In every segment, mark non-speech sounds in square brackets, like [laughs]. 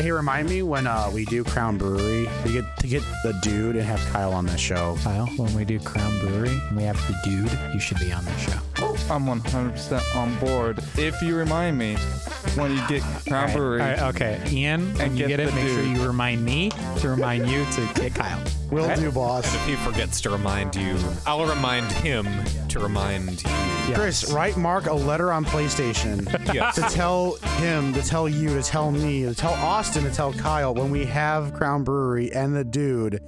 He remind me when uh, we do Crown Brewery to get to get the dude and have Kyle on the show. Kyle, when we do Crown Brewery and we have the dude, you should be on the show. I'm 100% on board. If you remind me when you get Crown Brewery, All right, okay. Ian, when And you get get it, the make sure dude. you remind me to remind you to get Kyle. Will do, boss. If he forgets to remind you, I'll remind him to remind you. Chris, write Mark a letter on [laughs] PlayStation Yes. to tell him, to tell you, to tell me, to tell Austin, to tell Kyle when we have Crown Brewery and the dude,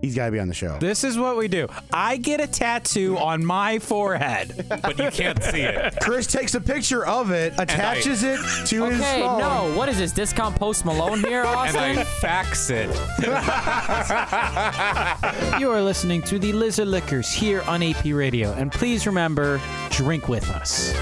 he's got to be on the show. This is what we do. I get a tattoo on my forehead. But you can't see it. Chris takes a picture of it, attaches it to his Okay, phone. no. Oh, What is this? Discount Post [laughs] Malone here, And I Austin? fax it. you are listening to the Lizard Lickers here on AP Radio, and please remember, drink with us.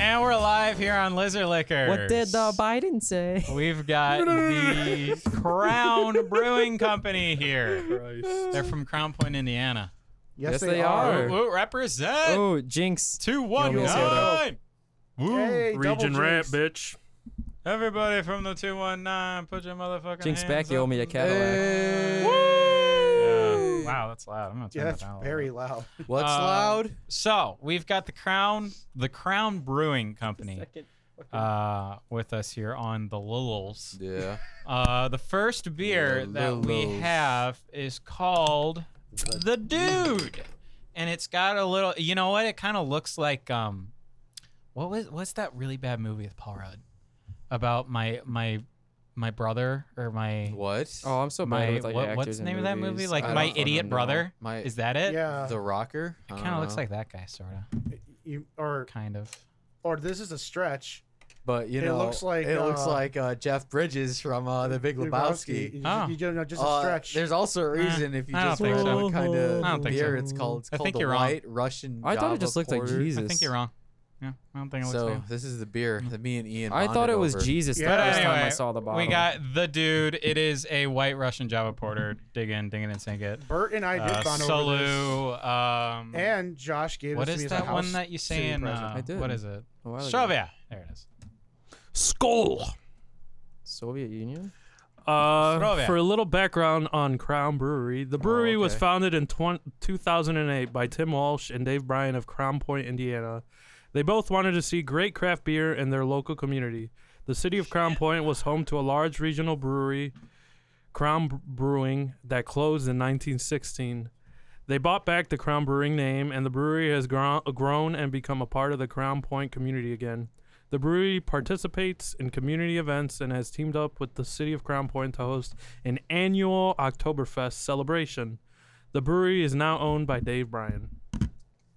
And we're live here on Lizard Lickers. What did uh, Biden say? We've got [laughs] the Crown Brewing Company here. They're from Crown Point, Indiana. Yes, Yes, they are. Woo, woo, represent Oh, Jinx. two one You want me to say what nine. Hey, Region double jinx. rant, bitch. Everybody from the two one nine, put your motherfucking Jinx hands back, you up. owe me a Cadillac. Yeah. Wow, that's loud. I'm gonna turn Yeah, that that's down a little very bit. loud. What's Uh, loud? So we've got the Crown, the Crown Brewing Company, uh, with us here on the Lills. Yeah. [laughs] Uh, the first beer The that we Lills. have is called the Dude, and it's got a little. You know what? It kind of looks like um, what was what's that really bad movie with Paul Rudd about my my my brother or my What? Oh, I'm so bad my with like what, actors what's the and name movies. of that movie? I Like don't my fucking idiot know. Uh-huh. brother. My- Is that it? Yeah. the rocker? I don't Kind of looks know. like that guy, sort of. You, or Kind of. or this is a stretch. But you It know, looks like, it looks uh, like uh, Jeff Bridges from uh, The Big Lebowski. You, Oh. you don't know, just a Uh, stretch. There's also a Nah, reason if you I don't just think want so. what kind I of don't think beer so. it's called. It's I called think the you're wrong. White Russian. I thought Java it just looked like Porter. Jesus. I think you're wrong. Yeah, I don't think it looks So like this is the beer that me and Ian. I thought bonded it was over. Jesus Yeah. the first time I Anyway, saw the bottle. We got the dude. It is a white Russian Java Porter. Dig in, ding it, and sink it. Bert and I did Uh, bond over Solu. Um, this. And Josh gave what this to me is as a that house one that you say city in? present. Uh, I did. What is it? a while ago. Shovia. There it is. Skull. Soviet Union? Strovia. Uh, for a little background on Crown Brewery, the brewery was okay. founded in 20, 2008 by Tim Walsh and Dave Bryan of Crown Point, Indiana. They both wanted to see great craft beer in their local community. The city of Crown Point was home to a large regional brewery, Crown B- Brewing, that closed in 1916. They bought back the Crown Brewing name, and the brewery has gro- grown and become a part of the Crown Point community again. The brewery participates in community events and has teamed up with the city of Crown Point to host an annual Oktoberfest celebration. The brewery is now owned by Dave Bryan.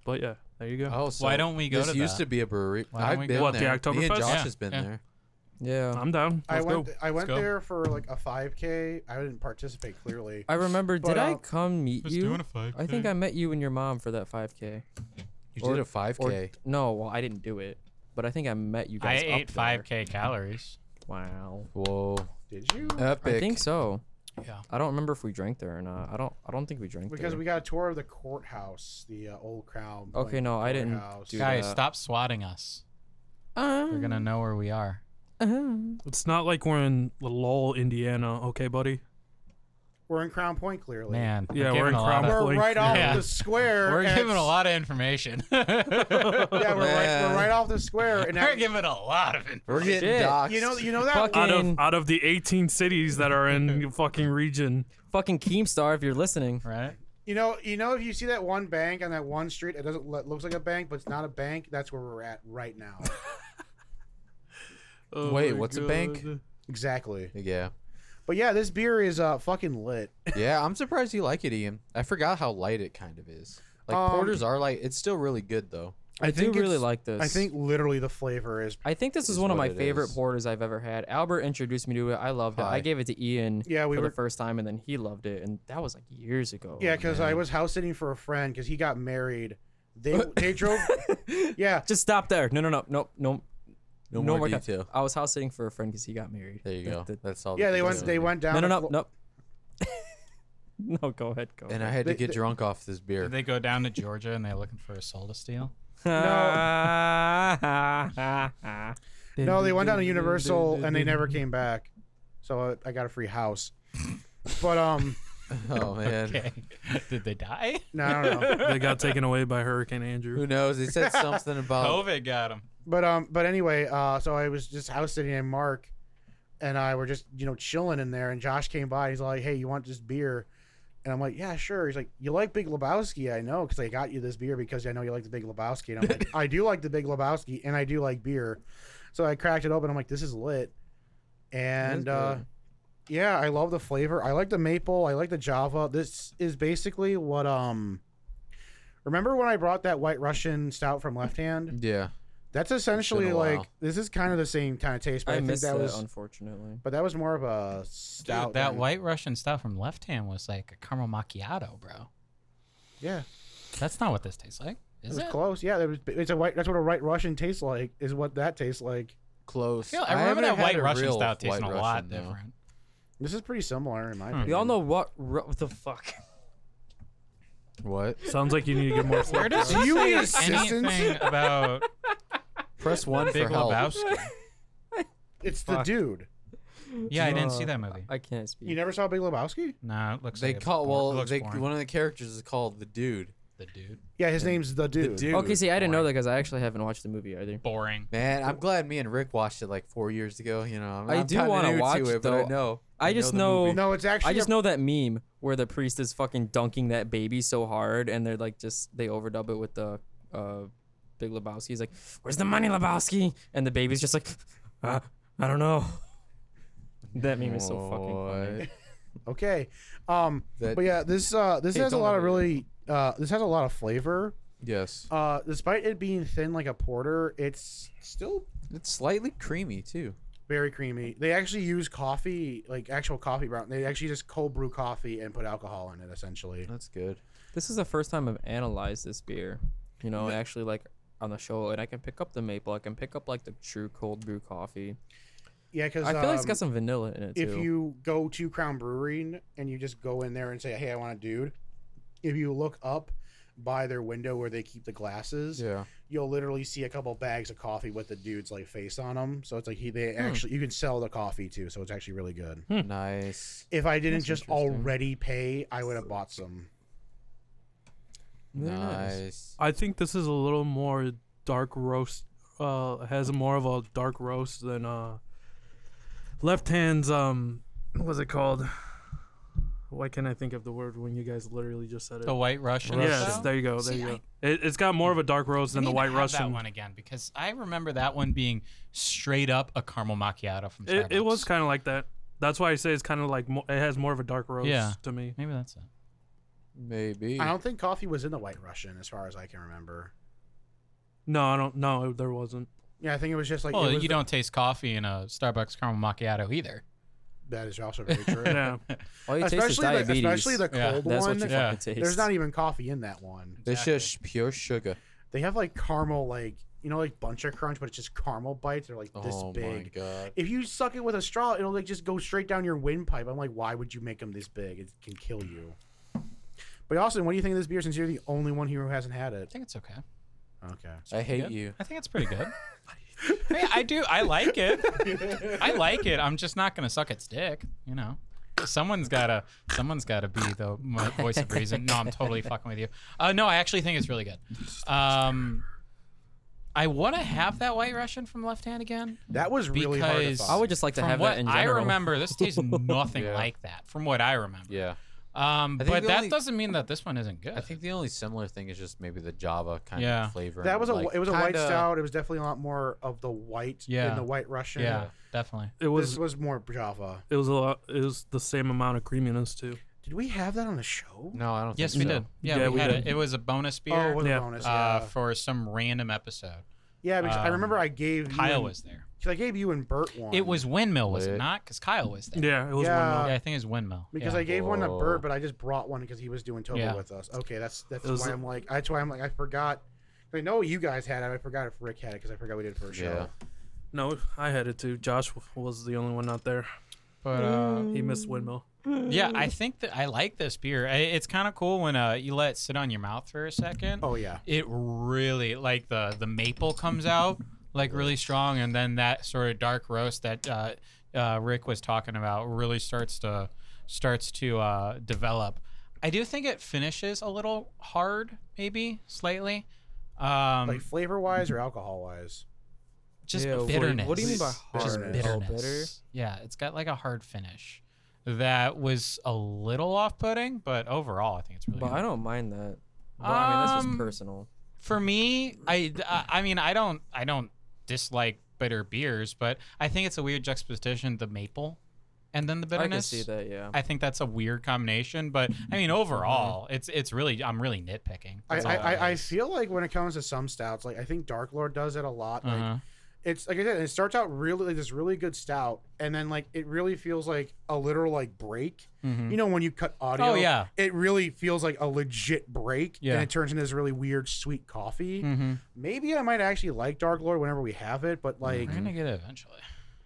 But yeah, there you go. Oh, so Why don't we go This to used that? to be a brewery. Why don't I've we been go- What, the there. Me and Oktoberfest? Josh Yeah, has been yeah. there. Yeah. I'm down. I Let's went. go. I went go. there for like a 5k. I didn't participate clearly. I remember, But, did I uh, come meet Who's you? doing a five I think I met you and your mom for that 5K. You Or- did a 5K. Or no, well, I didn't do it, but I think I met you I guys. up ate there. 5k calories. Wow. Whoa. Did you? Epic. I think so. Yeah. I don't remember if we drank there or not. I don't. I don't think we drank Because there. we got a tour of the courthouse, the uh, old crown. Okay, like, no, I didn't courthouse. do Guys, that. stop swatting us. Um, We're gonna know where we are. uh-huh. It's not like we're in Lowell, Indiana, okay, buddy? We're in Crown Point clearly. Man, Yeah, giving we're in a lot Crown of- We're Point. right off Yeah. the square. [laughs] We're and giving a it's- lot of information. [laughs] Yeah, we're right, Man. we're right off the square. And We're that, giving a lot of information. We're getting Shit. doxxed. you know, you know that Fucking, Out of out of the 18 cities that are in [laughs] your fucking region. fucking Keemstar, if you're listening. Right? You know, you know, if you see that one bank on that one street, it doesn't look, looks like a bank, but it's not a bank. That's where we're at right [laughs] now. Oh Wait, my what's a bank? God. exactly. yeah. But yeah, this beer is uh fucking lit. Yeah, I'm surprised you like it, Ian. I forgot how light it kind of is. Like Um, porters are light. It's still really good though. I, do think really it's- like this. I think literally the flavor is. I think this is is one of what my it favorite is. porters I've ever had. Albert introduced me to it. I loved it. I Hi. gave it to Ian Yeah, we for were. the first time, and then he loved it, and that was like years ago. yeah, because I was house sitting for a friend because he got married. They [laughs] they drove. yeah, Just stop there. No, no, no, no, no. No, more, time. detail. I was house sitting for a friend because he got married. There you That- go. that- That's all. yeah. that They you went know. they went down. Oh, no, no, the no, flo- no. [laughs] no, go ahead, go. And I ahead. had to They- get they- [laughs] drunk off this beer. Did they go down to Georgia and they're looking for a soul to steal? No, they went down to Universal and they [laughs] never came back. So uh, I got a free house. But um, [laughs] Oh man, Okay. Did they die? no, I don't know. they got taken away by Hurricane Andrew. who knows? They said something about COVID got him. But um, but anyway, uh, so I was just house sitting and Mark and I were just you know chilling in there, and Josh came by. He's like, "Hey, you want this beer?" And I'm like, "Yeah, sure." He's like, "You like Big Lebowski? I know, because I got you this beer because I know you like the Big Lebowski." And I'm like, "I do like the Big Lebowski, and I do like beer." So I cracked it open. I'm like, "This is lit," and uh, yeah, I love the flavor. I like the maple. I like the Java. This is basically what um. Remember when I brought that White Russian stout from Left Hand? yeah. That's essentially a like while. this is kind of the same kind of taste, but I, I, think missed that that, was unfortunately. but that was more of a Dude, stout. that than- white Russian stuff from Left Hand was like a caramel macchiato, bro. Yeah, That's not what this tastes like, it is was it? close. Yeah, that was, it's a white. That's what a white Russian tastes like. Is what that tastes like. Close. I, feel, I remember haven't that had white a Russian real stout tasting White a lot Russian, though. different. This is pretty similar in my opinion. We all know what, ru- what the fuck. [laughs] What? Sounds like you need to get more. Where sleep. does Do it you say need assistance? anything about Press one Big for help. Lebowski? It's the dude. Yeah, I didn't see that movie. I can't speak. You never saw Big Lebowski? No, it looks They like a call bore- it well, looks they, boring. one of the characters is called the dude. the dude. Yeah, his name's the dude. The dude. okay, see, I didn't know that because I actually haven't watched the movie either. Boring. Man, I'm glad me and Rick watched it like four years ago. You know, I'm, I I'm do kinda wanna new watch, to it, but though. I know. I know just the know- movie. No, it's actually. I just a- know that meme where the priest is fucking dunking that baby so hard, and they're like just they overdub it with the uh, Big Lebowski. He's like, "Where's the money, Lebowski?" And the baby's just like, uh, "I don't know." [laughs] That meme is so fucking funny. What? okay. Um, That- but yeah, this uh this Hey, has a don't lot of overdo it. really uh this has a lot of flavor. Yes, Uh, despite it being thin like a porter, it's still it's slightly creamy too. Very creamy. They actually use coffee, like actual coffee brown. They actually just cold brew coffee and put alcohol in it, essentially. That's good. This is the first time I've analyzed this beer, you know, and actually like on the show, and I can pick up the maple, I can pick up like the true cold brew coffee. Yeah, because I feel like it's got some vanilla in it too. um, If you go to Crown Brewing and you just go in there and say, "Hey, I want a dude," if you look up by their window where they keep the glasses, Yeah. you'll literally see a couple bags of coffee with the dude's like face on them. So it's like he they Hmm. actually you can sell the coffee too. So it's actually really good. Hmm. Nice. If I didn't That's just interesting. already pay, I would have bought some. Very nice. Nice. I think this is a little more dark roast. Uh, has more of a dark roast than uh, left hand's um, what's it called? Why can't I think of the word when you guys literally just said it? The White Russian. yes, style? there you go, there See, you I- go. It, it's got more of a dark roast than We need the to White have That Russian. one again because I remember that one being straight up a caramel macchiato from It, Starbucks. it was kind of like that. That's why I say it's kind of like mo- it has more of a dark roast Yeah. to me. Maybe that's it. Maybe. Hmm. I don't think coffee was in the White Russian, as far as I can remember. No, I don't. No, it, there wasn't. Yeah, I think it was just like Well, it you was the- don't taste coffee in a Starbucks caramel macchiato either. That is also very [laughs] true. Yeah, All you taste is especially, the, diabetes. especially the Yeah, cold That's one. what you Yeah. fucking taste. There's not even coffee in that one. It's just pure sugar. They have like caramel, like you know, like bunch of crunch, but it's just caramel bites. They're like this oh my big. god. If you suck it with a straw, it'll like just go straight down your windpipe. I'm like, why would you make them this big? It can kill you. But Austin, what do you think of this beer? Since you're the only one here who hasn't had I it. think it's okay. Okay. I hate good. you. I think it's pretty [laughs] good. Hey, I do. I like it. I like it. I'm just not gonna suck its dick. You know, someone's gotta. Someone's gotta be the mo- voice of reason. No, I'm [laughs] totally fucking with you. Uh, no, I actually think it's really good. Um, I want to have that White Russian from Left Hand again. That was really hard. To Because- find. I would just like to from have what that in I general. remember, this tastes [laughs] nothing Yeah. like that. From what I remember. Yeah. Um, I think but the that only- doesn't mean that this one isn't good. I think the only similar thing is just maybe the Java kind Yeah. of flavor. that was a it was a white kinda- stout. It was definitely a lot more of the white Yeah. in the White Russian. yeah, definitely. it This was. was more Java. It was a lot. It was the same amount of creaminess too. Did we have that on the show? No, I don't. Yes, we think so. did. Yeah, Yeah, we, we had did. it. It was a bonus Oh, it beer was Yeah. a bonus. uh, yeah. for some random episode. Yeah, because I Um, remember I gave you Kyle and- was there. 'cause I gave you and Bert one. It was Windmill, was it Lit. not? Because Kyle was there. Yeah, it was Yeah. one. Yeah, I think it's Windmill. because yeah. I gave one to Whoa. Bert, but I just brought one because he was doing Toba Yeah. with us. Okay, that's that's It was- why I'm like that's why I'm like I forgot. I know you guys had it. I forgot if Rick had it because I forgot we did it for a show. No, I had it too. Josh w- was the only one not there. But uh, He missed windmill. Yeah, I think that I like this beer. I, it's kind of cool when uh you let it sit on your mouth for a second. Oh yeah. It really like the the maple comes out like really strong, and then that sort of dark roast that uh, uh, Rick was talking about really starts to starts to uh, develop. I do think it finishes a little hard, maybe slightly. Um, Like flavor wise or alcohol wise. just Yeah, what do you- bitterness. what do you mean by Just hard? bitterness. Oh, bitter? Yeah, it's got like a hard finish that was a little off-putting, but overall, I think it's really. But good. I don't mind that. But I mean, that's Um, just personal. For me, I, I I mean I don't I don't dislike bitter beers, but I think it's a weird juxtaposition: the maple, and then the I bitterness. can see that. Yeah. I think that's a weird combination, but I mean overall, it's it's really I'm really nitpicking. I, That's all I, I, I is. feel like when it comes to some stouts, like I think Dark Lord does it a lot. Like Uh-huh. it's like I said, it starts out really like this really good stout, and then like it really feels like a literal like break. Mhm. You know when you cut audio, Oh yeah. it really feels like a legit break, Yeah. and it turns into this really weird sweet coffee. Mm-hmm. Maybe I might actually like Dark Lord whenever we have it, but like I'm gonna get it eventually.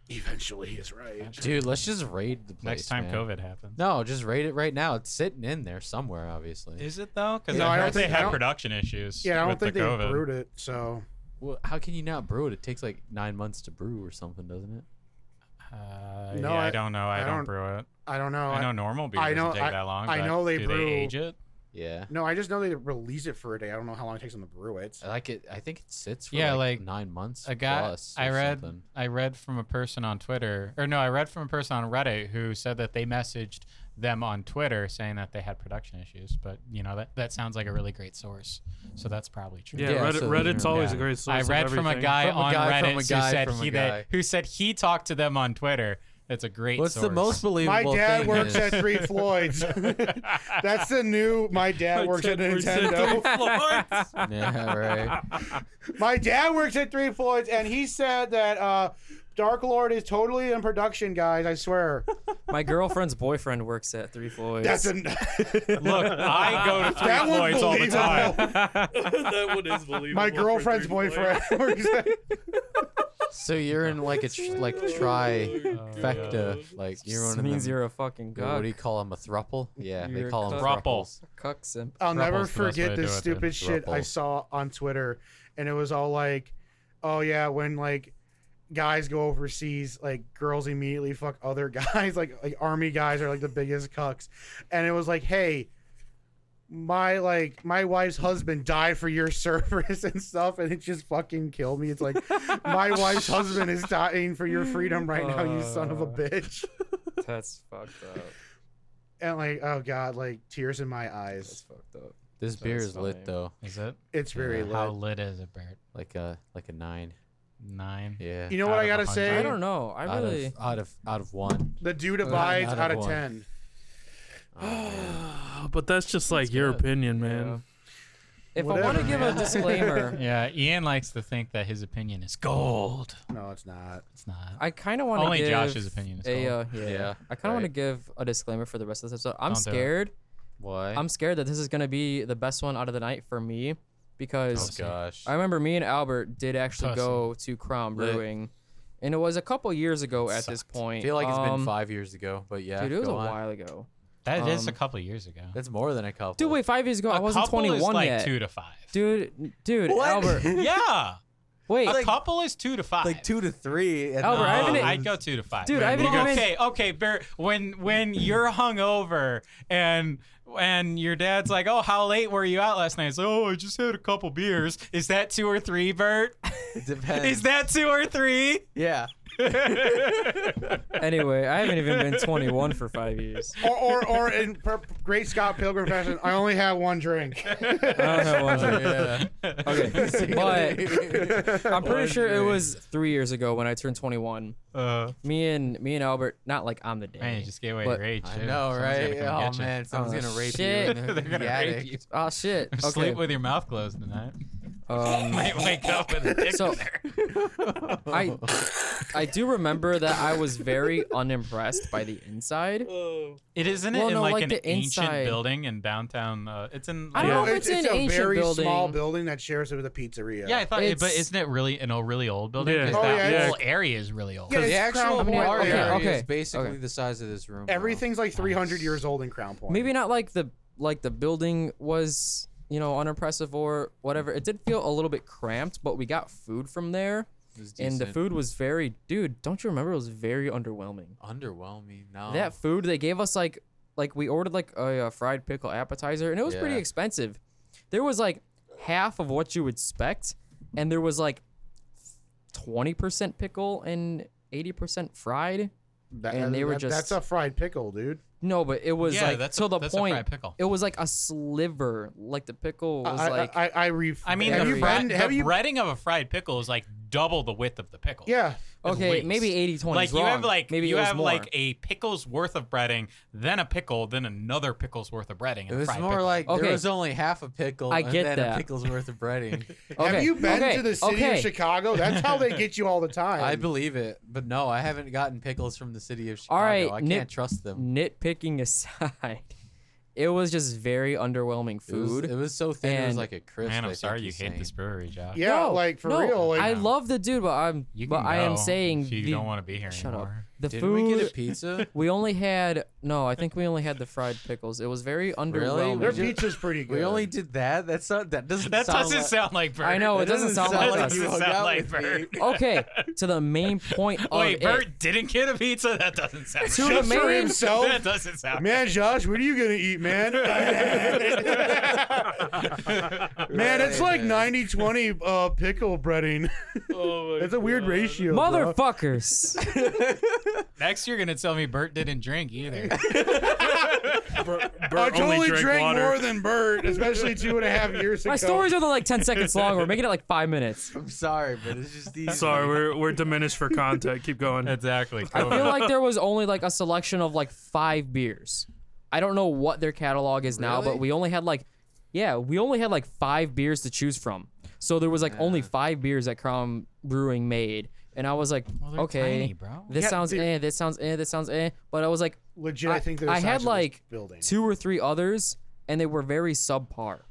eventually is right. Dude, let's just raid the place. Next time man. COVID happens. No, just raid it right now. It's sitting in there somewhere, obviously. Is it though? Because No, I I heard don't they think- I had don't- production issues. Yeah, I don't with the think they COVID. brewed it, so well, how can you not brew it? It takes like nine months to brew or something, doesn't it? Uh, No, yeah, I, I- don't know. I, I don't, don't- brew it. I don't know. I know normal beer I know- doesn't take I- that long. I but know they do brew- They age it. Yeah. no, I just know they release it for a day. I don't know how long it takes them to brew it. Like it, I think it sits for Yeah, like, like, nine months. I got. plus I or read. [laughs] something. I read from a person on Twitter, or no, I read from a person on Reddit who said that they messaged them on Twitter saying that they had production issues. But you know that that sounds like a really great source, so that's probably true. Yeah, Yeah, Reddit, so- Reddit's always Yeah. a great source. I of read from a everything. guy From a on guy, Reddit from a guy, who said from a he that guy. who said he talked to them on Twitter. That's a great. What's the source. most My believable? dad thing works is- at [laughs] Three Floyds. [laughs] That's the new. My dad works at Nintendo. yeah, right. my dad works at Three Floyds, and he said that uh, Dark Lord is totally in production, guys. I swear. My girlfriend's boyfriend works at Three [laughs] Floyds. That's a Look, I [laughs] go to that Three one's Floyds all the time. believable. [laughs] that one is believable. My for girlfriend's three point. boyfriend works at So you're in like a tr- like trifecta. Like you're one just of means them- you're a fucking Wait, What do you cuck. call them? A thruple? Yeah, You're they call them cuck. Thruple. thruples. [laughs] Cuck simp. I'll never Thrupple's the best way forget to do this it, stupid dude. shit I Thruple. saw on Twitter, and it was all like, "Oh yeah, when like guys go overseas, like girls immediately fuck other [laughs] guys. Like like army guys are like the biggest cucks," and it was like, "Hey." My like my wife's husband died for your [laughs] service and stuff, and it just fucking killed me. It's like [laughs] my wife's husband is dying for your freedom right now, you son of a Uh. bitch. That's fucked up. And like, oh god, like tears in my That's eyes. fucked up. This beer That's is lit funny. though, Is it? It's very Yeah, How low. lit is it, Bert? like a like a nine. Nine. Yeah. You know what I Out of gotta 100. say? I don't know. I out really. of out of out of one. The dude Uh, abides not out of one. ten. Oh, man. [sighs] But that's just like your good. opinion, man. If I want to Whatever, give a [laughs] disclaimer, Yeah, Ian likes to think that his opinion is gold. No, it's not. It's not. I kind of want to Only give Josh's opinion is a, gold. uh, yeah. Yeah, I kind of want to right. give a disclaimer for the rest of this episode. I'm Don't do it. scared. Why? I'm scared that this is gonna be the best one out of the night for me oh because gosh. I remember me and Albert did actually Pussy. go to Crown Lit. Brewing, and it was a couple years ago at this I point. feel like it's been Um, five years ago, but yeah. Dude, it was a go on. while ago. That is a Um, couple years ago. That's more than a couple. Dude, [laughs] wait, five years ago, I I I wasn't 21 is like yet. two to five. [laughs] Dude, n- dude, Albert, yeah, wait, a couple is two to five. like two to three. and Albert, No, I then- haven't- I'd go two to five. Dude, I haven't Well, even- Okay, okay, Bear, when when you're hungover and and your dad's like, "Oh, how late were you out last night?" It's like, "Oh, I just had a couple beers." Is that two or three, Bert? It depends. Is that two or [laughs] three? yeah. anyway, I haven't even been 21 for five years. Or, or, or in per- great Scott Pilgrim fashion, I only have one [laughs] drink. I don't have one drink. yeah. [laughs] Okay, but I'm pretty sure it was three years ago when I turned 21. [laughs] Uh, Me and me and Albert, not like I'm the day. man, you just gave away But- your age. I too. know, Someone's right? gonna come Oh get you. man, someone's Oh, gonna rape [laughs] shit. you. in [laughs] the- They're gonna [laughs] the rape attic. you. oh Ah, shit. Okay. Sleep with your mouth closed tonight. Um, might wake up with a dick [laughs] So- in there. I I do remember that I was very unimpressed by the inside. It isn't it Well, in no, like, like an the ancient inside. building in downtown. Uh, it's in. I don't yeah. know if it's, an a ancient very building. small building that shares it with a pizzeria. Yeah, I thought, it, but It's- isn't it really an old, really old building? Yeah. 'Cause Oh, that yeah, whole area is really old. Yeah, The it's actual Crown Point bar area. area Okay, is basically the size of this room. bro. Everything's like 300 years old in Crown Point. Maybe not like the like the building was you know unimpressive or whatever. It did feel a little bit cramped, but we got food from there, It was and the decent. food was very dude. Don't you remember? It was very underwhelming. underwhelming. Um, No. that food they gave us like like we ordered like a, uh fried pickle appetizer and it was pretty Yeah. expensive there was like half of what you would expect and there was like 20% pickle and 80% fried That- and they were that- just- That's a fried pickle, dude. no but it was Yeah, like that's to a- the that's a point fried pickle. it was like a sliver like the pickle was I, like I, I, I, ref- I mean, have the, you bread- been? the Have you? breading of a fried pickle is like double the width of the pickle. yeah. at okay least. maybe 80 20 Like you have like maybe you it was have more. like a pickle's worth of breading, then a pickle, then another pickle's worth of breading. and It a was fried more pickle. Oh, like Okay. there was only half a pickle I get and then that. a pickle's worth of breading. [laughs] Have Okay, you been okay, to the city okay. of Chicago? That's how they get you all the [laughs] time. I believe it, but no, I haven't gotten pickles from the city of Chicago. All right, I Nick- can't trust them. nitpicking aside [laughs] it was just very underwhelming It was- food It was, so thin. It and- was like a crisp. man, I I'm think sorry you he's hate saying. this brewery, Josh. yeah, No, like for no, real. Like, I love the dude, but I'm You but can I am go saying if you the- don't want to be here shut up. anymore. The Didn't food we get [laughs] a pizza? we only had no, I think we only had the fried pickles. It was very underwhelming. their We just- pizza's pretty good. we only did that. That's not. That doesn't. That sound doesn't like, sound like Bert. I know, it that doesn't sound That like doesn't us. you hung sound out like with me. Bert. [laughs] Okay, to the main point of Wait, it. Bert didn't get a pizza? That doesn't sound To right. the main- for himself. [laughs] That doesn't sound Man, Josh, what are you gonna eat, man? man, it's like 90-20 uh, pickle breading. [laughs] it's a weird ratio. bro. [laughs] Motherfuckers. Next, you're going to tell me Bert didn't drink either. I totally drank drank water. more than Bert, especially two and a half years ago. My stories are only like 10 seconds long. We're making it like five minutes. I'm sorry, but it's [laughs] just these. Sorry, we're we're diminished for content. Keep going. exactly. I feel like there was only like a selection of like five beers. I don't know what their catalog is now, but Really? we only had like, yeah, we only had like five beers to choose from. So there was like only five beers that Crown Brewing made, and I was like, Well, they're okay, tiny, bro. this Yeah, sounds dude. eh, this sounds eh, this sounds eh, but I was like, legit. I, think they're the I size had of this like building. two or three others, and they were very subpar.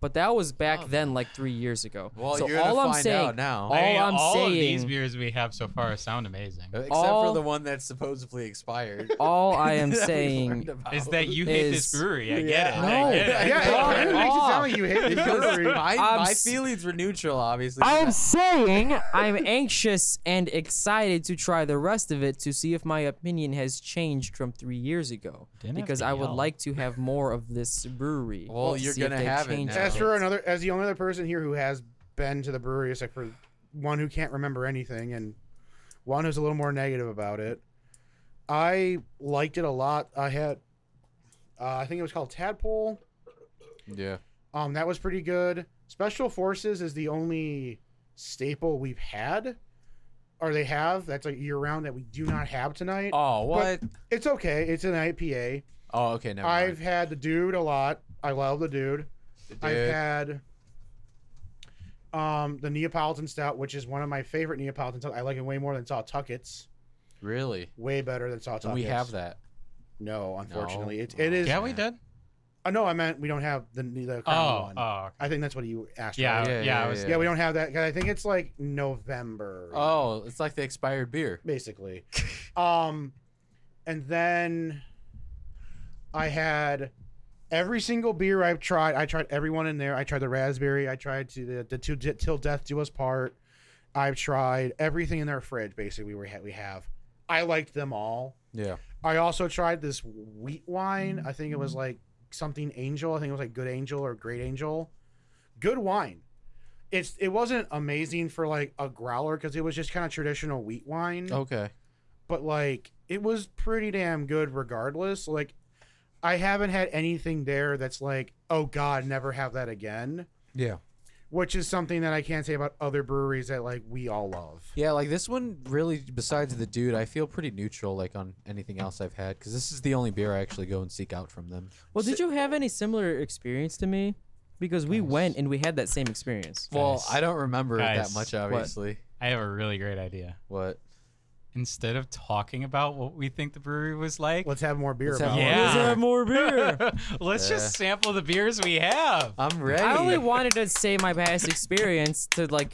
But that was back then, like three years ago. Oh. Well, so you're gonna all I'm find saying out now. all I mean, I'm all of saying, these beers we have so far sound amazing. Except all- for the one that's supposedly expired. [laughs] all [laughs] I am that we saying learned about. Is that you hate Is- this brewery? I get [laughs] Yeah. it. I No. get it. I yeah, get it it. kind of makes it sound like you hate the [laughs] [laughs] Because brewery. my, I'm my s- feelings were neutral, obviously. [laughs] I'm saying I'm anxious and excited to try the rest of it to see if my opinion has changed from three years ago. Didn't have because to I would yell. like to have more of this brewery. Well, to you're see if gonna they've have it changed now. As for another, as the only other person here who has been to the brewery, except for one who can't remember anything and one who's a little more negative about it, I liked it a lot. I had, uh, I think it was called Tadpole. yeah. Um, that was pretty good. Special Forces is the only staple we've had, or they have that's a year round that we do not have tonight. Oh, what? It's okay. It's an IPA. oh, okay. Never I've mind. had the dude a lot. I love the dude. I've Dude. had um the Neapolitan stout, which is one of my favorite Neapolitan stout. I like it way more than Sawtuckets. really. Way better than Sawtuckets. Do we have that? No, unfortunately, No. it it is. Yeah, we did. Uh, no, I meant we don't have the the common Oh, one. oh, I think that's what you asked. yeah, right? yeah, Yeah, I yeah, was. yeah. we don't have that 'cause I think it's like November. Oh, it's like the expired beer. basically. um, and then I had every single beer I've tried. I tried everyone in there. I tried the raspberry. I tried to the the two di- till death do us part. I've tried everything in their fridge. Basically, we ha- we have. I liked them all. Yeah. I also tried this wheat wine. I think it was like something angel. I think it was like good angel or great angel. Good wine. It's it wasn't amazing for like a growler because it was just kind of traditional wheat wine Okay. but like it was pretty damn good regardless. Like I haven't had anything there that's like, oh god, never have that again. Yeah. Which is something that I can't say about other breweries that like we all love. Yeah, like this one really. Besides the dude, I feel pretty neutral like on anything else I've had because this is the only beer I actually go and seek out from them. Well, did you have any similar experience to me? because we went and we had that same experience. [laughs] Well, Guys. I don't remember it Guys. that much, obviously. I have a really great idea. What? Instead of talking about what we think the brewery was like, Let's have more beer. Let's about have it. Yeah. Let's have more beer. [laughs] let's Yeah. just sample the beers we have. I'm [laughs] ready. I only wanted to say my past experience to like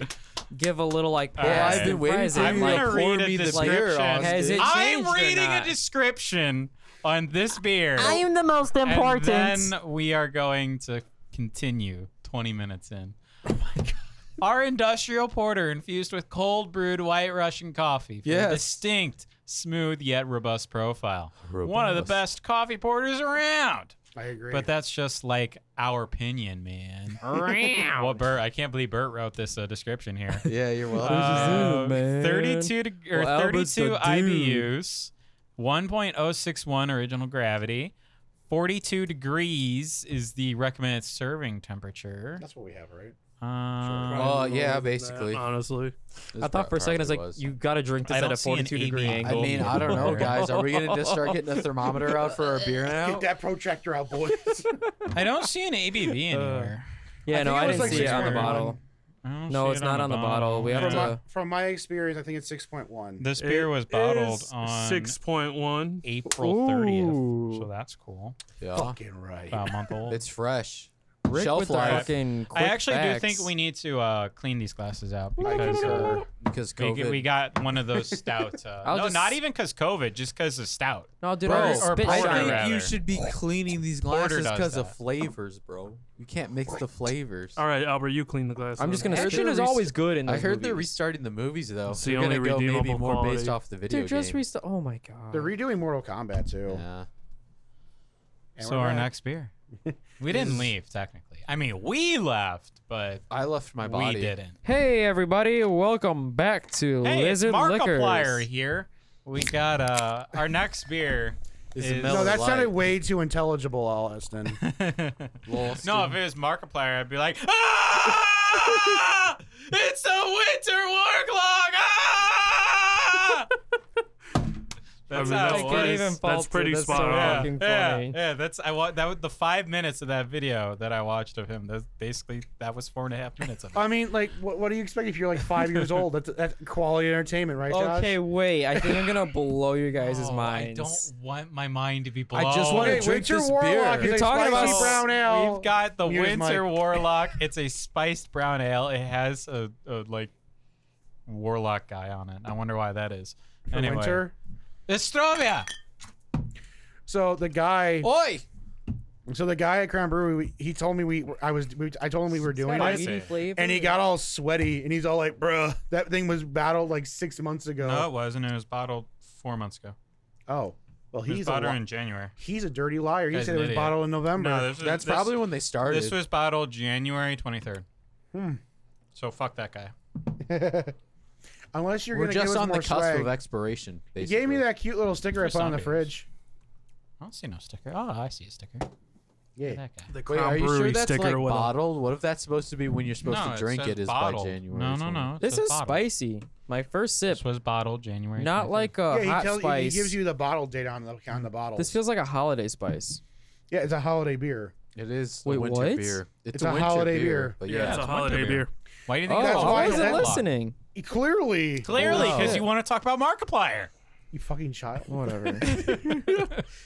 give a little like. Well, I've past been waiting impression, for I'm you like, gonna read pour me a the beer, description. Austin. Has it I'm changed or reading a not? description on this beer. am the most And then we are going to continue 20 minutes in. Our industrial porter infused with cold brewed white Russian coffee for Yes. a distinct, smooth yet robust profile. One of the best coffee porters around. I agree. But that's just like our opinion, man. what Bert? I can't believe Bert wrote this uh, description here. Yeah, you're welcome. Uh, dude, man. 32 deg- or Well, Albert's 32 the dude. IBUs, 1.061 original gravity, 42 degrees is the recommended serving temperature. That's what we have, right? Um, Oh, Probably yeah, more than that, basically. honestly. I thought for a second I was like, you gotta drink this I at don't a see an 42 degree AB. I angle. mean, I don't know, guys. Are we gonna just start getting a thermometer out for our beer now? Get that protractor out, [laughs] boys. I don't see an [laughs] ABV Uh, anywhere. yeah, I no, think I it was didn't like see it on the 6.1. bottle. I don't No, see it's it not on the bottle. We have from, Yeah. my, to- from my experience, I think it's 6.1. This beer It was bottled is on 6.1. April 30th, so that's cool. Yeah, Fucking right. About a month [laughs] old. it's fresh. Rick Shelf with the life fucking I quick actually facts. do think we need to uh, clean these glasses out because. Uh, because, because We, COVID. g- we got one of those stouts. Uh, I'll no, just- not even because COVID, just because of stout. No, dude, Bro, I just or spit porter, shot. Oh, I think rather. you should be cleaning these Porter glasses does because of that. flavors, bro. You can't mix the flavors. All right, Albert, you clean the glass. I'm just gonna. Heard Fiction they're is rest- always good in I those heard they're movies. restarting the movies though. It's They're the only gonna go maybe redeemable more based quality. off the video Dude, just game. rest. Oh my god. They're redoing Mortal Kombat too. yeah. And So we're our back. next beer. We didn't leave technically. I mean, we left, but I left my we body. didn't. Hey everybody, welcome back to Hey, Lizard it's Liquors. Markiplier here. We got uh our next beer. [laughs] Is a is- Miller No, that Lite. sounded way too intelligible, Austin. Lost no, if it was Markiplier, I'd be like, ah! it's a winter war clock. Ah! That's I mean, how that's it I was. can't even fault That's it. pretty That's so spot on. fucking yeah, funny. yeah, that's I wa- that was the five minutes of that video that I watched of him. That's basically that was four and a half minutes of it. I mean, like, what, what do you expect if you're like five years old? That's, that's quality entertainment, right, Josh? Okay, wait. I think I'm gonna blow your guys' Oh, minds. I don't want my mind to be blown. I just want Hey, to drink Winter this Warlock beer. is a talking about spicy s- brown ale. We've got the Mute his Winter mic. Warlock. It's a spiced brown ale. It has a, a like warlock guy on it. I wonder why that is. for anyway, winter. Estrovia. So the guy, Oi! so the guy at Crown Brewery, we- he told me we, I was, we, I told him we were doing got it, ice in it. and he got all sweaty, and he's all like, "Bruh, that thing was battled like six months ago." No, it wasn't. It was bottled four months ago. Oh, well, It was he's a bottled li- in January. he's a dirty liar. He Guy's said an it was idiot. bottled in November. No, this was, That's this- probably when they started. This was bottled January 23rd. Hmm. So fuck that guy. Unless you're We're gonna give just us on the more cusp swag. of expiration. He Basically. gave me that cute little sticker I Just put on the zombies. fridge. I don't see no sticker. Oh, I see a sticker. Look Yeah. at that guy. The Wait, Crown are you Brewery sure that's sticker like with a- bottled? What if that's supposed to be when you're supposed no, to drink it, says it is bottled. by January? No, or no, something? no. it This says is bottled. spicy. My first sip, This was bottled January. not 23rd. like a yeah, hot he, tells, spice. he gives you the bottle date on the on the bottle. this feels like a holiday spice. yeah, it's a holiday beer. It is Wait, a winter what? beer. It's, It's a a, winter holiday beer. beer. But Yeah, yeah, it's a winter holiday beer. [laughs] Why do you think? it's Oh, called why why is is it it Warlock? listening? Clearly, Clearly, because Wow. you want to talk about Markiplier. you fucking child. Whatever.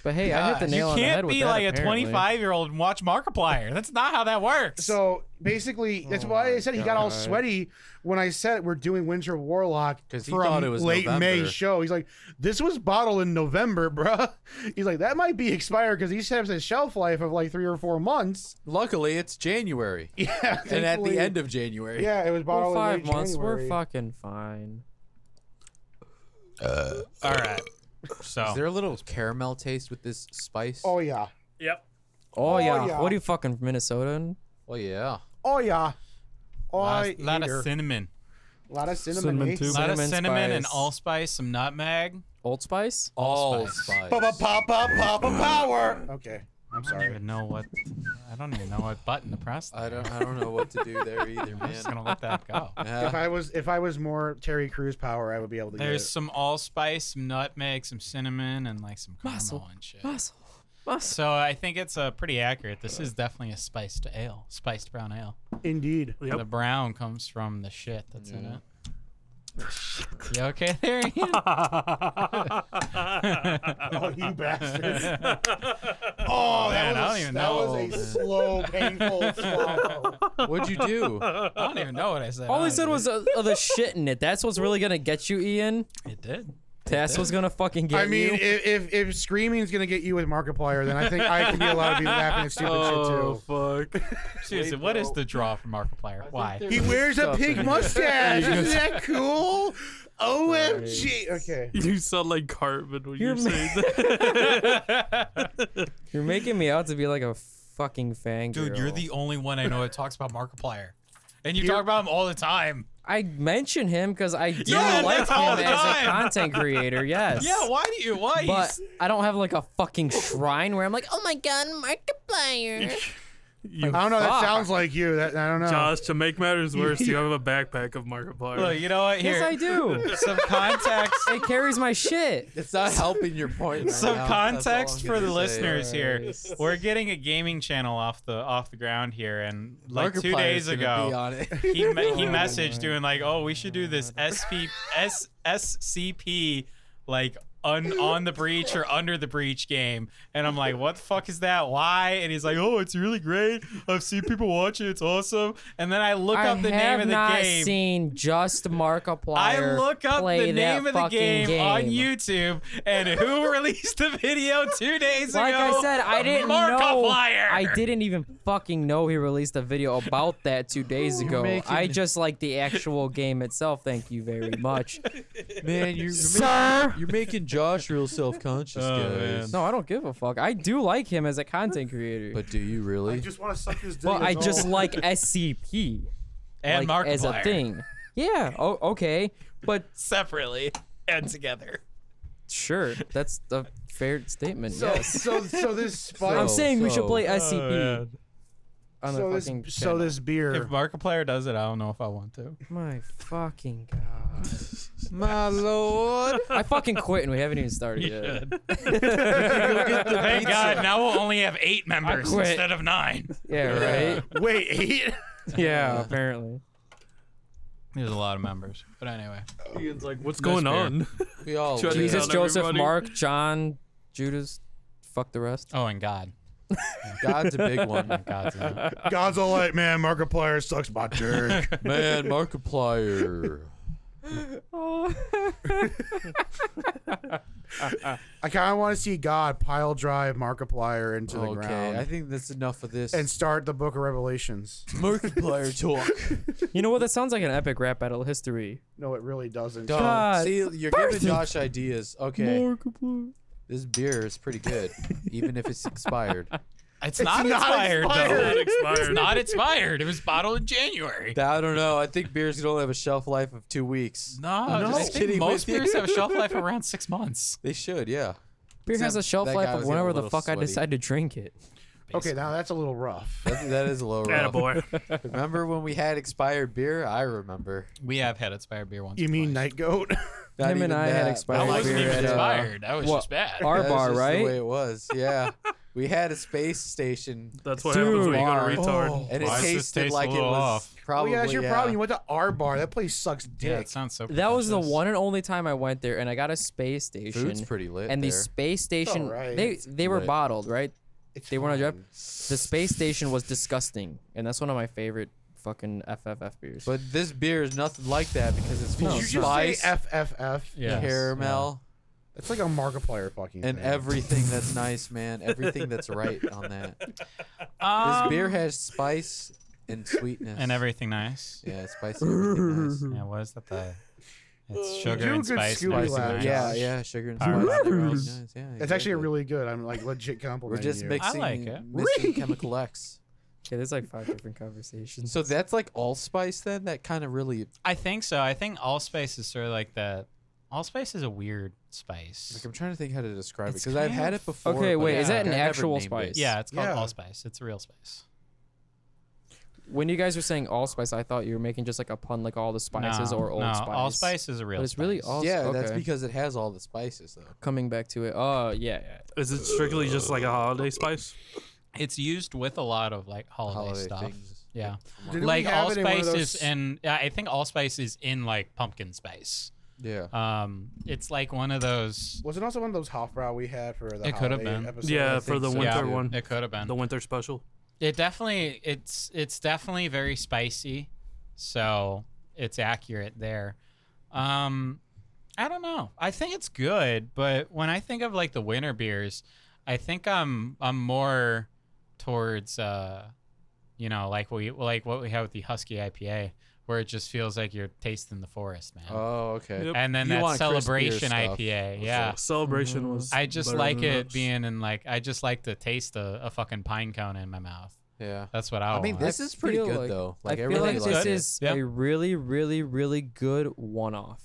but hey, I hit the God, nail you on the head can't with be that, like apparently. a 25 year old and watch Markiplier. That's not how that works. [laughs] So basically, that's Oh why I my said he got all God. sweaty when I said we're doing Winter Warlock 'Cause he for thought a it was late May November. show. He's like, this was bottled in November, [laughs] bruh. He's like, that might be expired because these have a shelf life of like three or four months. Luckily, it's January, [laughs] Yeah, and at thankfully- the end of January. yeah, it was bottled We're five in late months. January. We're fucking fine. all right. So Is there a little caramel taste with this spice? Oh yeah, Oh, yeah. yeah. What are you fucking from Minnesota? Oh, yeah. oh yeah, oh a I lot, lot eater. of cinnamon, lot of cinnamon, Cinnamon eh? too. a lot of Cinnamon cinnamon and spice. allspice, some nutmeg. Old Spice? All spice. Papa, papa, papa, power. Okay, I'm I don't sorry. even know what. I don't even know what button to press. I don't. I don't know what to do [laughs] there either, I'm man. just gonna let that go. If [laughs] Yeah. I was if I was more Terry Crews power, I would be able to get There's it. some allspice, some nutmeg, some cinnamon, and like some caramel Muscle. and shit. Muscle. So I think it's uh, pretty accurate. This is definitely a spiced ale, spiced brown ale. Indeed. Yep. The brown comes from the shit that's in it. You okay there? Ian? Oh, you bastard. Oh, that Man, I don't was even That know. was a slow, painful swallow. What'd you do? [laughs] I don't even know what I said. All he honestly. said was uh, uh, the shit in it. That's what's really gonna get you, Ian. it did. That's what's gonna fucking get I mean, you. if, if if screaming's gonna get you with Markiplier, then I think I can be allowed to be laughing at stupid shit oh fuck! Seriously, what is the draw from Markiplier? Why? too. He wears a pig mustache. Isn't that cool? OMG. Okay. You sound like Cartman when you're, saying that. You're making me out to be like a fucking fangirl. Dude, you're the only one I know that talks about Markiplier. And you talk about him all the time. I mention him because I do Yeah, like that's all him the as a time. content creator. Yes. [laughs] Yeah, why do you? Why? But I don't have like a fucking shrine where I'm like, oh my god, Markiplier. I don't know. That Fuck. sounds like you. That I don't know. Josh, to make [laughs] matters worse, you have a backpack of Markiplier. Look, you know what? Here, yes, I do. some context. It carries my shit. It's not helping your point. [laughs] right some now. That's all context I'm for gonna the say. listeners here. We're getting a gaming channel off the off the ground here, and like two days Markiplier's gonna Be ago, on it. he me- [laughs] he messaged doing like, "Oh, we should do this SP S SCP like." Un, on the breach or under the breach game, and I'm like, what the fuck is that? Why? And he's like, oh, it's really great. I've seen people watch it. It's awesome. And then I look I up the have name of the not game. seen just Markiplier. I look up play the that name of the fucking game, on game. YouTube and who [laughs] released the video two days Like ago. I said, I didn't know. Markiplier. I didn't even fucking know he released a video about that two days ago. making- I just like the actual game itself. Thank you [laughs] very much, [laughs] Man, you're, sir. you're making Josh real self-conscious, [laughs] Oh, guys. man. No, I don't give a fuck. I do like him as a content creator, but, But do you really? just want to suck his dick. I just [laughs] like SCP and like, Markiplier as a thing. Yeah. Oh, okay. But separately and [laughs] together. sure, that's a fair statement. So, yes. [laughs] so so this I'm spice. So- saying we should play Oh, E SCP man. on So the this fucking. so this If beer. Markiplier does it, I don't know if I want to. My fucking god. [laughs] My lord. I fucking quit and we haven't even started [laughs] yet. Thank God, now we'll only have eight members quit. instead of nine. Yeah, right? Wait, eight. [laughs] yeah, apparently. There's a lot of members, but anyway. Ian's like, what's going fair. [laughs] on? We all Should I live. Jesus, Tell Joseph, everybody. Mark, John, Judas, fuck the rest. Oh, and God. [laughs] God's a big one. God's in it. God's all right, man. Markiplier sucks my [laughs] dick. Man, [laughs] Markiplier. Oh. I kind of want to see God pile drive Markiplier into the Okay, ground I think that's enough of this. and start the Book of Revelations. [laughs] Markiplier talk. [laughs] You know what? That sounds like an epic rap battle history. No, it really doesn't. Don't. God. See, you're giving Josh ideas. Okay. This beer is pretty [laughs] good, even if it's expired. It's not not expired, [laughs] expired. though. [laughs] It's not expired. It was bottled in January. That- I don't know. I think beers can only have a shelf life of two weeks. No, No. just Just kidding most with you. beers have a shelf life around six months. They should, yeah. Beer has a Except shelf that life guy of was getting a whenever the little fuck I sweaty. decide to drink [laughs] it. Okay, now that's a little rough. That, that is a low rough. Attaboy. Remember when we had expired beer? I remember. We have had expired beer once. You or mean twice. Night Goat? [laughs] Not Him and even I had that. expired That That was wasn't beer even at, uh, expired. That was what- just bad. Our that was bar, just The way right? it was, [laughs] yeah. we had a space station, [laughs] That's what Dude. happens when you go to retard. and it Why does this tasted taste a like it little was off? probably. oh, yeah, that's your yeah. problem. You went to our bar. That place sucks yeah, it dick. sounds so. That was the pretentious. one and only time I went there, and I got a space station. Food's pretty lit. and the there. space station, alright. they they were lit. bottled, right? It's they weren't a drop. fine. The space station was disgusting, and that's one of my favorite fucking FFF beers. But this beer is nothing like that because it's full Did of you just spice, say FFF? Yes, caramel, That's like a Markiplier fucking. and thing. everything that's nice, man. [laughs] Everything that's right on that. This Um, beer has spice and sweetness. and everything nice. Yeah, spicy. Everything nice. Yeah, what is that? The it's sugar do a and good spice. and Scooby everything laugh. nice. uh, Yeah, yeah, sugar and spice. Power they're all Rangers. nice, yeah, It's actually exactly. really good. I'm like legit We're complimenting just you. mixing like it. missing chemical X. okay, there's like five different conversations. So that's like allspice then? That kind of really I think so. I think allspice is sort of like that. Allspice is a weird spice. like I'm trying to think how to describe It's it because I've kind had of- it before. Okay, but wait, is I- that an I never actual named it. spice? yeah, it's called Yeah. allspice. It's a real spice. When you guys were saying allspice, I thought you were making just like a pun, like all the spices no, or old no, spice. Allspice is a real. But it's really spice. all- yeah, that's okay. because it has all the spices though. Coming back to it. Oh yeah, yeah. Is it strictly just like a holiday spice? It's used with a lot of like holiday, Holiday stuff. things. Yeah, Didn't we like have it in one of allspice is those- in. I think allspice is in like pumpkin spice. Yeah. Um, it's like one of those. Was it also one of those Hofbrau we had for the It could have holiday been. episode? Yeah, I for think the so. winter yeah, one. It could have been. The winter special. It definitely it's it's definitely very spicy, so it's accurate there. Um, I don't know. I think it's good, but when I think of like the winter beers, I think I'm I'm more towards uh, you know, like we like what we have with the Husky IPA, where it just feels like you're tasting the forest, man. Oh, okay. Yep. and then You that want crisp beer celebration stuff. IPA, yeah. celebration was. I just better like than it that. being in like I just like to taste a, a fucking pine cone in my mouth. Yeah. That's what I. I mean, Oh. want. this is pretty feel good like- though. Like I feel everybody like likes this it. is Yeah. a really, really, really good one-off.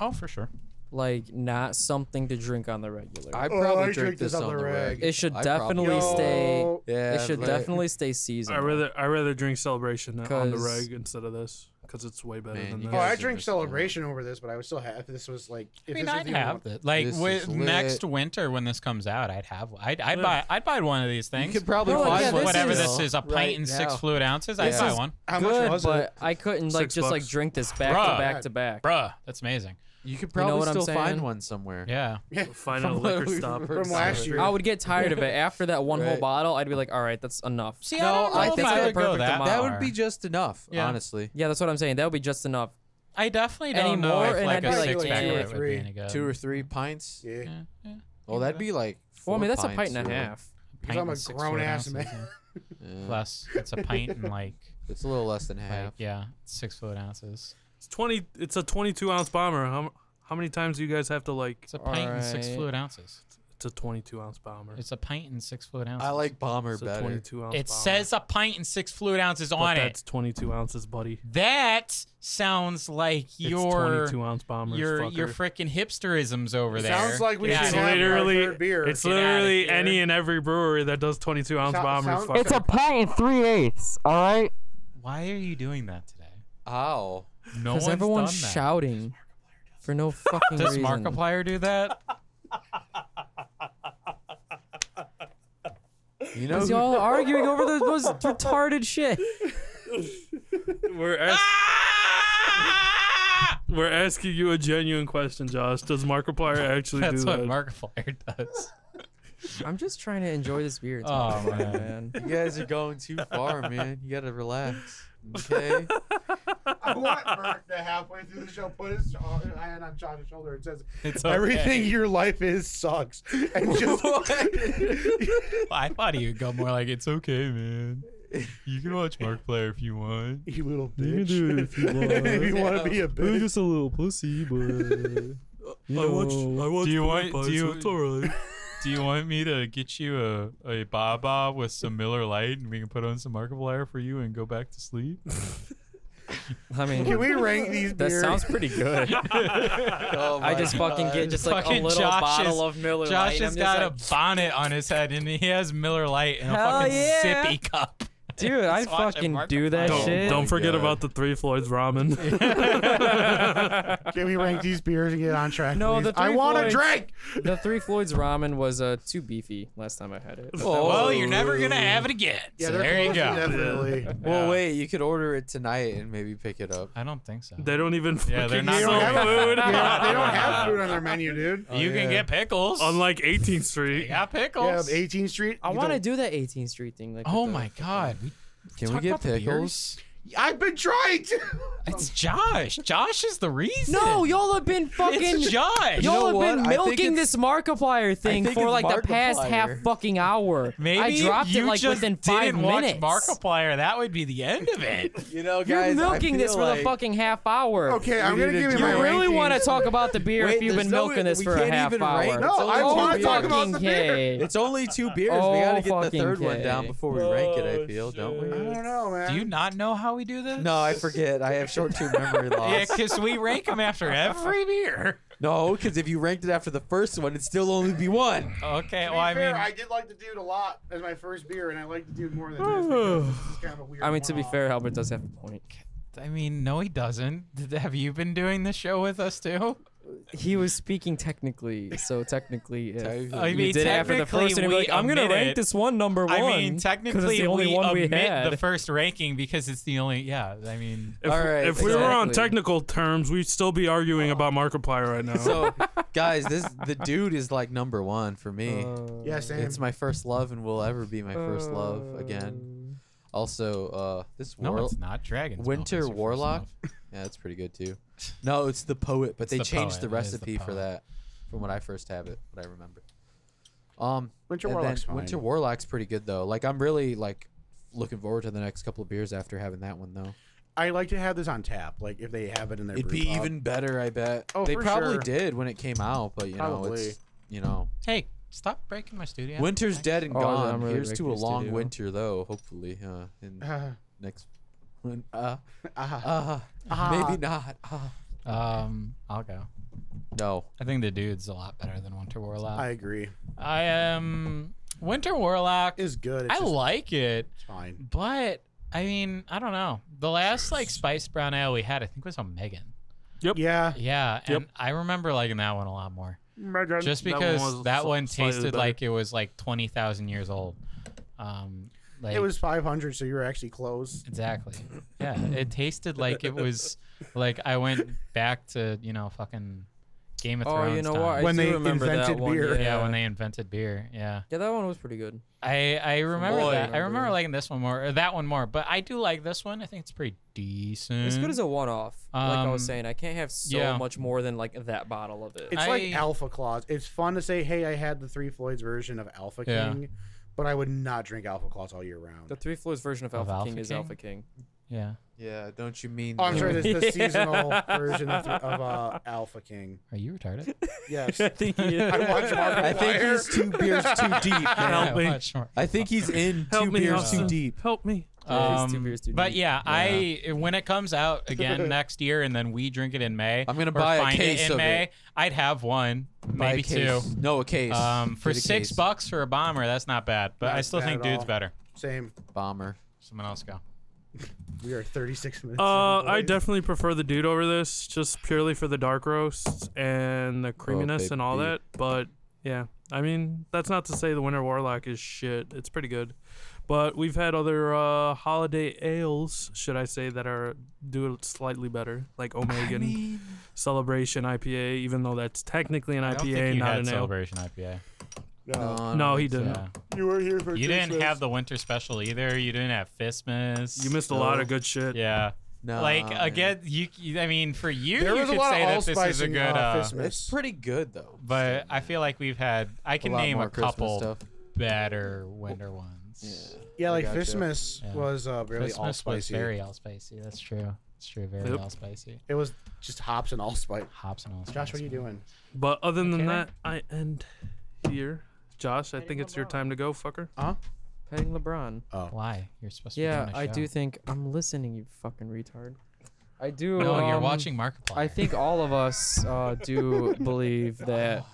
Oh, for sure. Like not something to drink on the regular. I Oh, probably I drink, drink this on the reg. it should I probably- definitely stay. Yo. Yeah. It should like- definitely stay seasonal. I rather I rather drink celebration than on the 'Cause- reg instead of this because it's way better Man, than you this. Oh, I guys are drink just- celebration over this, but I would still have if this was like. If I mean, this was I'd the only have one- it. Like This with is lit. next winter when this comes out, I'd have. I'd, I'd Yeah. buy. I'd buy one of these things. You could probably Bro, find Oh, yeah, one this whatever is- this is, a pint right and six now. fluid ounces. I'd This buy is- one, How good, much was but it? I couldn't like Six just like bucks. drink this back Bruh. to back to back. bruh. That's amazing. You could You know probably what I'm still find saying? one somewhere. Yeah. [laughs] Find a liquor stop. From last year. I would get tired of it after that one whole Right. bottle. I'd be like, all right, that's enough. See, No, I don't know I if think I that would perfect go that. amount. That far. would be just enough, Yeah. honestly. Yeah, that's what I'm saying. That would be just enough. I definitely don't know Anymore, if and like I'd a be like six pack two or of it would be three. any good. Two or three pints. Yeah. Yeah, yeah. Oh, that'd be like. Well, I mean, four that's a pint pints and a or- half. Because I'm Pint a and six grown fluid ass ounces, man. yeah. Yeah. Plus, it's a pint and like, It's a little less than like half. yeah, six fluid ounces. It's twenty. It's a twenty-two ounce bomber. How how many times do you guys have to like? It's a pint and six Alright. fluid ounces. It's a twenty-two ounce bomber. It's a pint and six fluid ounces. I like bomber It's a better. twenty-two ounce. It bomber. says a pint and six fluid ounces But on it. That's twenty-two ounces, buddy. That sounds like it's your twenty-two ounce bombers. your fucker. your freaking hipsterisms over there. Sounds like we Get should outta it's have here. our literally third beer. it's Get outta literally here. any and every brewery that does 22 ounce Sou- bombers. sound- fucker. It's a pint and three eighths. All right. Why are you doing that today? Ow. No Because one's everyone's done that. shouting [laughs] for no fucking Does reason. Markiplier do [laughs] that? You know, Because who- y'all arguing over the most retarded shit. We're, Ah! ask- we're asking you a genuine question, Josh. Does Markiplier actually That's do what that? Markiplier does. I'm just trying to enjoy this beer. Oh, Oh man. man. you guys are [laughs] going too far, man. You gotta relax. Okay. [laughs] I want Bert to halfway through the show put his hand on Josh's shoulder and says, [laughs] It's "Everything okay. your life is sucks." [laughs] And just I thought he would go more like, "It's okay, man. You can watch Markiplier if you want." you little bitch. You can do it if [laughs] you want. to be a bitch. just a little pussy, [laughs] but you I watched, I watched you Porky want- Pie, do so you- it's alright. [laughs] [laughs] Do you want me to get you a a baba with some Miller Light and we can put on some Markiplier for you and go back to sleep? I mean, Can we rank these that beers? sounds pretty [laughs] good. Oh I my just fucking God. get just like Fucking a little Josh is- bottle of Miller Josh Lite. has and I'm got just a bonnet on his head and he has Miller Light in a Hell fucking yeah. sippy cup. like, dude, I Just watch fucking him do that Don't, shit. don't forget God. about the Three [laughs] Floyds ramen. Can we rank these beers and get on track? No, please? the I three want a points. drink. The Three Floyds ramen was uh, too beefy last time I [laughs] had it. Oh. Well, you're never gonna have it again. Yeah, so they're there you close, go. Definitely. Well, Yeah. wait. You could order it tonight and maybe pick it up. I don't think so. they don't even Yeah, they're fucking not They sell don't, have, [laughs] food. they don't- they don't have food on their menu, dude. Oh, you Oh, yeah. can get pickles. Unlike 18th you Street. got Yeah, pickles. 18th Street. I you want to don't- do that 18th Street thing. Like, oh with the- my god. We Can we talk get about the pickles? beers? I've been trying to. [laughs] It's Josh. Josh is the reason. No, y'all have been [laughs] fucking. It's Josh. You know Y'all have been what? I think milking it's- this Markiplier thing think for it's like the past half Markiplier. fucking hour. Maybe I dropped if you it like just within five didn't minutes. watch Markiplier, that would be the end of [laughs] it. You know, You're guys. I milking this feel for the like- fucking half hour. Okay, I'm We gonna need to give you do my it. You really rankings. want to talk about the beer Wait, if you've there's been no- milking this we for a can't half even hour. rank. No, It's only I two wanna oh beers. talk about fucking the beer. K. It's only two beers. Oh, we gotta get the fucking third one down K. before we rank it. I feel, don't I we? don't know, man. Do you not know how we do this? No, I forget. I have [laughs] short-term memory loss. Yeah, because we rank them after [laughs] every beer. No, because if you ranked it after the first one, it'd still only be one. Okay, To well, be I fair, mean, I did like the dude a lot as my first beer, and I like the dude more than this. because this is kind of a weird I mean, to be one-off. fair, Albert does have a point. I mean, no, he doesn't. Did- Have you been doing this show with us too? He was speaking technically, so technically, [laughs] if [laughs] Technically. I you mean, did it after the technically, first, and you'd be we like, I'm gonna omit rank it. this one number one. I mean, 'cause it's technically, the only we one we omit had. the first ranking because it's the only. Yeah, I mean, If, All right, if we were on exactly. technical terms, we'd still be arguing about Markiplier right now. So, guys, this the dude is like number one for me. Oh, yeah, same. it's my first love and will ever be my first love again. Also, uh, this Oh. no, world. it's not Dragon's Milk, Winter it's your first Warlock? love. [laughs] Yeah, that's pretty good too. No, it's the poet, but It's they the changed poet. the It is the recipe for poet. that from what I first have it, what I remember. Um, Winter and then Warlock's fine. Winter Warlock's pretty good though. Like I'm really like looking forward to the next couple of beers after having that one though. I like to have this on tap, like if they have it in their. It'd brew be pub. [laughs] even better, I bet. Oh, they for probably sure. did when it came out, but you know, Probably. it's you know, Hey, stop breaking my studio. winter's dead and Oh, I'm- gone. I'm really Here's to a breaking long studio. winter though, hopefully, uh, in Uh, next one. Uh, uh, uh, maybe not. Uh-huh. Uh, Um, I'll go. no. I think the dude's a lot better than Winter Warlock. I I, agree. am um, Winter Warlock. It's good. It's I just like it, fine. but I mean, I don't know. The last like spiced brown ale we had, I think, was on Megan. Yeah, Yeah, Yep. and I remember liking that one a lot more. Just because that one, was sli- slightly tasted better. like it was like twenty thousand years old. Um, like it was 500, so you were actually close. exactly. Yeah, it tasted like it was like I went back to you know fucking Game of Oh, Thrones. you know time. what? I When do they remember that invented one. beer. Yeah. yeah, when they invented beer. Yeah. yeah, that one was pretty good. I I remember what I that. I remember. remember liking this one more, or that one more. But I do like this one. I think it's pretty decent. It's good as a one-off. like I was Mm-hmm. Um, saying, I can't have so yeah. much more than like that bottle of it. It's like I- Alpha Claws. It's fun to say, "Hey, I had the Three Floyds version of Alpha Yeah. King," but I would not drink Alpha Claws all year round. the Three Floors version of Of Alpha, Alpha King, is King? [laughs] Alpha King. yeah. Yeah, don't you mean? oh, I'm the- sorry, [laughs] this the [laughs] Yeah. seasonal version of, of uh, Alpha King. Are you retarded? [laughs] Yes, I think he I [laughs] is. watch Markiplier. I think he's two beers too [laughs] [laughs] deep. Man. Help me. Yeah, sure. I think he's in Help two me, beers Austin. too deep. Help me. Yeah, it's two Um, beers too but deep. yeah, I when it comes out again next year, and then we drink it in May. I'm gonna or buy a find case it in of May. it. I'd have one, Buy a maybe two. case. No, a case. Um, for Get a six case. bucks for a bomber, that's not bad. But Not I still bad think at all. dude's better. Same. Bomber. Someone else go. We are 36 minutes. Uh, in, I boys. definitely prefer the dude over this, just purely for the dark roasts and Oh, the creaminess and all baby. that. But yeah, I mean, that's not to say the Winter Warlock is shit. It's pretty good. But we've had other uh, holiday ales, should I say, that are do it slightly better, like Omegan Celebration IPA, even though that's technically an I don't IPA, think you not had an ale. celebration IPA. No. I No, don't he think so. didn't. Yeah. You were here for You didn't have the winter special either. You didn't have Fistmas. You missed a lot No. of good shit. Yeah. No, like Oh, man. again, you, you. I mean, for you, There you was a could lot say of that this allspice is a in uh, good. Uh, Fistmas. It's pretty good though. but I feel like we've had. I can lot name more a Christmas couple stuff. better winter ones. Yeah, like gotcha. Fistmas Yeah. was uh, really Fistmas all was spicy. very all spicy. That's true. It's true. Very Yep. all spicy. It was just hops and all spice. Hops and all. Josh, what are you doing? But other than Okay. that, I end here. Josh, I think it's your time to go, fucker. Petting LeBron. Why? You're supposed to. Yeah, be doing a I show. do think I'm listening, you fucking retard. I do. No, you're um, watching Markiplier. I think all of us uh, [laughs] do [sighs] believe that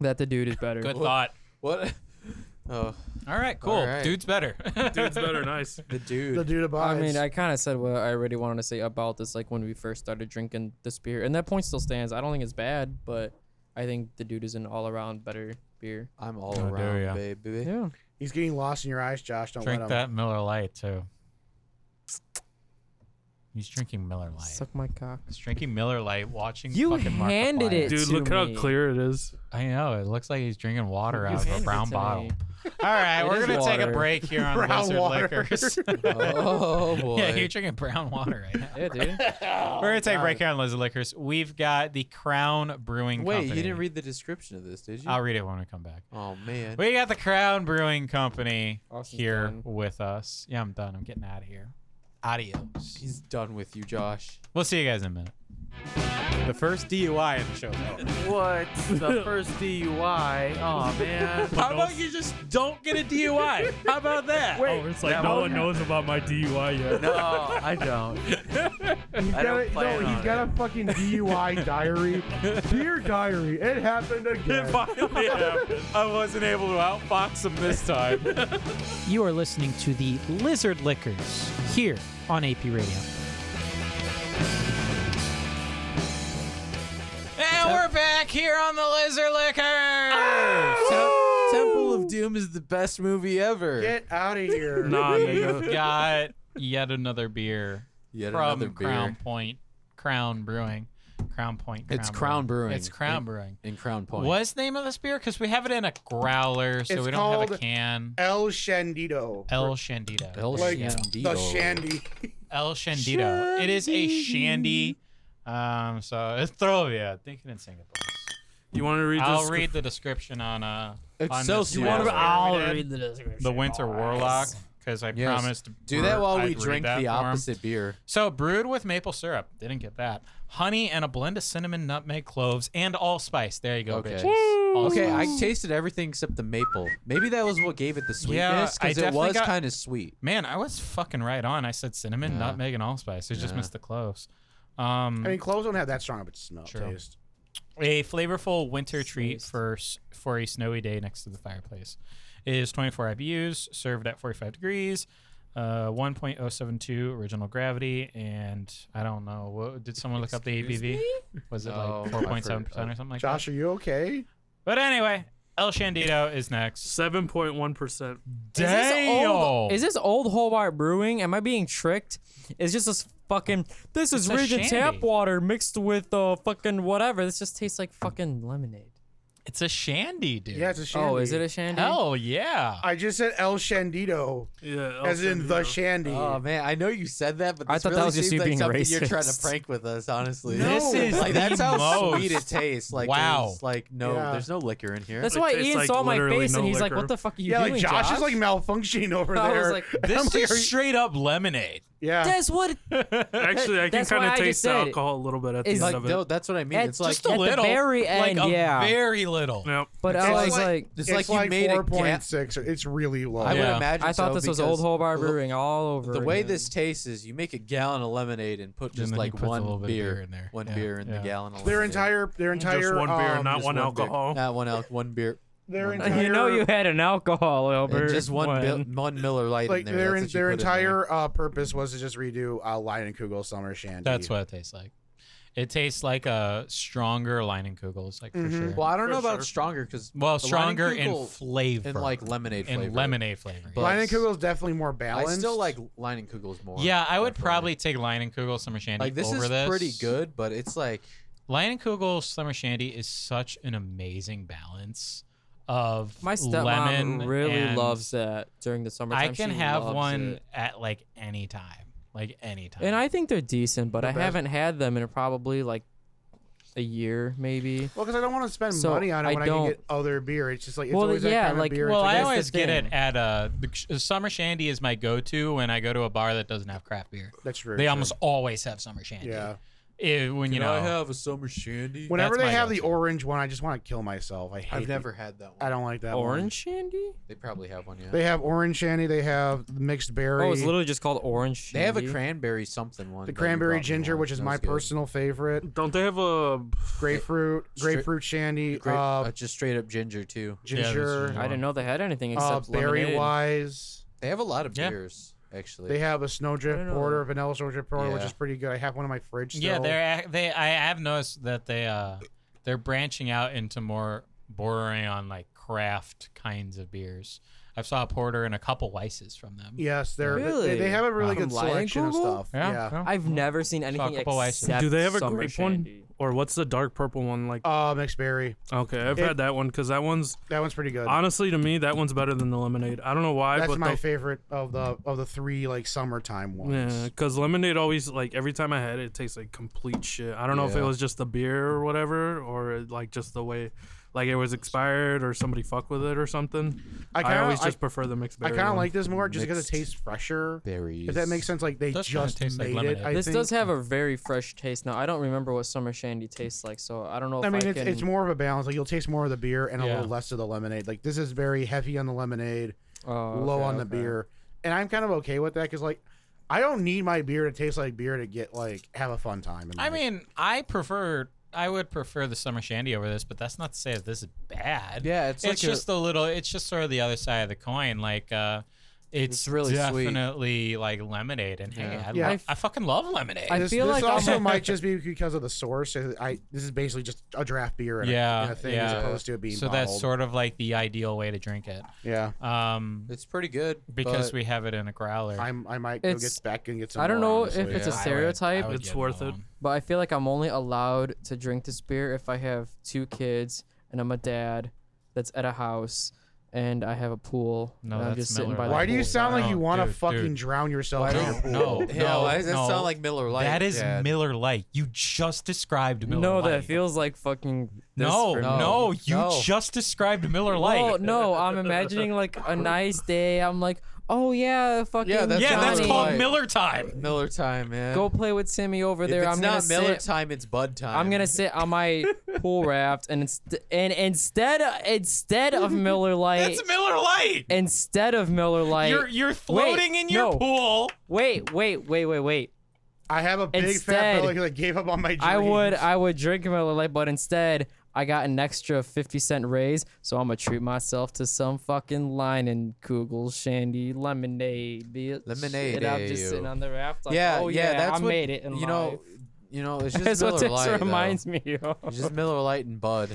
that the dude is better. Good thought. What? [laughs] Oh, All right, cool. All right. Dude's better. [laughs] Dude's better, nice. the dude. The dude I abides. mean, I kind of said what I already wanted to say about this, like when we first started drinking this beer, and that point still stands. I don't think it's bad, but I think the dude is an all-around better beer. I'm all Oh, there around, ya. baby. Yeah, He's getting lost in your eyes, Josh. Don't Drink let him. that Miller Light too. He's drinking Miller Light. suck my cock. He's drinking Miller Light, watching. You fucking handed Markiplier. it Dude, to look me. how clear it is. I know. It looks like he's drinking water You out of a handed it brown to bottle. me. [laughs] All right, It we're is gonna take a water. break here on Brown Wizard water. [laughs] Liquors. [laughs] Oh [laughs] boy. yeah, you're drinking brown water right now. Yeah, dude. we're gonna take a break here on Lizard Liquors. We've got the Crown Brewing Wait, Company. you didn't read the description of this, did you? I'll read it when we come back. oh man. We got the Crown Brewing Company Austin's here Oh, done. with us. Yeah, I'm done. I'm getting out of here. Adios. He's done with [laughs] you, Josh. We'll see you guys in a minute. The first DUI in the show. What? [laughs] The first DUI? Oh man. How about you just don't get a DUI? How about that? Wait, Oh, it's like no one knows about my DUI yet. No, I don't. I don't plan no, on he's got a fucking DUI [laughs] diary. Dear diary, it happened again. I wasn't able to outfox him this time. You are listening to the Lizard Lickers here on AP Radio. And we're back here on the Lizard Licker. Ah! Tem- Temple of Doom is the best movie ever. Get out of here. [laughs] Nah, nigga. Got yet another beer Yet from another beer. Crown Point, Crown Brewing, Crown Point. It's Crown Brewing. It's Crown It- Brewing. In Crown Point. What's the name of this beer? Because we have it in a growler, so It's we don't have a called can. El Shandito. El Shandito. El Like, Shandito. The Shandy. El Shandito. It is a shandy. Um, so it's Throwvia. Thinking in Singapore. You want to read this? I'll read the description on uh on this Excelsior. beer. You wanna- I'll read the description. the Winter Warlock because I Yes. promised. Do that Bert while I'd we read drink that the for 'em. opposite beer. So brewed with maple syrup. Didn't get that. Honey and a blend of cinnamon, nutmeg, cloves, and allspice. There you go, Okay. bitches. Okay, I Allspice. tasted everything except the maple. Maybe that was what gave it the Yeah, sweetness I because it definitely was got- kind of sweet. Man, I was fucking right on. I said cinnamon, Yeah. nutmeg, and allspice. I just Yeah. missed the cloves. Um, I mean, cloves don't have that strong of a smell True. taste. A flavorful winter treat Sliced. for s- for a snowy day next to the fireplace. It is 24 IBUs, served at 45 degrees, uh, 1.072 original gravity, and I don't know. What, did someone look up the ABV? Was it No, like I've heard- 4.7 percent or something like Josh, are you okay? that? But anyway, El Shandito is next. Seven point one percent. Is this, old, Damn. is this old Hobart Brewing? Am I being tricked? It's just this fucking. This It's is a Regent shandy. tap water mixed with uh fucking whatever. This just tastes like fucking lemonade. It's a shandy, dude. Yeah, it's a shandy. Oh, is it a shandy? Hell yeah. I just said El Shandito, Yeah. as in the shandy. Oh man, I know you said that, but I this thought that really was just you seems like being something you're trying to racist. prank with us, honestly. This is like the that's how most- sweet it tastes. Like Wow. there's, like no, Yeah. there's no liquor in here. That's It why tastes Ian like saw my literally face and no he's like, liquor. "What the fuck are you yeah, doing, like Josh, is like malfunctioning [laughs] over I was there. like, And I'm This like, are you- is straight up lemonade. [laughs] yeah. That's what Actually, I can That's why kind I of just taste the said it. alcohol a little bit at the It's end like of it. no, that's what I mean. At- it's like Just a At the little. very end, like a yeah. very little. Yep. But It's I was like- like, it's, it's like, you like made a gap. 4.6. It's really low. I would Yeah. imagine. I thought so this was because old Hobart the- Brewing all over. The way again. this tastes is, you make a gallon of lemonade and put And just then he like puts a one little bit of beer, beer in there. one Yeah. beer in Yeah. the gallon. Of Their lemonade. entire, their entire, Just one beer, um, not Just one beer. alcohol. Not one alcohol. One beer. their [laughs] one entire, [laughs] you know, you had an alcohol, And Albert. just one, bil- one Miller Light like in there. their, That's what you their put in there. entire uh, purpose was to just redo uh, Lion and Kugel Summer Shandy. That's what it tastes like. It tastes like a stronger Leinenkugels, like for sure. Well, I don't know about sure. stronger because Well, stronger in Kugel- flavor. and like lemonade in flavor. lemonade flavor. But- Lion and Kugel is definitely more balanced. I still like Lion Kugels more. yeah, I would definitely. probably take Leinenkugel Summer Shandy like this over is this. pretty good, but it's like Leinenkugel Summer Shandy is such an amazing balance of My stepmom lemon really and loves that during the summertime. I can She have loves one it. at like any time, like any time. and I think they're decent, but They're I bad. haven't had them in probably like a year, maybe. Well, because I don't want to spend So, money on it I when I don't- can get other beer. It's just like it's Well, always yeah, that kind like- of beer. It's well, I that's the always get it thing. at uh, the sh- Summer Shandy is my go-to when I go to a bar that doesn't have craft beer. that's true. They true. almost always have Summer Shandy. yeah. Eh, when you know. a summer shandy? Whenever they my have the go-to. orange one, I just want to kill myself. I hate. I've the- never had that one. I don't like that one. Orange shandy? They probably have one. Yeah. They, They have orange shandy. They have mixed berry. Oh, it's literally just called orange shandy. have a cranberry something one. the that you cranberry brought me ginger, one. which is That my was good. personal favorite. Don't they have a? Grapefruit, Straight- grapefruit shandy, Grape- uh, uh, just straight up ginger too. that's ginger, true. I didn't know they had anything uh, except berry lemonade. wise. They have a lot of Yeah. beers actually. They have a snowdrift don't know. porter, vanilla snowdrift porter, which Yeah. is pretty good. I have one in my fridge. Still. Yeah, they're ac- they. I have noticed that they uh they're branching out into more bordering on like craft kinds of beers. I've saw a porter and a couple Weisses from them. Yes, they're they- they, Really? have a really From good selection of Lyon-Kugel? stuff. Yeah. yeah. I've never seen anything couple ices. except Do they have a summer grape shandy. one? Or what's the dark purple one like? Uh, mixed berry. Okay, I've It- had that one because that one's That one's pretty good. honestly to me that one's better than the lemonade. I don't know why, That's but my the, favorite of the of the three like summertime ones. Yeah, because lemonade always like every time I had it, it tastes like complete shit. I don't know if it Yeah. was just the beer or whatever, or like just the way, like it was expired or somebody fucked with it or something. I I, kinda- always I- just prefer the mixed I berry. kind of one. like this more just because it Mixed tastes fresher. Berries. If that makes sense, like they Does kinda just taste like made it. lemonade. I this think. does have a very fresh taste. Now I don't remember what summer shandy tastes like, so I don't know. If I mean, it's, can... it's more of a balance. Like you'll taste more of the beer and a Yeah. little less of the lemonade. Like this is very heavy on the lemonade, Oh, low okay, on the okay. beer, and I'm kind of okay with that because like I don't need my beer to taste like beer to get like have a fun time. in I life. mean, I prefer. I would prefer the summer shandy over this, but that's not to say that this is bad. Yeah, it's it's, like a- just a, little. It's just sort of the other side of the coin. Like, uh, it's, It's really sweet. definitely like lemonade. And hey, I, Yeah. lo- I fucking love lemonade. I this, feel this like also I'm- [laughs] might just be because of the source. I I- this is basically just a draft beer and, a- Yeah, and a, thing as yeah. opposed to it being so that's bottled. sort of like the ideal way to drink it. yeah. Um, It's pretty good because but we have it in a growler. I'm I might go It's- get back and get some. I don't more, know honestly. if it's Yeah, a I would- stereotype. I would It's get worth another it. one. but I feel like I'm only allowed to drink this beer if I have two kids and I'm a dad that's at a house and I have a pool. No, and I'm that's just sitting Miller by the Why do you pool. sound like No, you want to dude, fucking dude. drown Oh, yourself? in No, a pool? no, [laughs] Yeah, no, why does that no. sound like Miller Lite? That is Dad? Miller Lite. You just described Miller No, Lite. that feels like fucking. This no, for no, me. you No. just described Miller Lite. Well, no, I'm imagining like a nice day. I'm like, oh yeah, fucking. that's yeah, that's Johnny, called Lite. Miller time. Miller time, man. Go play with Sammy over If there. it's I'm gonna not Miller sit. time, it's Bud time. I'm gonna sit on [laughs] my pool raft and inst- and instead instead of [laughs] Miller Lite, That's Miller Lite. instead of Miller Lite. You're you're floating in your no. pool. Wait, wait, wait, wait, wait. I have a big Instead, fat belly because I gave up on my dreams. I would I would drink Miller Lite, but instead I got an extra fifty cent raise, so I'm gonna treat myself to some fucking line and Kugel Shandy lemonade. bitch. Lemonade, And I'm eh, just you. sitting on the raft. Like, yeah, oh, yeah, that's I what, made it. In [laughs] you know, you know, it's just that's Miller what this Lite. reminds though. me of. It's just Miller Lite and Bud.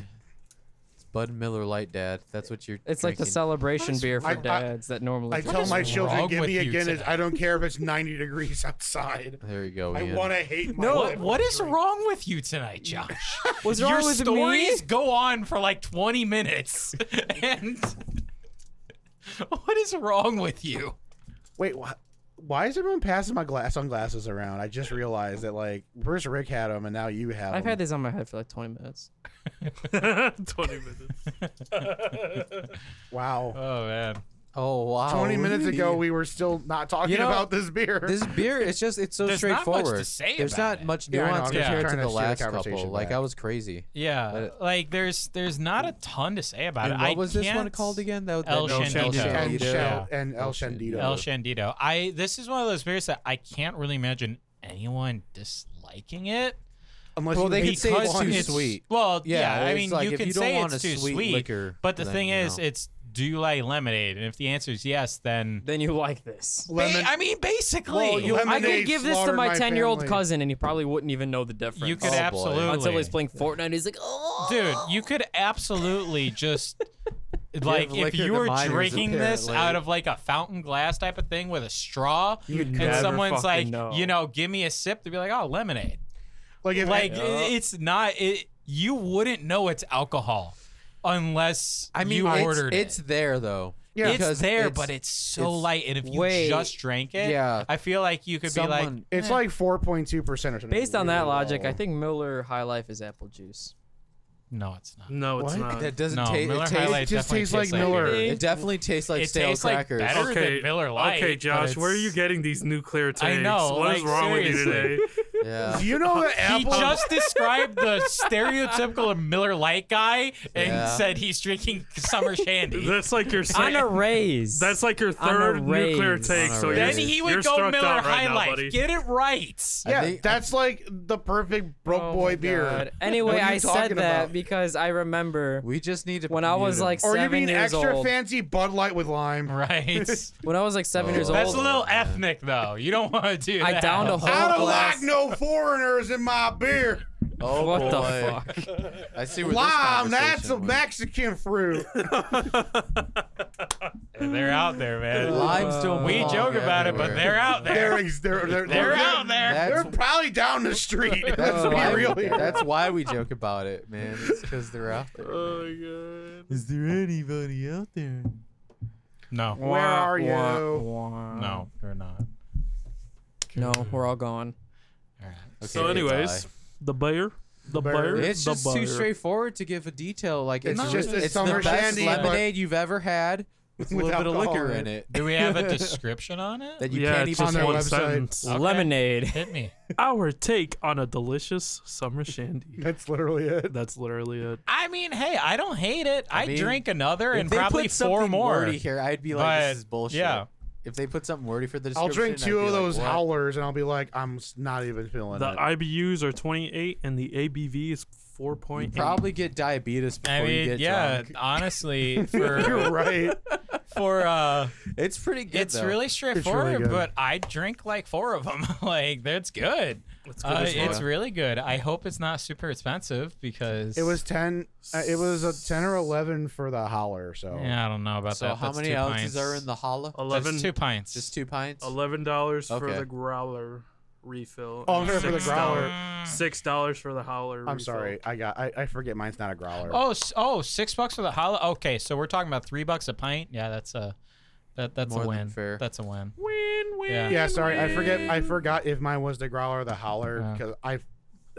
It's Bud and Miller Lite, Dad. That's what you're. It's like drinking. the celebration beer for I- I- dads that normally. I drink tell my Miller Lite. children, wrong give with me you again. Is today?" I don't care if it's 90 degrees outside. There you go. I Ian. want to hate my No, life. What, what is wrong with you tonight, Josh? [laughs] What's your wrong with me? stories go on for like 20 minutes, [laughs] and what is wrong with you? Wait, wh- why is everyone passing my glass sunglasses around? I just realized that like first Rick had them and now you have. I've 'em. had this on my head for like 20 minutes. Twenty minutes. Wow. Oh man, Oh wow. 20 minutes Lee. ago, we were still not talking You know, about this beer. [laughs] [laughs] This beer, it's just it's so There's not much to straightforward. say There's about not it. much Yeah, I know, nuance I'm just compared to trying to the steer the last conversation couple. Like back. I was crazy. yeah, But- like there's there's not a ton to say about And it. what I was this one can't- called again? That, that El no, Shandito. and, Shandito. Shell, and El El Shandito. El Shandito. I this is one of those beers that I can't really imagine anyone disliking it. Unless Well, you they hate could say it's one. too sweet. Well, yeah, Yeah, I it's mean like you if can you don't say want it's a too sweet sweet, liquor, but the then, thing you is, know. it's do you like lemonade? And if the answer is yes, then Then you like this. Lemon, Ba- I mean basically Well, you- I could Lemonade give this to slaughtered my my 10 year old family. cousin and he probably wouldn't even know the difference. Oh. you could boy. absolutely Until he's playing Fortnite, he's like, oh. dude you could absolutely [laughs] just like if liquor you to were minors, drinking this apparently. out of like a fountain glass type of thing with a straw You'd and never someone's fucking like know. you know give me a sip they'd be like oh lemonade Like if like it- it's not it you wouldn't know it's alcohol unless I mean, you it's, ordered it's it there though. Yeah. It's because there but it's so it's light and if you way- just drank it Yeah. i feel like you could be like someone. It's like 4.2 percent or something. Based on that Really logic, low. I think Miller High Life is apple juice. no it's not No, it's What? not. that doesn't no taste. miller It, High tastes, Life just definitely tastes like Miller. beer. it definitely tastes like it stale tastes crackers. like better than Miller Lite. okay, but Josh, where are it's- you getting these nuclear takes? I know, What is like, wrong with you seriously. today? yeah. Do you know that He Apple? just described the stereotypical Miller Lite guy and Yeah. said he's drinking summer [laughs] shandy. That's like your On a second. [laughs] raise. That's like your On a third nuclear raise. take. On a So raise. you're, then he would you're go struck Miller out right High now, Life. buddy. Get it [laughs] right. yeah, think- that's like the perfect broke Oh my boy beer. God. What Anyway, are you I said talking that about? because I remember We just need to. when I was mute him. like Or you seven mean years extra old. fancy Bud Light with lime? Right. That's When I was like seven Oh. years a old, little ethnic though. You don't want to do that. I downed a whole I don't glass. like no foreigners in my beer. oh What the boy. fuck? I see where Lime, this that's a conversation went. Mexican fruit. [laughs] They're out there, [laughs] man. Lime's doing We wrong joke about it, but everywhere. they're out [laughs] They're, there. ex- they're, they're, They're they're- out there. They're That's probably down the [laughs] street. Let's That's be why, real here. that's why we joke about it, man. It's because they're out there. Oh, God. Is there anybody out there? No. [laughs] Where are you? No, they're not. No, we're all gone. All right. So, anyways, the beer. The butter. It's the just butter. too straightforward to give a detail. Like It's it's, just a it's summer the best shandy, but- lemonade you've ever had [laughs] with a With little bit of alcohol liquor in in it. it. Do we have a description on it? that you Yeah, can't it's even on their taste. website. sentence. Okay. Lemonade. Hit me. Our take on a delicious summer shandy. That's literally it. That's literally it. I mean, hey, I don't hate it. I, mean, drink another If and they probably put four something more. wordy here, I'd be like, But, this is bullshit. yeah. If they put something wordy for the I'll description, drink I'd two be of like, those what? howlers and I'll be like, I'm s- not even feeling The it. IBUs are 28 and the ABV is You 4.8. probably get diabetes before I you mean, get yeah, drunk. honestly, You're [laughs] for [laughs] right. for uh, It's pretty good. it's though. really straightforward. good. but I drink like four of them. [laughs] like that's good. That's good Uh, as it's fuck. really good. I hope it's not super expensive because It was ten. Uh, it was a ten or eleven for the howler. So Yeah, I don't know about So that. how That's many two ounces pints. are in the holla? 11, That's two pints. Just two pints. $11 for Okay. the growler refill. Oh, I'm and sorry for the $6 growler. Mm. $6 for the howler I'm refill. sorry. I got. I, I forget. Mine's not a growler. Oh, s- oh, six bucks for the hollow. Okay, so we're talking about three bucks a pint. Yeah, that's a that that's More a than win. fair. That's a win. Win win. Yeah. Yeah, sorry. I forget. I forgot if mine was the growler or the howler Yeah. because I,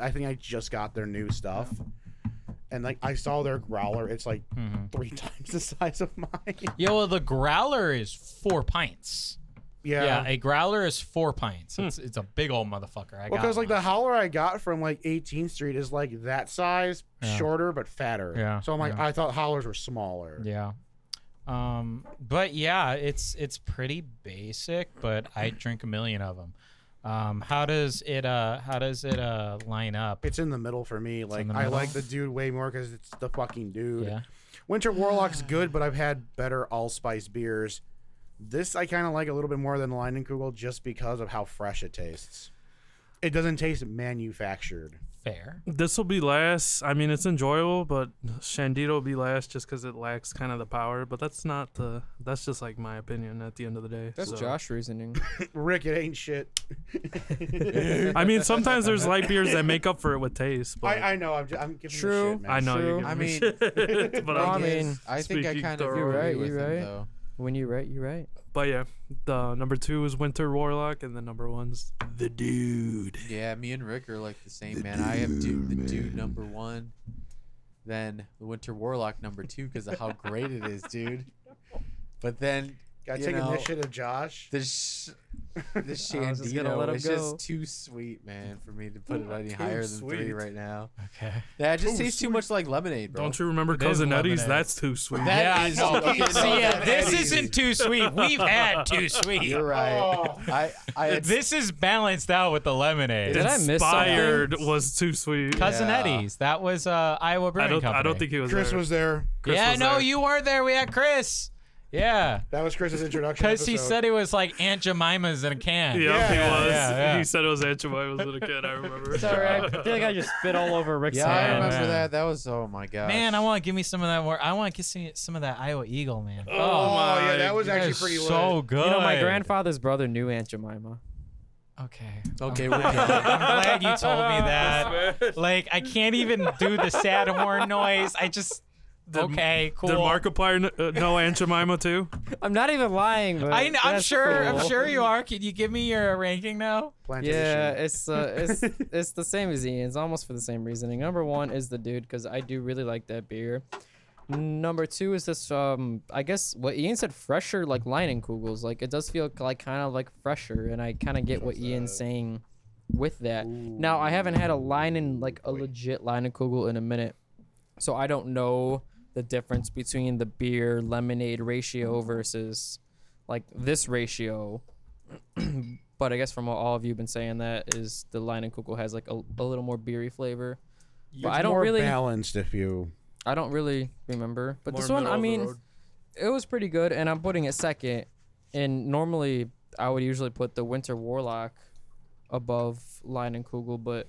I think I just got their new stuff, and like I saw their growler. It's like Mhm. three [laughs] times the size of mine. Yeah, well, the growler is four pints. Yeah. Yeah, a growler is four pints. It's, it's a big old motherfucker. I well, got because like one. the howler I got from like 18th Street is like that size, Yeah. shorter but fatter. Yeah, So I'm like, yeah. I thought howlers were smaller. Yeah. Um, but yeah, it's it's pretty basic, but I drink a million of them. Um, how does it uh how does it uh line up? It's in the middle for me. Like the I middle? like the dude way more because it's the fucking dude. Yeah. Winter Warlock's [sighs] good, but I've had better allspice beers. This I kind of like a little bit more than Leinenkugel just because of how fresh it tastes. It doesn't taste manufactured. Fair. This will be last. I mean, it's enjoyable, but Shandito will be last just because it lacks kind of the power. But that's not the. That's just like my opinion at the end of the day. That's so. Josh reasoning. Rick, it ain't shit. I mean, sometimes there's light beers that make up for it with taste. But I, I, I know. I'm, ju- I'm giving True. You shit, man. know True. you're I giving me mean, shit, [laughs] but Thing I'm- I mean, is, I think I speaking kind of agree thoroughly. You're right, with you're him, right. though. when you're right, you're right. But yeah, the number two is Winter Warlock, and the number one's the Dude. Yeah, me and Rick are like the same, man. I have dude, the dude number one, then the Winter Warlock number two because of how great it is, dude. But then Got you taking know, this shit of Josh. the sh- [laughs] the was just gonna let Shandino him is go. just too sweet, man, for me to put it any higher than sweet. three right now. Okay. That just tastes too much like lemonade, bro. Don't you remember is Cousin Eddie's? lemonade. That's too sweet. That yeah, is- no. okay, no, See, yeah, that this is- isn't too sweet. We've had too sweet. [laughs] You're right. Oh. I, I [laughs] it's- This is balanced out with the lemonade. Did I miss Inspired was too sweet. Cousin Yeah. Eddie's. That was uh, Iowa Brewing I don't. Company. I don't think he was. Chris there. was there. Chris yeah, was no, there. you were there. We had Chris. Yeah, That was Chris's [laughs] introduction. because he episode. said it was like Aunt Jemima's in a [laughs] can. Yeah, he Yeah, [laughs] was. yeah, yeah. He said it was Aunt Jemima was a kid. I remember. Sorry, [laughs] [laughs] I feel like I just spit all over Rick's yeah, I head. remember man. that. That was oh my god. Man, I want to give me some of that more. I want to get some, some of that Iowa Eagle, man. Oh, yeah, that was That actually is pretty lit. so good. You know, my grandfather's brother knew Aunt Jemima. Okay. Okay, I'm, [laughs] we're good. I'm glad you told [laughs] me that. Like, I can't even do the sad horn noise. I just. okay, cool. Did Markiplier kn- uh, know Aunt Jemima too? I'm not even lying, but I, I'm that's sure. I'm cool. sure you are. Can you give me your ranking now? Plantation. Yeah, it's uh, it's it's the same as Ian's, almost for the same reasoning. Number one is the dude because I do really like that beer. Number two is this um, I guess what Ian said, fresher like lining kugels. Like it does feel k- like kind of like fresher, and I kind of get what Ian's saying with that. Now I haven't had a lining like a legit lining kugel in a minute, so I don't know the difference between the beer lemonade ratio versus like this ratio. [clears throat] But I guess from what all of you have been saying, that is the line and Kugel has like a, a little more beery flavor. But I don't more really, balanced if you. I don't really remember. But this More one, middle I of the mean, road. it was pretty good, and I'm putting it second. And normally, I would usually put the Winter Warlock above line and Kugel, but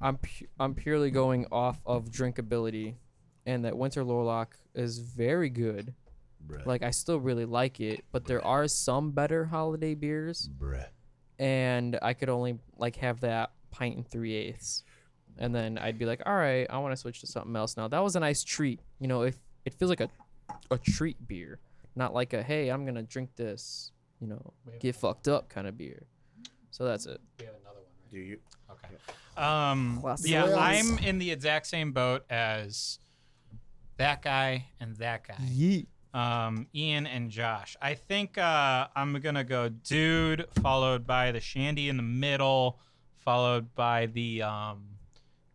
I'm pu- I'm purely going off of drinkability, and that Winter Warlock is very good. Like I still really like it, but there are some better holiday beers and I could only like have that pint and three eighths, and then I'd be like, all right, I want to switch to something else now. That was a nice treat, you know. If it feels like a a treat beer, not like a hey, I'm gonna drink this, you know, get fucked up kind of beer. So that's it. We have another one, Do you? Okay. Um, Classic. yeah, Yes. I'm in the exact same boat as that guy and that guy. Yeet. Um, Ian and Josh. I think uh, I'm gonna go dude, followed by the Shandy in the middle, followed by the um,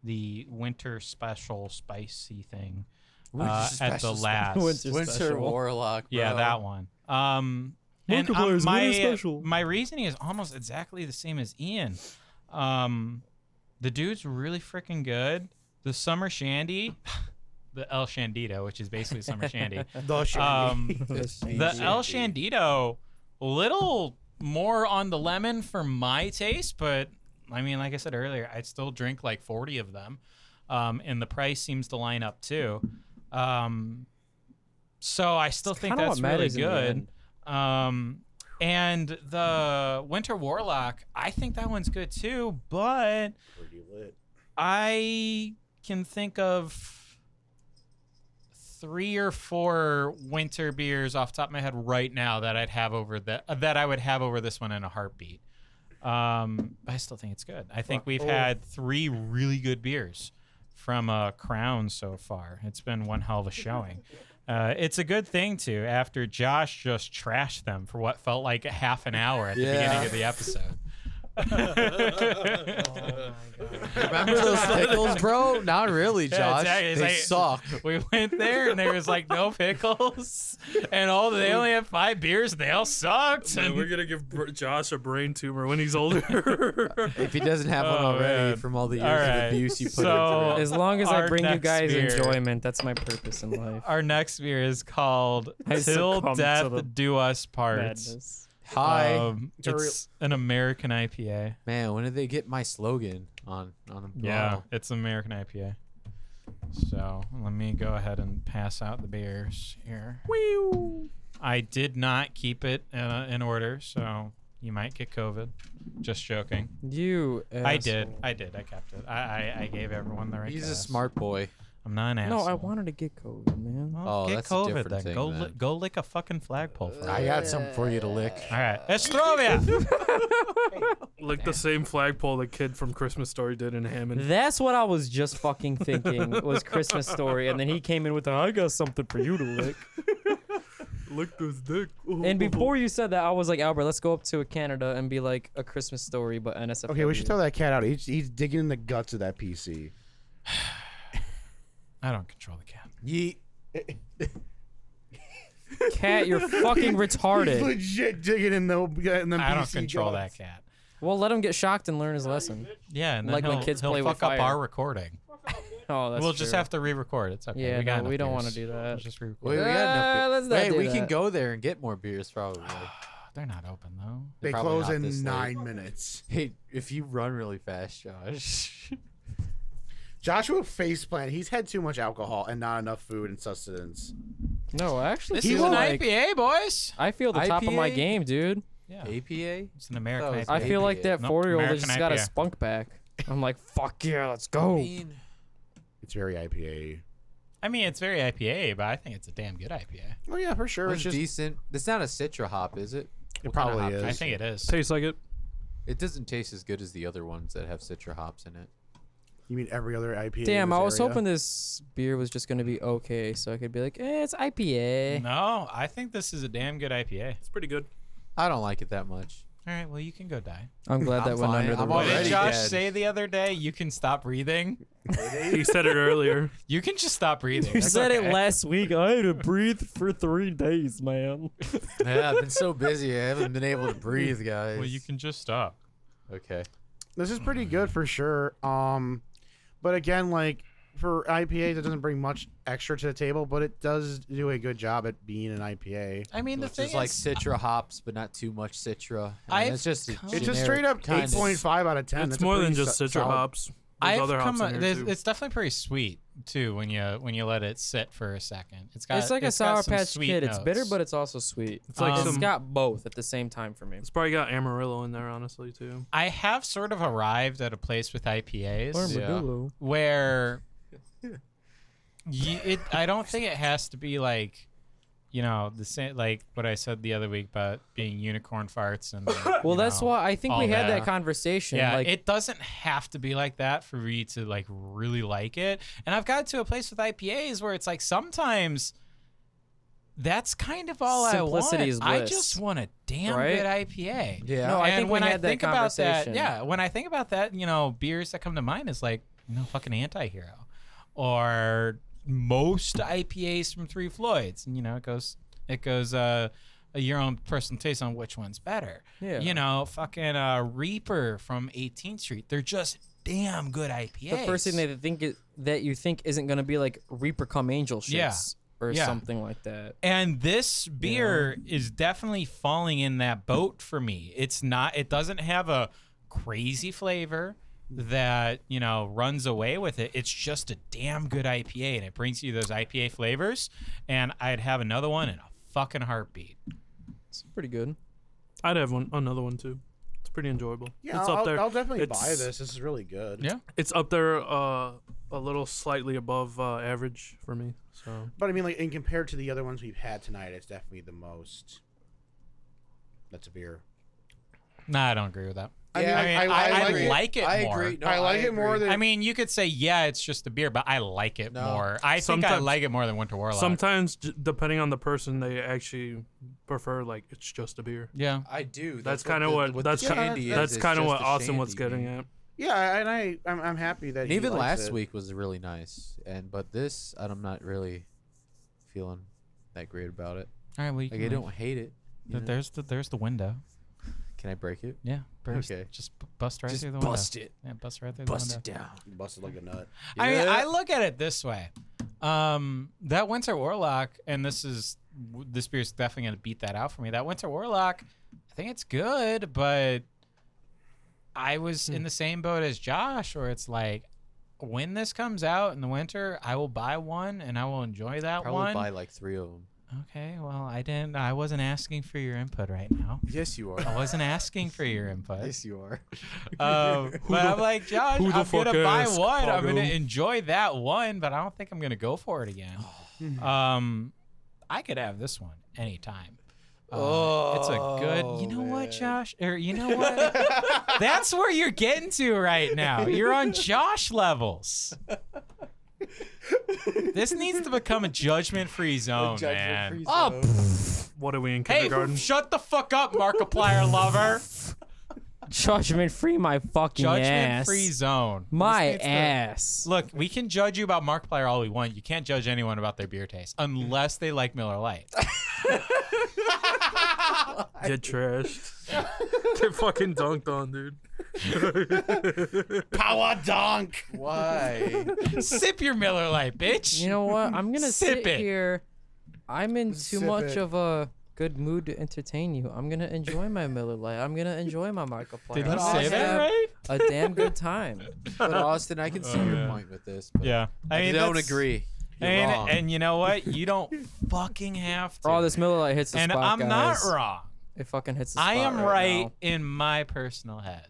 the winter special spicy thing Winter uh, at the special last. Winter Winter special. Warlock. Yeah, bro. that one. Um, and um, Markiplier's my winter special. my reasoning is almost exactly the same as Ian. Um, the dude's really freaking good. The summer shandy, [laughs] the El Shandito, which is basically summer shandy. [laughs] The shandy. Um, The the shandy. El Shandito, little more on the lemon for my taste, but I mean, like I said earlier, I'd still drink like 40 of them. Um, and the price seems to line up too. Um, so I still think kinda what that's really matters in the good. Um, and the Winter Warlock, I think that one's good too, but Pretty lit. I can think of three or four winter beers off the top of my head right now that I'd have over the uh, that I would have over this one in a heartbeat. Um, but I still think it's good. I think we've had three really good beers from uh, Crown so far. It's been one hell of a showing. Uh, it's a good thing too. After Josh just trashed them for what felt like a half an hour at the Yeah. beginning of the episode. [laughs] Remember those pickles, bro? Not really, Yeah, Josh. exactly. It's They like- suck. [laughs] We went there and there was like [laughs] no pickles, and all they only had five beers. And they all sucked. Man, and- we're gonna give Br- Josh a brain tumor when he's older. If he doesn't have one Oh, already man. from all the years [laughs] All right. of abuse you put So- into it. As long as I Our bring you next guys beer. enjoyment, that's my purpose in [laughs] life. Our next beer is called I "Till succumb to Death the Do Us Parts." Madness. Hi. Um, it's an American IPA. Man, when did they get my slogan on on the Yeah, bottle? it's an American IPA. So let me go ahead and pass out the beers here. I did not keep it uh, in order, so you might get COVID. Just joking. You. I did. asshole. I did. I kept it. I, I, I gave everyone the right. He's a guess. smart boy. I'm not an No, asshole. I wanted to get COVID, man. Well, Oh, get that's a COVID different then. thing go then. Li- go lick a fucking flagpole. For Uh, I got something for you to lick. All right, [laughs] Estrovia. like the same flagpole the kid from Christmas Story did in Hammond. That's what I was just fucking thinking was [laughs] Christmas story, and then he came in with the, I got something for you to lick. Lick this dick. And before you said that, I was like, Albert, let's go up to Canada and be like a Christmas story, but NSF. Okay, we should throw that cat out. He's, he's digging in the guts of that PC. I don't control the cat. Yeet. [laughs] cat. You're fucking He's retarded. legit digging in the in the I don't PC control guts. that cat. Well, let him get shocked and learn his lesson. Yeah, and then Like he'll, when kids he'll play with fuck up fire. our recording. Oh, that's we'll just true. have to re-record. It's okay. Yeah, we got no, enough we don't beers. wanna do that. We'll Just re-record. Wait, we got Uh, enough beer. let's not Wait, do we can that. go there and get more beers probably. They're not open though. They Probably close not this in late. nine minutes. Hey, if you run really [laughs] fast, Josh. Joshua faceplant. He's had too much alcohol and not enough food and sustenance. No, actually, This feel is an like- IPA, boys. I feel the top of my IPA? game, dude. Yeah, APA? it's an American. That was IPA. I feel like that Nope, four-year-old has American just got a IPA. spunk back. I'm like, fuck yeah, let's I go. mean, It's very IPA. I mean, it's very IPA, but I think it's a damn good IPA. Oh yeah, for sure. It's it's just decent. It's not a citra hop, is it it? What kind of probably hop is. I think it is. Tastes like it. It doesn't taste as good as the other ones that have citra hops in it. You mean every other IPA? in Damn, this I was area? hoping this beer was just gonna be okay, so I could be like, eh, it's IPA. No, I think this is a damn good IPA. It's pretty good. I don't like it that much. All right, well, you can go die. I'm glad I'm that went fine. under the I'm rug. What did Already Josh dead. say the other day? You can stop breathing. He said it earlier. You can just stop breathing. You That's said okay. it last week. I had to breathe for three days, man. yeah, I've been so busy. I haven't been able to breathe, guys. Well, you can just stop. Okay. this is pretty good Mm. for sure. Um, but again, like for IPAs, it doesn't bring much extra to the table, but it does do a good job at being an IPA. I mean, the Which thing is is, like citra hops, but not too much citra. I mean, I've it's just a come- It's generic a straight up kind eight of- point five out of ten. It's That's a more than pretty just so- citra solid- hops. There's I've other hops come. in there's- here too. it's definitely pretty sweet too when you when you let it sit for a second. It's got. it's like a got sour some patch sweet kid. It's bitter, notes. but it's also sweet. It's like like it's some- got both at the same time for me. It's probably got Amarillo in there, honestly, too. I have sort of arrived at a place with IPAs Armadillo. where you, it. I don't think it has to be like you know, the same like what I said the other week about being unicorn farts and Well, that's why I think we had that conversation. Yeah, like, it doesn't have to be like that for me to like really like it. And I've got to a place with IPAs where it's like sometimes that's kind of all Simplicity I want. is I bliss, just want a damn right? good IPA. Yeah. No, I and think we when I had that think about that, conversation. yeah, when I think about that, you know, beers that come to mind is like no fucking anti-hero or most IPAs from Three Floyds. And you know, it goes it goes uh your own personal taste on which one's better. Yeah. You know, fucking uh Reaper from 18th Street. They're just damn good IPAs. the first thing they think is, that you think isn't gonna be like Reaper come Angel shits Yeah. or Yeah. something like that. And this beer is definitely falling in that boat for me. It's not it doesn't have a crazy flavor that, you know, runs away with it. It's just a damn good IPA and it brings you those IPA flavors and I'd have another one in a fucking heartbeat. It's pretty good. I'd have one another one too. It's pretty enjoyable. Yeah, it's I'll, up there. I'll definitely It's- buy this. This is really good. Yeah. It's up there, uh, a little slightly above uh, average for me. So But I mean, like, in compared to the other ones we've had tonight, it's definitely the most. That's a beer. Nah, I don't agree with that. I mean, I, mean, I, I, agree. like it I more. agree. No, I like it more agree. than I mean, you could say, yeah, it's just a beer, but I like it No. more. I think I Sometimes- like it more than Winter Warlock. sometimes, j- depending on the person, they actually prefer like it's just a beer. yeah. I do. That's, kind of what, that's Yeah, kind that's- of that's It's kind of just what a Austin was shandy, getting man. at. yeah, I- and I, I'm, I'm happy that And he even likes last it. week was really nice, and but this I'm not really feeling that great about it. All right, well, you can Like I leave. don't hate it. you Th- know? There's the there's the window. Can I break it? Yeah. Burst, Okay. Just b- bust right Just through the bust window. it. Yeah, bust right through Bust the it window. down. He busted like a nut. I mean, Yeah. I look at it this way. Um, that Winter Warlock, and this is w- this beer is definitely going to beat that out for me. That Winter Warlock, I think it's good, but I was Hmm. in the same boat as Josh, where it's like, when this comes out in the winter, I will buy one and I will enjoy that Probably one. buy like three of them. okay, well, I didn't. I wasn't asking for your input right now. Yes, you I [laughs] are. wasn't asking for your input. [laughs] yes, you are. [laughs] Um, but I'm like, Josh, who the I'm fuck gonna buy asked, one. I'm gonna Pablo?" enjoy that one, but I don't think I'm gonna go for it [sighs] again. um, I could have this one anytime. Uh, it's a Oh, good. You know what, Josh? Or you know [laughs] what? That's where you're getting to right now. You're on Josh levels. this needs to become a judgment-free zone, man. Free Oh, zone. What are we in hey, kindergarten? shut the fuck up, Markiplier lover. Judgment free, my fucking ass. Judgment-free zone. My This needs to- ass. Look, we can judge you about Markiplier all we want. You can't judge anyone about their beer taste unless they like Miller Lite. [laughs] Get trashed. [laughs] Get fucking dunked on, dude. Power donk. Why? Sip your Miller Lite, bitch. You know what? I'm [laughs] gonna Sip sit it. here. I'm in too Sip much it. of a good mood to entertain you. I'm gonna enjoy my Miller Lite. I'm gonna enjoy my Markiplier. Did I'm you gonna say that have right? A damn good [laughs] time. but Austin, I can see your point with this. But Oh, Yeah. I, don't that's- agree. You're wrong. And, and you know what? You don't fucking have to. Oh, this Miller Lite hits the and spot, I'm guys. not wrong. It fucking hits the spot. I am right, right, now. in my personal head,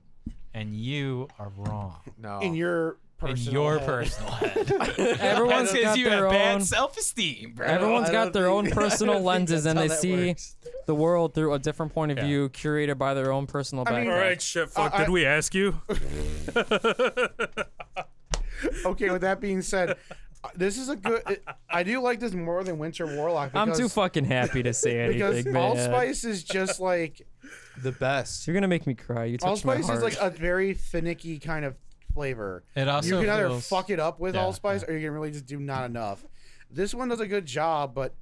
and you are wrong no. Um, In your personal. in your head. [laughs] personal head. [laughs] [laughs] Everyone's That's 'cause got you their have bad own- self-esteem, bro. Everyone's I got don't their think- own [laughs] I don't personal think lenses, that's and how they that see works. the world through a different point of view, curated by their own personal I mean- background. All right, shit. Fuck. I- uh, Did we ask [laughs] you? Okay, with that being said, uh, this is a good. It, I do like this more than Winter Warlock. Because, I'm too fucking happy to say [laughs] Because anything, man. Allspice is just like the best. You're gonna make me cry. You touched my Allspice heart. is like a very finicky kind of flavor. It also you can either feels- fuck it up with Yeah, allspice or you can really just do not enough. This one does a good job, but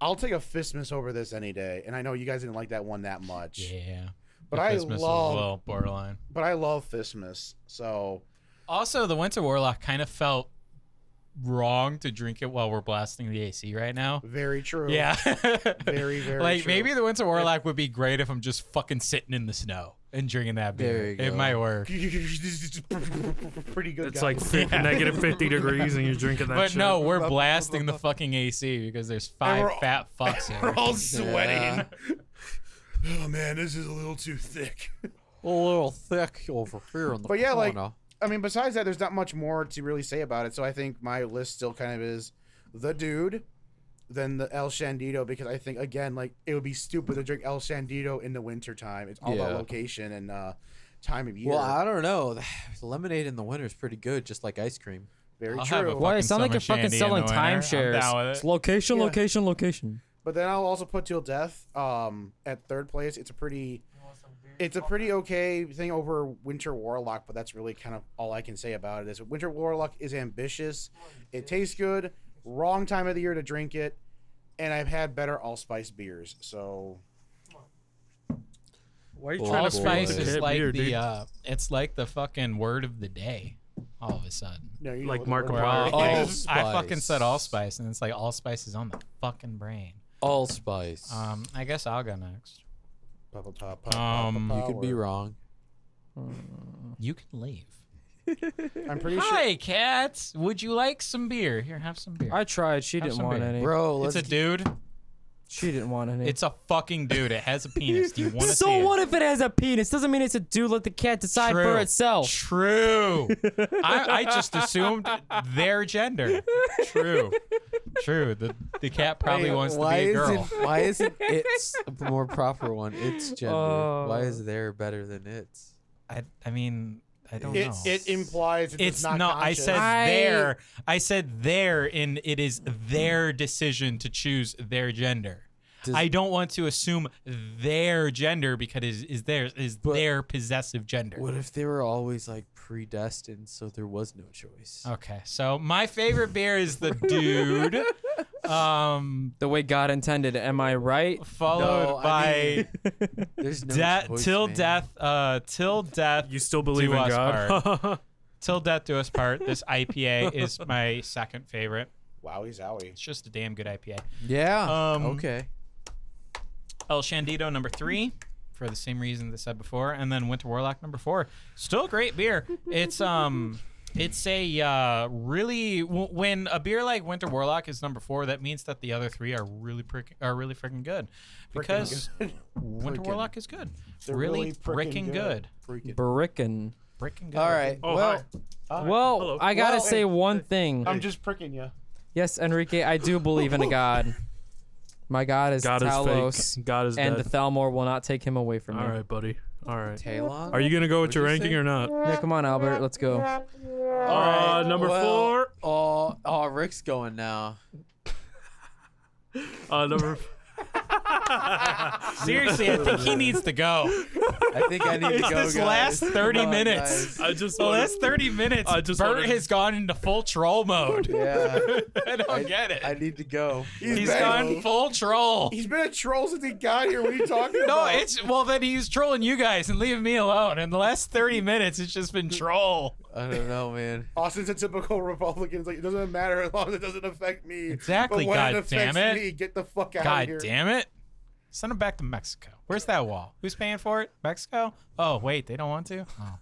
I'll take a fistmas over this any day. And I know you guys didn't like that one that much, Yeah. but The I Christmas is a love, little borderline. but I love fistmas. So Also, the Winter Warlock kind of felt wrong to drink it while we're blasting the AC right now. very true. [laughs] Yeah. very very. like true. maybe the Winter Warlock would be great if I'm just fucking sitting in the snow and drinking that beer. There you It go. might work. pretty good. It's guys. like fi- negative 50 degrees, and you're drinking that But shit. no, we're blasting the fucking AC because there's And five we're- [laughs] fat fucks we're here. all sweating. [laughs] Yeah. Oh man, this is a little too thick. A little thick over here on the But yeah, like- corner. I mean, besides that, there's not much more to really say about it. So I think my list still kind of is the dude, than the El Shandito because I think again like it would be stupid to drink El Shandito in the wintertime. It's all about Yeah. location and uh, time of year. Well, I don't know. [sighs] Lemonade in the winter is pretty good, just like ice cream. Very I'll have a true. Why fucking it sound like summer you're fucking shandy in the selling winter. I'm down with timeshares? it. It's location, Yeah. location, location. But then I'll also put Till Death um, at third place. It's a pretty, it's a pretty okay thing over Winter Warlock, but that's really kind of all I can say about it. Is Winter Warlock is ambitious, it tastes good, wrong time of the year to drink it, and I've had better allspice beers. So Why are you trying to Allspice force a is kid like beer, the dude? uh, it's like the fucking word of the day. All of a sudden, no, you know Like what- what- We're Markiplier. all- I Allspice. I fucking said allspice, and it's like allspice is on the fucking brain. Allspice. Um, I guess I'll go next. Pop, pop, pop, pop, Um, pop, you could be power. wrong. You can leave. I'm pretty sure. Hi, cats. Would you like some beer? Here, have some beer. I tried. She Have didn't some want beer. any. Bro, it's let's a dude. She didn't want any. It's a fucking dude. It has a penis. Do you want to so see it? what if it has a penis? Doesn't mean it's a dude. Let the cat decide for True. itself. [laughs] True. I, I just assumed their gender. True. True. The the cat probably Wait, wants to why be a is girl. It, [laughs] why isn't it's a more proper one? It's gender. why Oh. is there better than it's? I, I mean, I don't It, know. it implies it's, it's not. not. I said conscious. I- their. I said their, and it is their decision to choose their gender. Does- I don't want to assume their gender because is is theirs is But- their possessive gender. What if they were always like predestined, so there was no choice? Okay, so my favorite beer is the [laughs] dude. Um, The way God intended. Am I right? followed I by. mean- There's no De- choice, till man. death, uh, till death, You still believe Do in us [laughs] God? till death do us part. This IPA is my second favorite. Wowie zowie. It's just a damn good IPA. [laughs] Yeah. Um, okay. El Shandito number three, for the same reasons I said before, and then Winter Warlock number four. Still great beer. It's um, it's a uh, really w- when a beer like Winter Warlock is number four, that means that the other three are really prick- are really freaking good, because Winter Frickin'. Warlock is good. They're really, frickin' freaking good. Freaking. Brickin. Freaking good. All right. Oh, well, hi. Well, Hello. I gotta Well, say hey, one thing. I'm just pricking you. yes, Enrique, I do believe in a God. My God is God Talos, is fake. God is and dead. the Thalmor will not take him away from me. All right, buddy. All right. Talon. Are you gonna go with your you ranking say? or not? Yeah, come on, Albert. Let's [laughs] go. Uh, number Well, Oh, oh, Rick's going now. four. [laughs] Uh, number. Seriously, I think he needs to go. I think I need to It's go. this guys. last 30 Come on, minutes. guys. I just. The wanted- last 30 minutes, I just Bert wanted- has gone into full troll mode. Yeah. [laughs] I don't get it. I need to go. He's back. gone full troll. He's been a troll since he got here. What are you talking [laughs] No, about? it's well then he's trolling you guys and leaving me alone. In the last 30 minutes, it's just been troll. I don't know, man. Austin's a typical [laughs] Republican. It's like it doesn't matter as long as it doesn't affect me. Exactly, But when God it affects damn it. me, get the fuck out of God here. damn it. Send him back to Mexico. Where's that wall? Who's paying for it? Mexico? Oh, wait, they don't want to? Oh.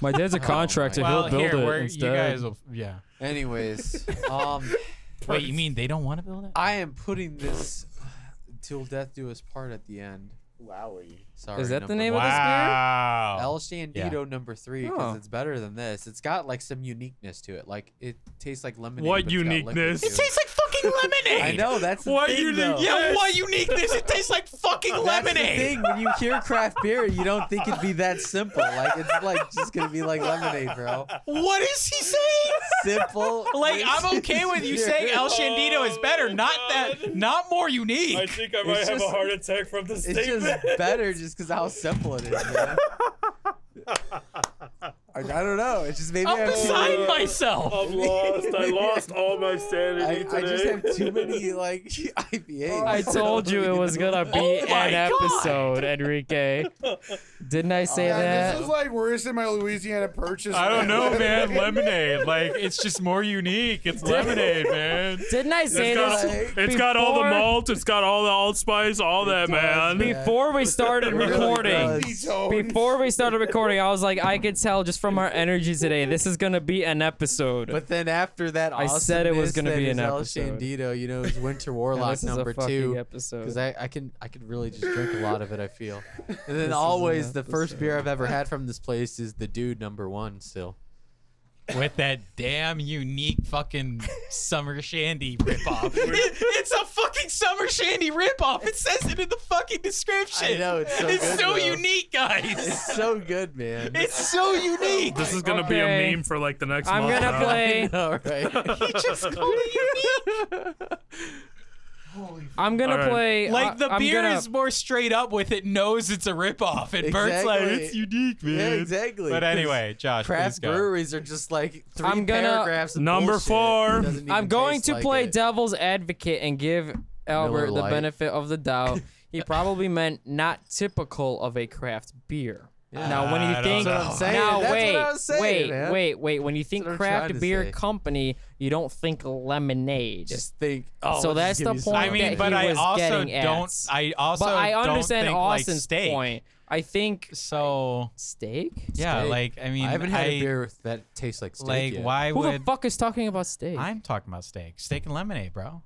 My dad's a contractor. Well, He'll build here, it we're, you instead. guys will, yeah. Anyways, um, Wait, you mean they don't want to build it? I am putting this till death do us part at the end. Wowie. Sorry. Is that the number name of one. this beer? El Shandito number three because Oh. it's better than this. It's got like some uniqueness to it. Like it tastes like lemonade. What but it's got liquor uniqueness? to It It tastes like fucking lemonade. [laughs] I know that's the What thing, unique- though. Yeah, what uniqueness? It tastes like fucking [laughs] That's the lemonade. thing. When you hear craft beer, you don't think it'd be that simple. Like it's like just gonna be like lemonade, bro. What is he saying? Simple. Like I'm okay with [laughs] you saying El Shandito is Oh, better, not that, not more unique. think I might have a just- heart attack from this It's just better just because how simple it is, man. I, I don't know. It's just maybe I I'm have too beside many, myself. lost. I lost all my sanity I, I just have too many like [laughs] IPAs. I told you it was gonna be [laughs] Oh my an God. episode, Enrique. Didn't I say Oh, Yeah, that? this is like worse than my Louisiana purchase. man. Lemonade, like it's just more unique. It's lemonade, man. Didn't I say It's got, this? it's got all the before- malt. It's got all the allspice. All that, man. Before we [laughs] started really recording, does. Detones. before we started recording, I was like, I could tell just from our energy today, this is gonna be an episode. But then after that, I said it was awesomeness gonna that be is an El episode. Shandito, you know, is Winter Now, Warlock this is a number fucking two. episode. Because I, I can I could really just drink a lot of it. I feel. And then an always the first beer episode. I've ever had from this place is the Dude number one. Still. with that damn unique fucking summer shandy ripoff. [laughs] It- it's a fucking summer shandy ripoff. It says it in the fucking description. I know, it's so good, though. unique, guys. [laughs] It's so good, man. [laughs] It's so unique. [laughs] This is gonna be Okay. a meme for like the next I'm month. [laughs] gonna [laughs] now. play. All [laughs] right. He just called it I'm gonna All right. play. unique. [laughs] Like the I, am beer gonna, is more straight up with it knows it's a ripoff, and Bert's like Exactly. it's unique, man. Yeah, exactly. But anyway, Josh, please craft go. breweries are just like 3 I'm gonna- paragraphs. Of Number bullshit. four. It doesn't even I'm going taste to like play it. devil's advocate and give Albert the Lite. benefit of the doubt. [laughs] he probably meant not typical of a craft beer. Yeah. Now, when you I don't think, know. That's what I'm saying. now That's what wait, I was saying, wait, man. wait, wait. When you think what I'm trying craft to beer say. company, you don't think lemonade. Just think. Oh, So just that's give the me some I point of that mean, he but I was also getting don't. at. I also but I don't understand think, like, Austin's steak. point. I think So steak. yeah, Steak. like I mean, I haven't had a a beer that tastes like steak Like yet. why Who would the fuck is talking about steak? I'm talking about steak, steak and lemonade, bro?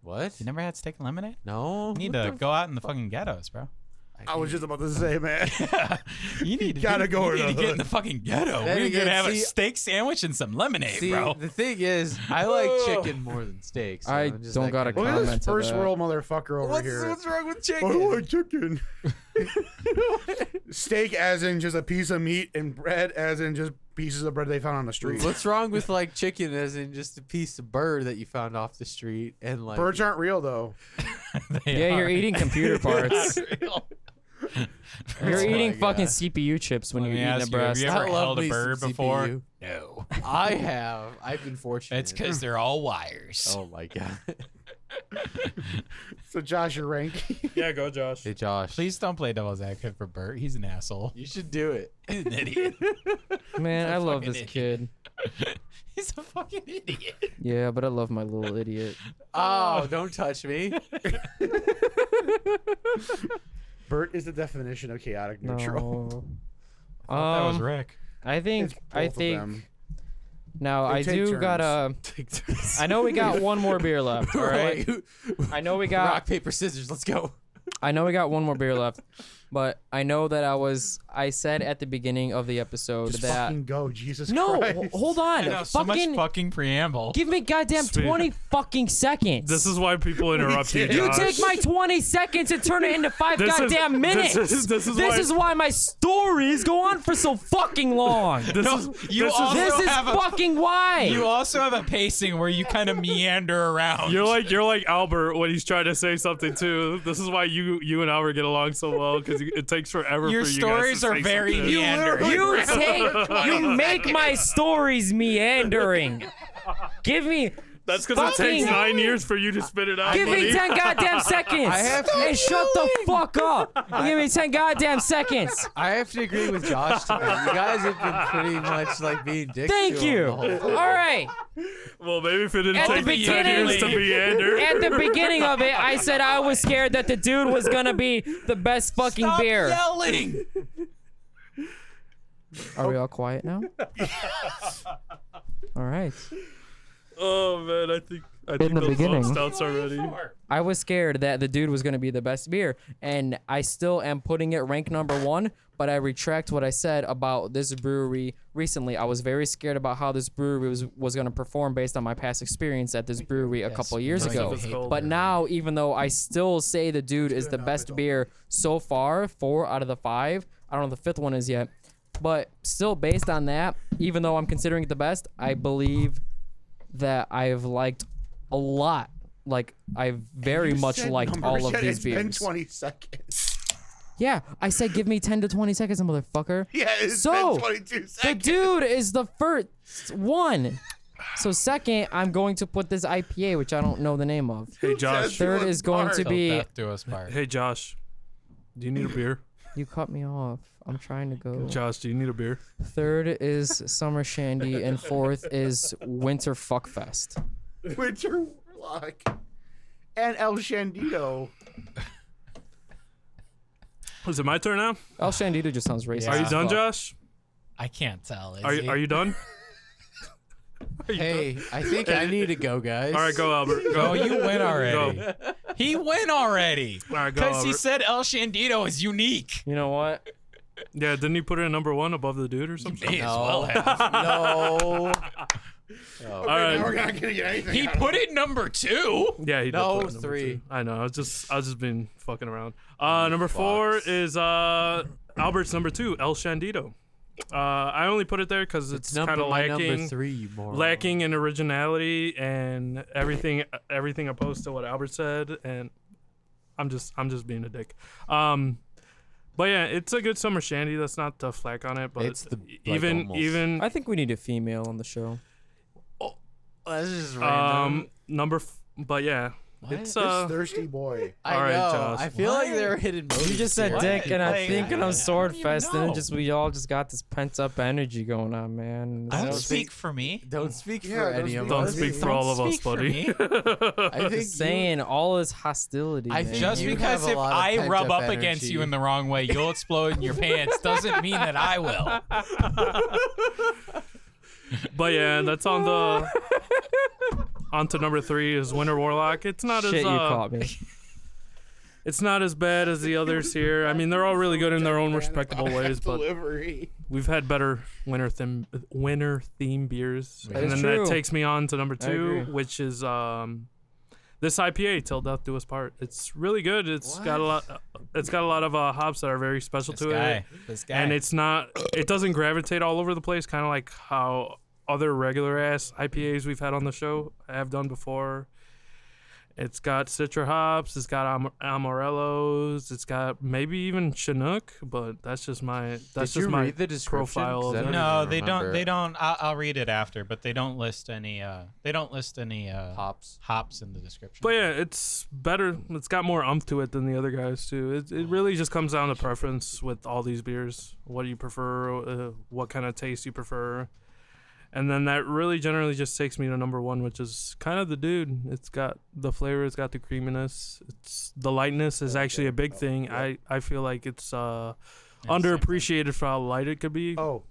What? You never had steak and lemonade? No. You need What to the go out in the fucking ghettos, [laughs] bro. [laughs] [laughs] I was just about to say, man. you need to gotta do- go You to the need to get in hood. the fucking ghetto. Then We're again, gonna have a see- steak sandwich and some lemonade, See, bro. the thing is, I like chicken more than steak. So I I'm just don't that got a Look kind of- at Comment this to first that. world motherfucker over What's, here. what's wrong with I chicken? like chicken. [laughs] Steak, as in just a piece of meat, and bread, as in just pieces of bread they found on the street. What's wrong with like chicken as in just a piece of bird that you found off the street and like Birds aren't real though. [laughs] They yeah, [laughs] you're are- eating computer parts. Unreal. You're Oh my eating fucking God. CPU chips when Let you're [laughs] me eating ask a you, have breast. you I ever love held a me some bird before? CPU. No. I have. I've been fortunate. It's because they're all wires. Oh my god. So Josh, your rank. Yeah, go [laughs] Josh. hey Josh. Please don't play devil's advocate for Bert. He's an asshole. You should do it. He's an idiot. [laughs] Man, I love fucking this idiot. kid. [laughs] He's a fucking idiot. Yeah, but I love my [laughs] little idiot. [laughs] Oh, don't touch me. Bert is the definition of chaotic neutral. No. that was Um, Rick. I think It's I both of think them. now They I take do turns. gotta. I know we got one more beer left. All We're right. Uh, like, I know we rock got. paper scissors. Let's go. I know we got one more beer left, but I know that I was. I said at the beginning of the episode Just that. fucking go, Jesus no, Christ. ho- hold on. I know, so much fucking fucking preamble. give me goddamn Speak. twenty fucking seconds. This is why people interrupt you. [laughs] You Josh. take my 20 seconds and turn it into five This is- goddamn this minutes. is- this is why- my stories go on for so fucking long. This No, is you this also is this is have a- fucking why. You also have a pacing where you kind of meander around. You're like you're like Albert when he's trying to say something too. This is why you you and Albert get along so well because it takes forever. Your for you guys stories to are say very something. meandering. You take, you make my stories meandering. Give me, That's because it takes fucking- nine years for you to spit it out. give buddy. me 10 goddamn seconds. I have to- and shut the fuck up. Give me 10 goddamn seconds. I have to agree with Josh tonight. You guys have been pretty much like being dicks. Thank to him you. the All whole time. right. Well, maybe if it didn't At the take me ten years to beginning- meander. At the beginning of it, I said I was scared that the dude was gonna be the best fucking Stop beer. yelling. Are we all [laughs] quiet now? all right. oh man, I think I think the those beginning. lost outs already. I was scared that the dude was gonna be the best beer, and I still am putting it rank number one. But I retract what I said about this brewery recently. I was very scared about how this brewery was was gonna perform based on my past experience at this brewery a couple years Nice. ago. It's cold. But now, even though I still say the dude is the best beer so far, four out of the five. I don't know what the fifth one is yet, but still based on that, even though I'm considering it the best, I believe that I've liked a lot. Like I've very You much said liked numbers, all of yet these it's been beers. 20 seconds. [laughs] Yeah, I said give me 10 to 20 seconds, motherfucker. [laughs] Yeah, it's So, been 22 The seconds. dude is the first one. So second, I'm going to put this IPA, which I don't know the name of. Hey Josh. Yes. Third Feeling is going smart. to be. Death to us part. Hey Josh. Do you need a beer? You cut me off. I'm trying to go. Josh, do you need a beer? Third is Summer Shandy, and fourth is Winter Fuckfest. Winter Warlock and El Shandito. Is it my turn now? El Shandito just sounds racist. Are you as done, fuck. Josh? [laughs] I can't tell. Is Are you, he? are you done? Hey, I think I need to go, guys. All right, go Albert. Go. Oh, you win already. Go. He win already. [laughs] All right, go. [laughs] Because he Albert. said El Shandito is unique. You know what? Yeah, didn't he put it in number one above the dude or something? may as well have. [laughs] No. All right. gonna get anything. He put it number two. Yeah, he did. No, put it in number three. two. I know. I was just, I was just being fucking around. Uh, number four is uh, Albert's number two, El Shandido. Uh, I only put it there because it's, It's kind number of my number lacking, three, you moron. lacking in originality and everything, everything opposed to what Albert said. And I'm just, I'm just being a dick. Um, but yeah, it's a good summer shandy. That's not the flack on it, but It's the, like, even, almost- even I think we need a female on the show. That's just random. um number, f- but yeah, it's This uh, thirsty boy. I all right, know. Josh. I feel like they're hidden motives. You just said here. dick, and I'm Like, thinking I- I of Swordfest, and know. it just we all just got this pent up energy going on, man. I don't don't speak think- for me. [laughs] Don't speak Yeah, for don't any of speak don't us. speak for Don't all of us, speak for buddy. me. [laughs] I think you- Just saying, all this hostility. I man. think Just You have because a if lot of I rub up pent-up against you energy. in the wrong way, you'll explode in your pants doesn't mean that I will. [laughs] But yeah, that's on the. on to number three is Winter Warlock. It's not shit, as you uh, caught me. it's not as bad as the others here. I mean, they're all really good in their own respectable ways, but Delivery. we've had better winter theme winter theme beers, is and then that true. takes me on to number I two, agree. which is um. This IPA, till death do us part. It's really good. It's got a lot. It's got a lot of uh, hops that are very special This to it. guy. This guy. and it's not it doesn't gravitate all over the place kind of like how other regular ass ipas we've had on the show have done before it's got citra hops it's got am- amarillos it's got maybe even chinook but that's just my that's Did you just my read the description? profile 'Cause of I it. don't no, even they don't. remember. They don't. I'll, I'll read it after, but they don't list any. Uh, they don't list any uh, hops. hops in the description. but yeah it's better it's got more umph to it than the other guys too it, it really just comes down to preference with all these beers what do you prefer uh, what kind of taste you prefer and then that really generally just takes me to number one which is kind of the dude it's got the flavor it's got the creaminess it's the lightness is actually a Oh, big thing i i feel like it's Yeah, uh same thing. underappreciated for how light it could be Oh,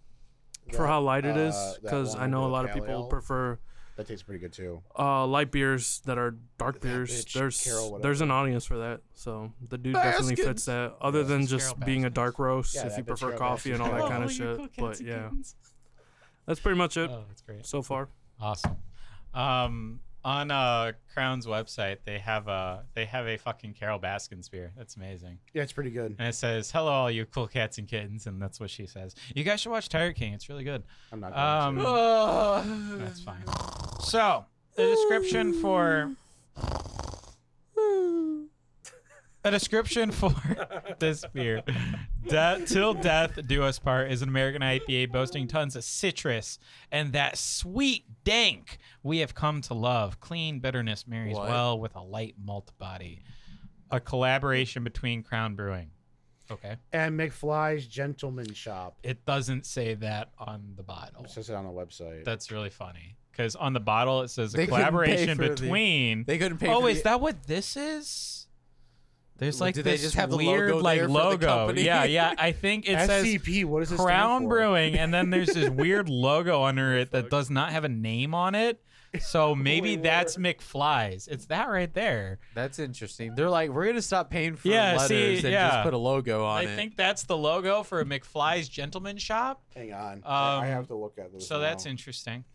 for how light it uh, is that because i one know a with lot of pale people ale? prefer that tastes pretty good too. uh light beers that are dark That beers bitch, there's Carol, whatever. there's an audience for that so the dude definitely fits that other than It's just Carol being a Baskins. dark roast Yeah, if that you bitch prefer Carol coffee and all that Baskins. kind of shit but yeah that's pretty much Uh, it Oh, that's great. so far Awesome. Um, on uh, Crown's website, they have a they have a fucking Carol Baskin spear. That's amazing. Yeah, it's pretty good. And it says, "Hello, all you cool cats and kittens," and that's what she says. You guys should watch Tiger King. It's really good. I'm not. Going Um, to. that's fine. So the description for a description for [laughs] this beer, De- "Till Death Do Us Part," is an American IPA boasting tons of citrus and that sweet dank we have come to love. Clean bitterness marries What? well with a light malt body. A collaboration between Crown Brewing. Okay. And McFly's Gentleman Shop. It doesn't say that on the bottle. It says it on the website. That's really funny because on the bottle it says a They couldn't pay collaboration for the- between. They couldn't pay. oh, for is the- that what this is? There's Well, like do they this just have the weird logo like there for the logo. company? E yeah, yeah. I think [laughs] it says SCP. what does it stand Crown for? Brewing, and then there's this weird logo under it that does not have a name on it. [laughs] So maybe that's McFly's. It's that right there. That's interesting. They're like, we're gonna stop paying for Yeah, letters see, and yeah. just put a logo on I it. think that's the logo for McFly's Gentleman Shop. Hang on. I- I Um, have to look at this. So that's now. interesting.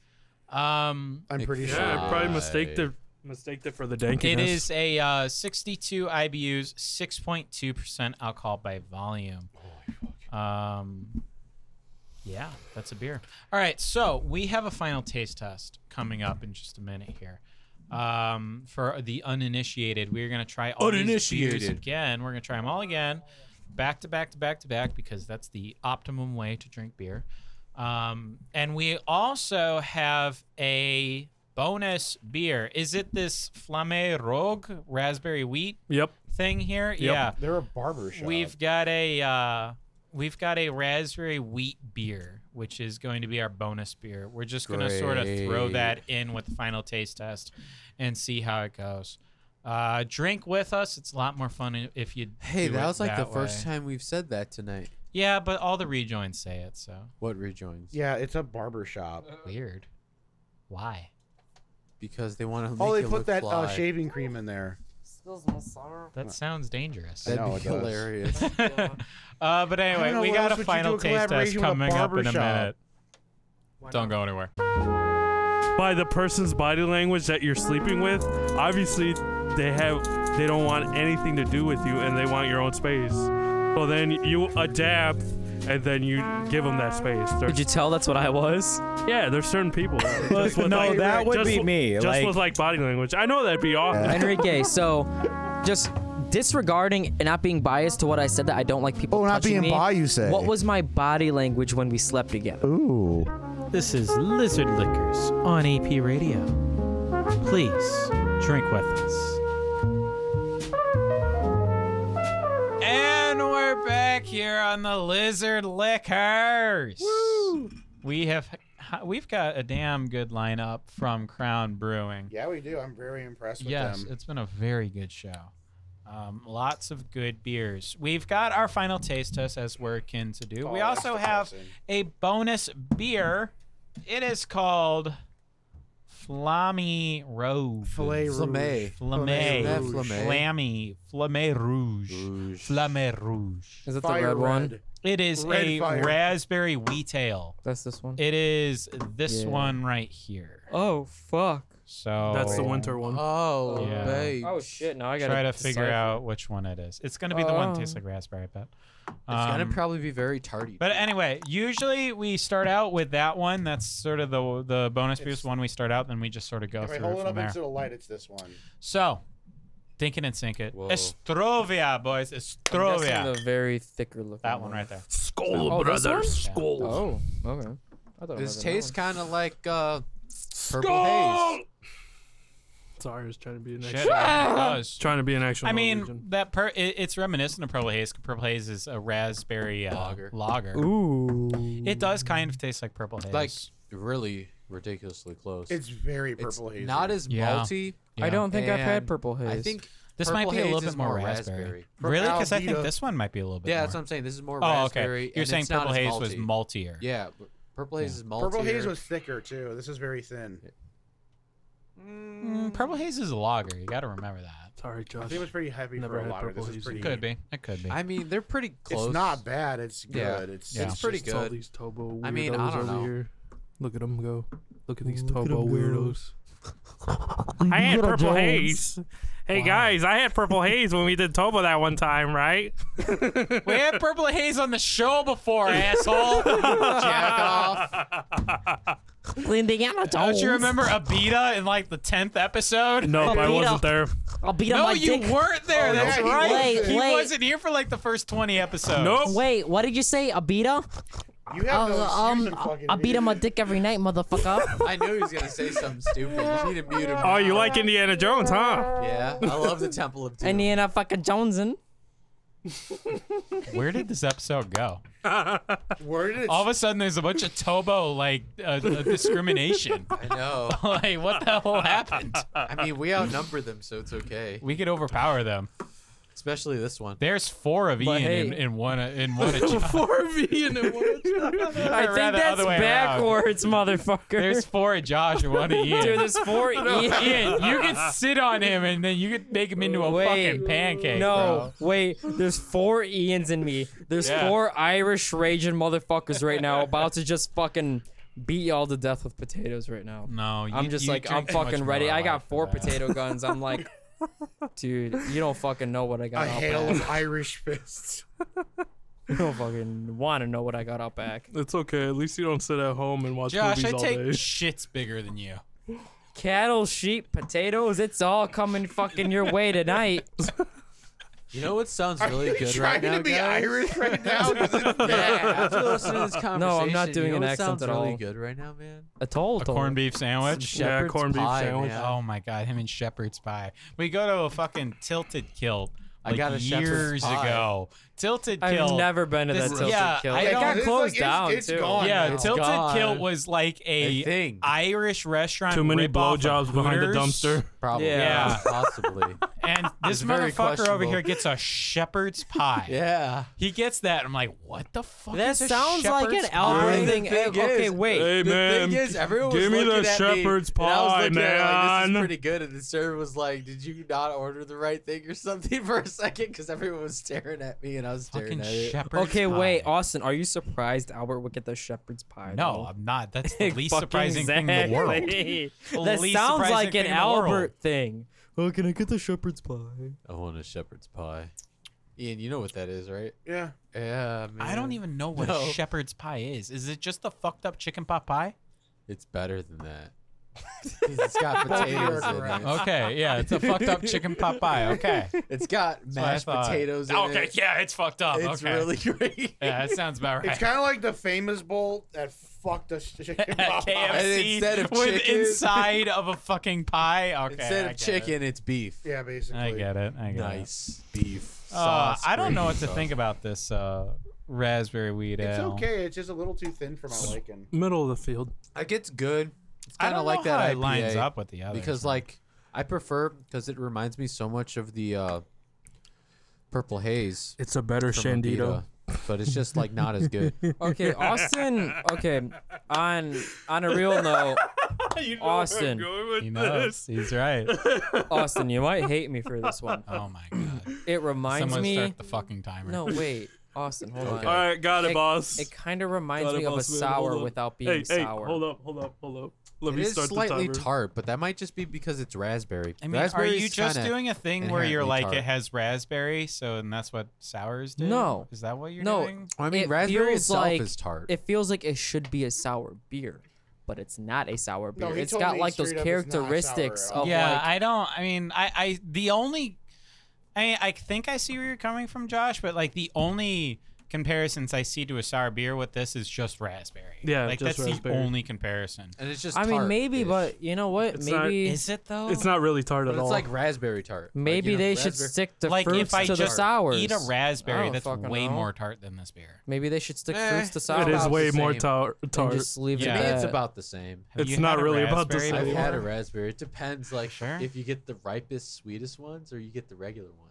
Um, I'm pretty Yeah, sure. yeah i probably Nice. mistaked it mistaked it for the dankiness It is a uh, 62 IBUs, 6.2% alcohol by volume. Um, yeah, that's a beer. All right, so we have a final taste test coming up in just a minute here. Um, for the uninitiated, we're gonna try all these beers Uninitiated. again. We're gonna try them all again, back to back to back to back, because that's the optimum way to drink beer. Um, and we also have a bonus beer. Is it this Flamme Rogue raspberry wheat yep thing here? Yeah. They're a barber shop. We've got a uh, we've got a raspberry wheat beer, which is going to be our bonus beer. We're just going to sort of throw Great. that in with the final taste test and see how it goes. Uh, drink with us. It's a lot more fun i- if you. Hey, do that it was like the that first way. time we've said that tonight. Yeah, but all the rejoins say it, so What rejoins? yeah, it's a barber shop. Uh, weird. Why? Because they want to. Oh, make they it put look that uh, fly. shaving cream in there. Still smells sour. That sounds dangerous. That'd know be it does. [laughs] hilarious. uh, but I don't anyway, know we what else got a would you final do a taste test collaboration with a coming up in a barbershop? minute. Don't go anywhere. By the person's body language that you're sleeping with, obviously they have they don't want anything to do with you and they want your own space. So then you adapt and then you give them that space. Could There's, you tell that's what I was? yeah, there's certain people. that- Well, [laughs] just with, no, like- that would just be with- me, Just like- with like body language. I know that'd be [laughs] awesome. Enrique, so just disregarding and not being biased to what I said that I don't like people. Oh, not touching being me, bi, you say. What was my body language when we slept together? Ooh. This is Lizard Liquors on AP Radio. Please drink with us. And we're back here on the Lizard Liquors. Woo! We have we've got a damn good lineup from Crown Brewing. Yeah, we do. I'm very impressed with yes, them. it's been a very good show. Um, lots of good beers. We've got our final taste test as we're akin to do. we Oh, that's also have depressing. a bonus beer. It is called Flammy Rouge. Filet Flamme. Rouge. Flamme. Flamme Flamme. Rouge. Flamme. Flamme Rouge. Flamme Rouge. Is that the Fire red one? red. It is Red a fire. raspberry wheatail. That's this one. It is this Yeah. one right here. oh fuck. So That's the winter one. Oh, Yeah. babe. Oh shit! Now I gotta Try to figure decipher. out which one it is. It's gonna be the one that Oh. tastes like raspberry, I bet. It's gonna Um, probably be very tardy. But anyway, usually we start out with that one. That's sort of the the bonus boost one we start out, then we just sort of go If I through hold it it from up there. into the light, it's this one. So, think it and sink it. Whoa. Estrovia, boys. I'm guessing Estrovia. The very thicker looking. That one right there. Skull, Oh, this brother. one? Skull. Oh, okay. I thought it was this another tastes one. kind of like uh, purple haze. Sorry, I was trying to be an Shit, actual. it [laughs] does. Trying to be an actual. I mean, Norwegian. that per it, it's reminiscent of Purple Haze. 'cause Purple Haze is a raspberry uh, lager. Lager. Ooh. It does kind of taste like Purple Haze. Like really ridiculously close. It's very It's purple hazy. not as Yeah. malty. I don't think I've had and purple haze. I think this purple might be a haze little is bit more, raspberry. Really? Because I think Albedo. this one might be a little bit. Yeah, more. that's what I'm saying. This is more Oh, raspberry. okay. You're and saying it's not Purple as Haze was malty. maltier. Yeah, but purple haze is malty. Purple haze was thicker too. This is very thin. Mm, Purple Haze is a lager. You got to remember that. sorry, I Josh. think it was pretty heavy Never for a had lager. purple This is pretty. hazy. Could be. It could be. I mean, they're pretty close. It's not bad. It's good. Yeah. It's Yeah. It's pretty It's all good. these Tobo I mean, I weirdos don't over know. Here. Look at them go. Look at these Look at Tobo 'em go. weirdos. [laughs] I had Little purple Jones. haze. Hey guys, I had purple haze when we did Tobo that one time, right? we had Purple Haze on the show before, asshole. Jack off. Lindiana Don't you remember Abita in like the tenth episode? Nope, I Beat wasn't up. there. I'll beat up No, my you dick. weren't there. Oh, That's yeah, he right. wasn't. He Wait, wait. wasn't here for like the first twenty episodes. Nope. Wait, what did you say? Abita? You have um, no excuse in fucking I beat him a idiot. dick every night, [laughs] motherfucker. I knew he was gonna say something stupid. You need to mute him. Oh, you like Indiana Jones, huh? [laughs] Yeah, I love the Temple of Doom. Indiana fucking Jonesin. Where did this episode go? Where did it? All of a sudden, there's a bunch of Tobo like uh, uh, discrimination. [laughs] I know. like, what the hell happened? I mean, we outnumber them, so it's okay. We could overpower them. Especially this one. There's four of Ian But in, hey. in [laughs] one in one. achievement. Four V [laughs] and I Rather, think that's other way around. backwards, motherfucker. There's four of Josh and one of Ian. Dude, there's [laughs] four Ian. Ian, you could sit on him and then you could make him into a Wait. fucking pancake. No, wait. There's four Ians in me. There's Yeah. four Irish raging motherfuckers [laughs] right now about to just fucking beat y'all to death with potatoes right now. bro. No, you, I'm just you like I'm drink too much fucking ready. Miller I got Lite four for that. [laughs] potato guns. I'm like, dude, you don't fucking know what I got a out hail back. of Irish fists. [laughs] You don't fucking want to know what I got out back. It's okay. At least you don't sit at home and watch Josh, I movies all take day. shits bigger than you. Cattle, sheep, potatoes. It's all coming fucking your [laughs] way tonight. You know what [laughs] sounds Are really you good trying right now, to be guys? Irish right [laughs] now? 'Cause it's Yeah, bad. after listening to this [laughs] conversation, No, I'm not doing you know an what accent sounds at really all. good right now, man. A toll, A toll. corned beef sandwich. yeah, Shepherd's corned beef pie, sandwich. man. Oh my god, him and shepherd's pie. We go to a fucking tilted kill. I Like got a shepherd's years pie. ago. Tilted I've kill. never been to This- that tilted yeah, kill. I It don't- got It's closed like- it's- down it's too. gone yeah, now. tilted God. kill was like a A thing. Irish restaurant. Too many ripoff of blowjobs behind the Hooters. dumpster. Probably. Yeah. [laughs] Possibly. and this It's very motherfucker over questionable. here gets a shepherd's pie. Yeah. He gets that. I'm like, what the fuck? That is a sounds like shepherd's an Alfred pie? thing. thing okay, is- wait. Hey, the man, thing is, everyone was give me looking the at shepherd's me, and I was pie, looking at it like, this is man. pretty good. And the server was like, "Did you not order the right thing or something [laughs] for a second? Because everyone was staring at me, and I was staring Fucking at it. shepherd's Okay, pie. wait, Austin, are you surprised Albert would get the shepherd's pie? No, though? I'm not. That's [laughs] the least Fucking surprising thing in the world. [laughs] exactly. The that least sounds surprising like thing an in the world. Albert thing. Oh, can I get the shepherd's pie? I want a shepherd's pie. Ian, you know what that is, right? Yeah. Yeah, man. I [laughs] don't even know what No. shepherd's pie is. Is it just the fucked up chicken pot pie? It's better [laughs] than that. 'Cause it's got Both of you are potatoes in correct. it. [laughs] Okay, yeah, it's a fucked up chicken pot pie. Okay. It's got what I mashed thought. potatoes in Okay, it. yeah, it's fucked up. It's okay. really [laughs] great. yeah, that sounds about right. It's kind of like the famous bowl that fucked us. [laughs] [laughs] chicken At pot pie. And instead KFC of with chicken- inside of a fucking pie. Okay, Instead I get of chicken, it's beef. Yeah, it. basically. I get it. I get it. Nice beef Uh, sauce. I don't know gravy what to sauce. think about this uh, raspberry weed It's ale. okay. It's just a little too thin for my [laughs] liking. Middle of the field. It gets good. It's I kind don't of like know that how IPA it lines up with the other because, like, I prefer because it reminds me so much of the uh, purple haze. It's a better from Shandito. Abita, but it's just like not as [laughs] good. [laughs] Okay, Austin. Okay, on on a [laughs] real note, Austin, he knows he's right. Austin, you might hate me for this one. Oh my god! It reminds Someone me. start the fucking timer. No, wait, Austin, hold All on. right, got it, It- boss. It kind of reminds Got it, me of a boss man, sour hold on. without being hey, hey, sour. hold up, hold up, hold up. Let It me is start slightly the timer. tart, but that might just be because it's raspberry. I mean, are Raspberry's you just kinda- doing a thing where you're like inherently it tart. has raspberry, so and that's what sours do? No. is that what you're No. doing? I mean, It raspberry feels itself like- is tart. It feels like it should be a sour beer, but it's not a sour No, beer. he it's told got me like those straight up it's not sour at characteristics all. of yeah, like. I don't. I mean, I, I the only, I I think I see where you're coming from, Josh. But like the only comparisons I see to a sour beer with this is just raspberry. Yeah, like just that's raspberry. the only comparison. and it's just I mean, tart-ish. maybe, but you know what? It's not- maybe Is it though? It's not really tart But at it's all. like raspberry tart. Like, maybe you know, they should raspberry- stick the like fruits if I to the just sours. eat a I raspberry, don't that's fucking way know. more tart than this beer. Maybe they should stick Eh, fruits to sours. it is about way the more same. tar- and tart. just leave To it. Yeah. me, at it's that. about the same. Have It's you not had a really about the raspberry same. I've before? had a raspberry. It depends, like Sure. if you get the ripest, sweetest ones, or you get the regular ones, man.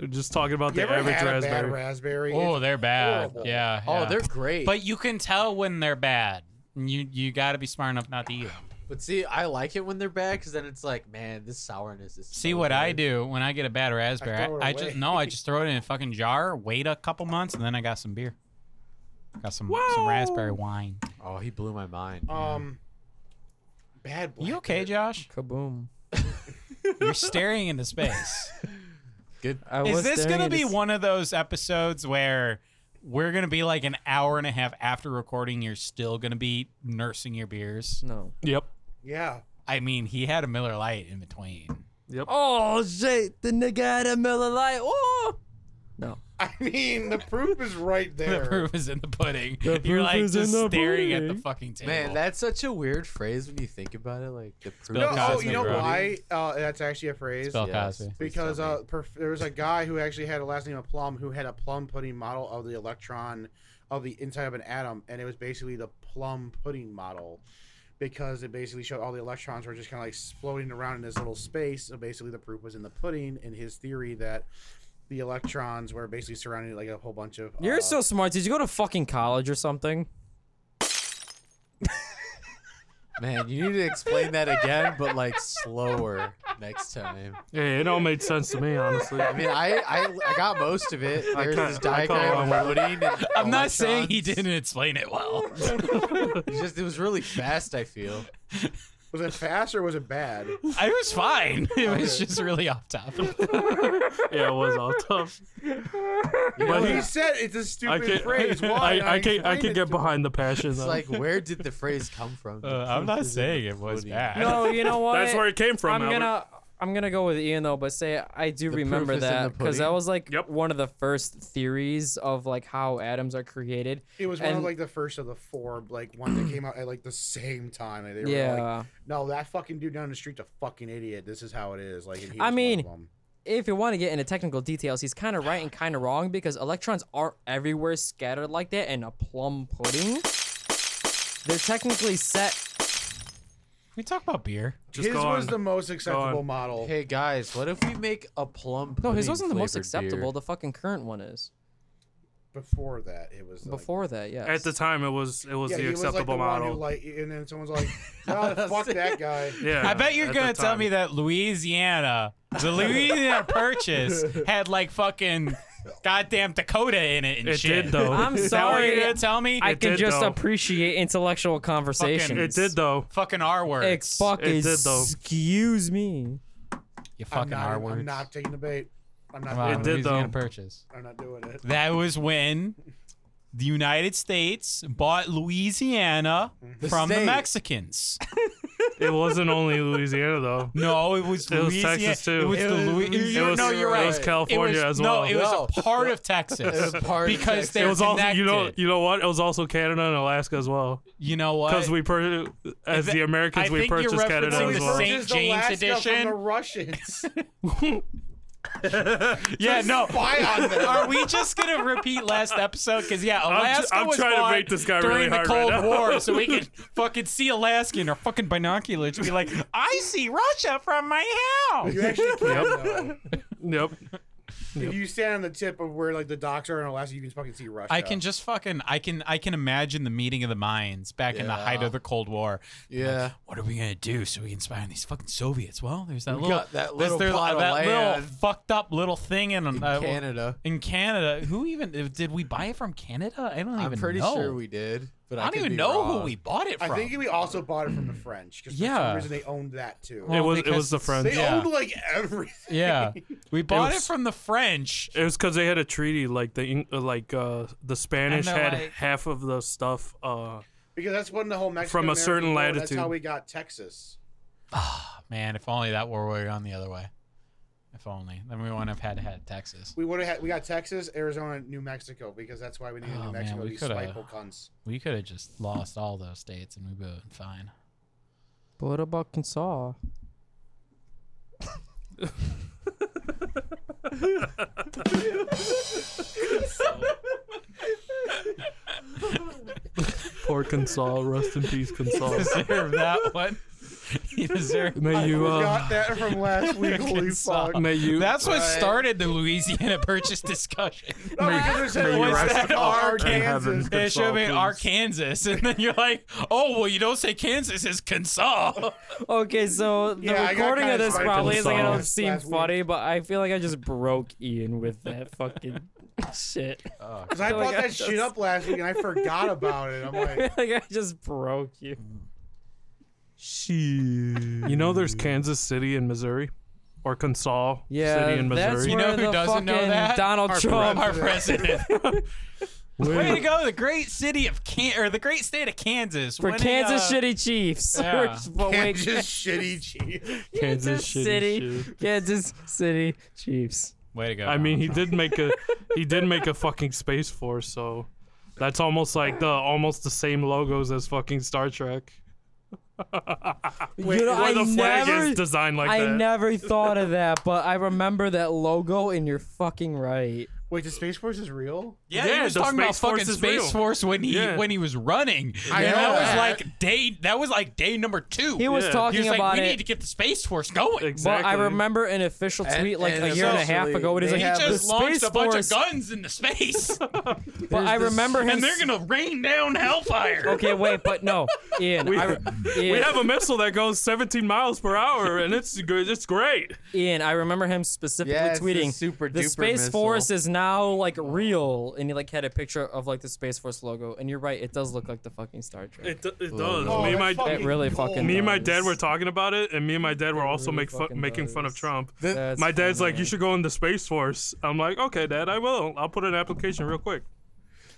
We're just talking about You the ever average had a raspberry. bad raspberry? Oh, It's they're bad. horrible. Yeah, Oh, yeah. they're great. But But you can tell when they're bad. You you got to be smart enough not to eat them. [sighs] but see, I like it when they're bad because then it's like, man, this sourness is. See so what I good. do when I get a bad raspberry? I I, throw it I just away. no, I just throw it in a fucking jar, wait a couple months, and then I got some beer. Got some some raspberry wine. Oh, he blew my mind. Um, bad. Black You okay, Josh? Kaboom. You're staring into space. Good. I Is was this staring gonna at be his- one of those episodes where we're gonna be like an hour and a half after recording? You're still gonna be nursing your beers. No. Yep. Yeah. [laughs] I mean, he had a Miller Lite in between. Oh shit! The nigga had a Miller Lite. Oh. No. I mean, the proof is right there. [laughs] The proof is in the pudding. You're proof like is in just the staring at the pudding. fucking table. Man, that's such a weird phrase when you think about it. Like the proof. No, Bill oh, Cosby, you know bro. why? Uh, that's actually a praise. Bill Yes, Cosby. please Because tell me. uh, perf- there was a guy who actually had a last name of Plum who had a plum pudding model of the electron of the inside of an atom, and it was basically the plum pudding model because it basically showed all the electrons were just kind of like floating around in this little space. So basically, the proof was in the pudding, and his theory that the electrons were basically surrounding like a whole bunch of. You're uh, so smart. Did you go to fucking college or something? man, you need to explain that again, but like slower next time. Hey, it all made sense to me, honestly. I mean, I I, I got most of it. I There's kinda- this I kinda diagram went of pudding. and [laughs] I'm not saying he electrons. didn't explain it [laughs] well. [laughs] It's just it was really fast. I feel. Was it fast or was it [laughs] bad? I was fine. It was just really off topic. yeah, it was all tough. [laughs] Well, but he he, said it's a I stupid phrase. can, Why? [laughs] I, I can, I explained can it get to behind the passion. It's Though. like where did the phrase come from? The Uh, I'm proof not is in the saying it was pudding. bad. No. [laughs] You know what? That's where it came from. I'm Albert. gonna I'm gonna go with Ian though, but say I do The remember proof is in that the because that pudding. was like Yep. one of the first theories of like how atoms are created. It was one of And- like the first of the four, like one that came out at like the same time. and They were like, yeah. no, that fucking dude down the street's a fucking idiot. This is how it is. Like, and he I was mean- one of 'em. if you want to get into technical details, he's kind of right and kind of wrong because electrons aren't everywhere scattered like that in a plum pudding. They're technically set. we talk about beer? Just His go was on. the most Go acceptable on. model. Hey guys, what if we make a plum? No, his pudding wasn't the most flavored beer? acceptable. The fucking current one is. Before that, it was like- Before that, yes. At the time, it was it was yeah, the he acceptable was like the model. One who, like, and then someone's like, "No, fuck that guy." Yeah, I bet you're at the gonna tell time. me that Louisiana, the [laughs] Louisiana Purchase had like fucking goddamn Dakota in it and It shit. did, though. [laughs] I'm Is that what sorry. you're gonna tell me? I It can did, just though. appreciate intellectual conversations. It did though. fucking R words. Ex- fuck It did, though. excuse me. you I'm fucking not, R I'm words. not taking the bait. I'm not. Wow, doing It did, Louisiana though. Purchase. I'm not doing it. That was when the United States bought Louisiana from the state. Mexicans. It wasn't only Louisiana though. No, it was [laughs] It was Louisiana. Texas, too. It was It the was Louisiana. It was- no, you're it right. was California It was- as well. No, it was No. a part of Texas. It was a part of because Texas. they're it was also connected. you know you know what? It was also Canada and Alaska as well. You know what? Because we pur- as Is the it- Americans I we think you're purchased Canada referencing as the well. same- St. Purchased James Alaska edition? From the Russians. yeah, no. Spy on them. [laughs] Are we just gonna repeat last episode? Because yeah, I'm tr- Alaska I'm was trying to bought make this guy during really the hard Cold right now. War, so [laughs] we could fucking see Alaska in our fucking binoculars and be like, "I see Russia from my house." You actually can. though. Yep. If you stand on the tip of where like the docks are in Alaska, you can fucking see Russia. I can just fucking I can I can imagine the meeting of the minds back in the height Yeah. of the Cold War. Yeah. What are we gonna do so we can spy on these fucking Soviets? Well, there's that We little got that there's little their- plot of that little land. fucked up little thing in, In uh, Canada. In Canada, who even did we buy it from Canada? I don't I'm even pretty know. sure we did, but I, I don't could even be know wrong. who we bought it I from. think we also bought it from the French because for Yeah. some reason they owned that too. it was it because was the French. they yeah. owned like everything. [laughs] yeah, we bought it, was- from the [laughs] French. It was because they had a treaty like the Eng- uh, like uh, the Spanish And they're had like- half of the stuff. Uh, Because that's when the whole Mexican From a certain That's latitude. how we got Texas. Man, if only that war were gone the other way. If only, then we wouldn't have had had Texas. We would have had we got Texas, Arizona, New Mexico because that's why we needed Oh, New man, Mexico. we these coulda- spiteful cunts. We could have just lost all those states and we would have been fine. But what about Kansas? poor Consol, rest in peace, Consol. [laughs] [laughs] Deserve that one. You deserve. May you We uh, got that [laughs] from last week. Holy Arkansas. fuck! may you That's what Right. started the Louisiana purchase [laughs] discussion. No, because it said, may you like, rest that? in Arkansas. heaven. It should have been please. Arkansas, and then you're like, "Oh, well, you don't say Kansas is Kansas." Okay, so the Yeah, I got recording kinda of this spiteful probably isn't gonna songs seem last week. funny, but I feel like I just broke Ian with that fucking shit. [laughs] Because I Oh my brought God, Oh that shit that's- up last week and I forgot about it. I'm [laughs] I feel like, like I just broke you. You know, there's Kansas City in Missouri, or Consol Yeah, City in that's Missouri. You Where know who the doesn't know fucking that? Donald our Trump. our president. Way to Wait, go, the great city of Can or the great state of Kansas For winning, Kansas uh, Shitty Chiefs. yeah. but wait, Kansas shitty chief. Kansas Shitty City. Chiefs. Kansas City Chiefs. Way to go! I mean, he did make a he did make a fucking space force, so that's almost like the almost the same logos as fucking Star Trek. you know, Where I the flag never, is designed like I that. never thought of that, but I remember that logo, and you're fucking right. Wait, the Space Force is real? yeah, he Yeah, was the talking about Space Force fucking is Space real. Force when he Yeah. when he was running. I and know that was that. like day that was like day number two. He was Yeah. He talking was like, about we it. need to get the Space Force going. exactly. But I remember an official And- tweet like and a year and a half essentially, ago. It is they like He have the just launched Space a bunch Force. of guns into space, [laughs] But I remember him. and they're s- gonna rain down hellfire. [laughs] Okay, wait, but no, Ian. I, re- Ian, We have a missile that goes 17 miles per hour, and it's gr- it's great. Ian, I remember him specifically Yeah, it's the tweeting. super the duper Space missile." Force is now like real, and he like had a picture of like the Space Force logo. And you're right, it does look like the fucking Star Trek. It, it does. Oh, me and my that's fucking It really cold. fucking me and my does. dad were talking about it, and me and my dad were also really make fu- fucking making fun of does. Trump. That's my dad's like, funny. you should go in the space force. I'm like, okay, dad, I will. I'll put in an application real quick.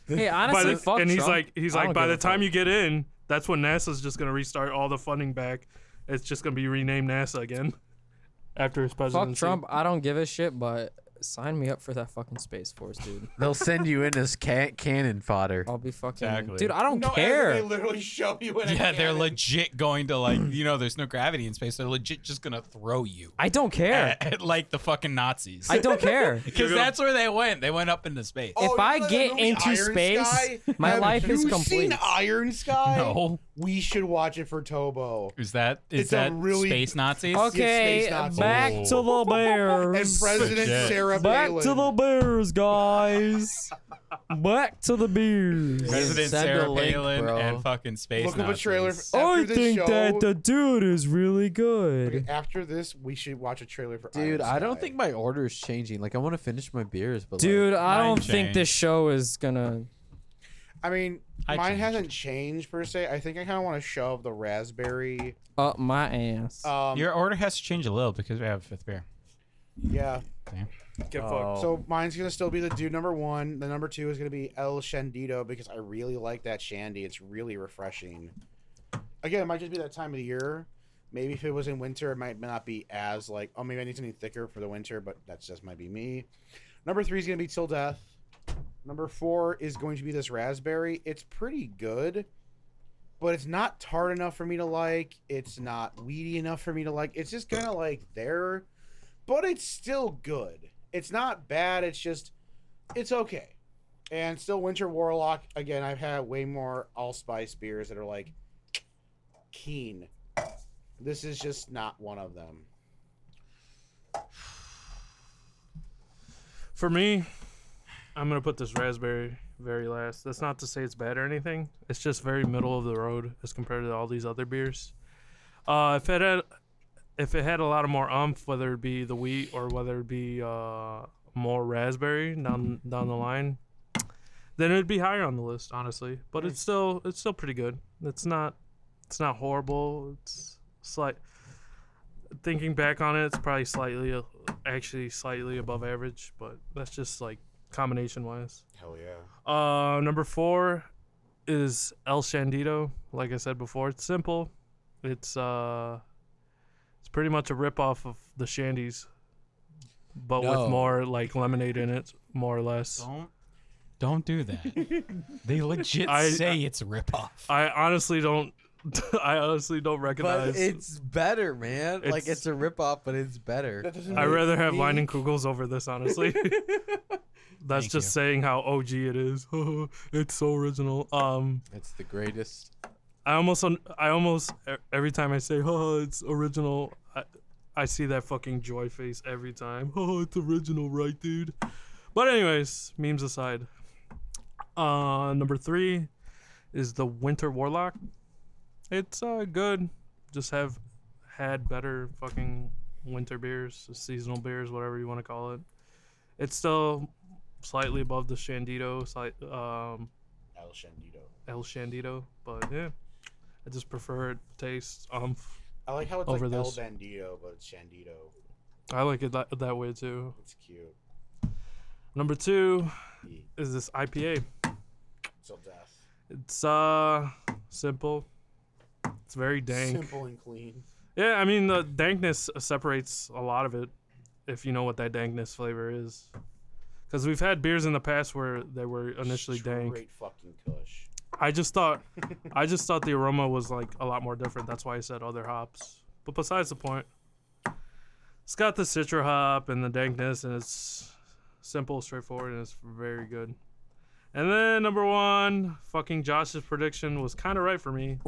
Hey, By honestly, the- fuck and he's Trump. like, he's I like, don't by give the a time fuck. you get in, that's when NASA's just gonna restart all the funding back. It's just gonna be renamed NASA again after his presidency. fuck Trump, I don't give a shit. But Sign me up for that fucking Space Force, dude. They'll send you in as ca- cannon fodder. I'll be fucking. Exactly. Dude, I don't No, care. They literally show you in a [laughs] Yeah, they're cannon. legit going to like you know, there's no gravity in space. They're legit just gonna throw you I don't care. at, [laughs] at, like the fucking Nazis. [laughs] I don't [laughs] care. because that's where they went. They went up into space. Oh, if you I know that get movie into Iron space, Sky? my Have life is You complete. seen Iron Sky? No. We should watch it for Tobo. Oh, Is that is It's a that really- space Nazis? Okay, Space Nazis. back [laughs] Oh. to the And bears. President Legit. Sarah back Palin. to the bears, guys. back to the bears. President Send a Sarah link, Palin bro. and fucking space Look up Nazis. a trailer. After I the think show, that the dude is really good. After this, we should watch a trailer for Dude, Iron I don't Sky. think my order is changing. Like, I want to finish my beers, but Dude, like, I mine don't think this changed. show is gonna. I mean, I mine changed. hasn't changed per se. I think I kind of want to shove the raspberry. Up my ass. Um, Your order has to change a little because we have a fifth beer. yeah. Uh, Get fucked. So mine's gonna still be the dude number one. The number two is gonna be El Shandito because I really like that shandy. It's really refreshing. Again, it might just be that time of the year. Maybe if it was in winter, it might not be as like. Oh, maybe I need something thicker for the winter, but that's just might be me. Number three is gonna be Till Death. Number four is going to be this raspberry. It's pretty good, but it's not tart enough for me to like. It's not weedy enough for me to like. It's just kind of like there, but it's still good. It's not bad. It's just, it's okay. And still, Winter Warlock. Again, I've had way more allspice beers that are like keen. This is just not one of them. For me, I'm gonna put this raspberry very last. That's not to say it's bad or anything. It's just very middle of the road as compared to all these other beers. Uh, if it had, if it had a lot of more umph, whether it be the wheat or whether it be uh, more raspberry down down the line, then it'd be higher on the list, honestly. But it's still it's still pretty good. It's not it's not horrible. It's slight. Thinking back on it, it's probably slightly actually slightly above average, but that's just like combination wise. Hell yeah. Uh, number four is El Shandito. Like I said before, it's simple. It's uh, it's pretty much a ripoff of the Shandies, but No. with more like lemonade in it, more or less. Don't don't do that. [laughs] they legit I- say it's a ripoff. I honestly don't. [laughs] I honestly don't recognize. but it's better, man. like, It's- it's a ripoff, but it's better. I'd rather have Vine and Kugels over [laughs] this, honestly. That's Thank just you. saying how OG it is. [laughs] it's so original. Um, It's the greatest. I almost, un- I almost e- every time I say, "Oh, it's original," I, I see that fucking joy face every time. Oh, it's original, right, dude? But anyways, memes aside, uh, number three is the Winter Warlock. It's uh good. Just have had better fucking winter beers, seasonal beers, whatever you want to call it. It's still slightly above the Shandito, slight um, El Shandito. El Shandito, but yeah, I just prefer it taste. Um, I like how it's Over like this. El Bandito, but it's Shandito. I like it that, that way too. It's cute. Number two Yeah. is this IPA. Till death. It's uh simple. It's very dank. Simple and clean. Yeah, I mean the dankness separates a lot of it, if you know what that dankness flavor is. Because we've had beers in the past where they were initially dank. Great fucking Kush. I just thought, I just thought the aroma was like a lot more different. That's why I said other hops. But besides the point, it's got the citra hop and the dankness, and it's simple, straightforward, and it's very good. And then number one, fucking Josh's prediction was kind of right for me.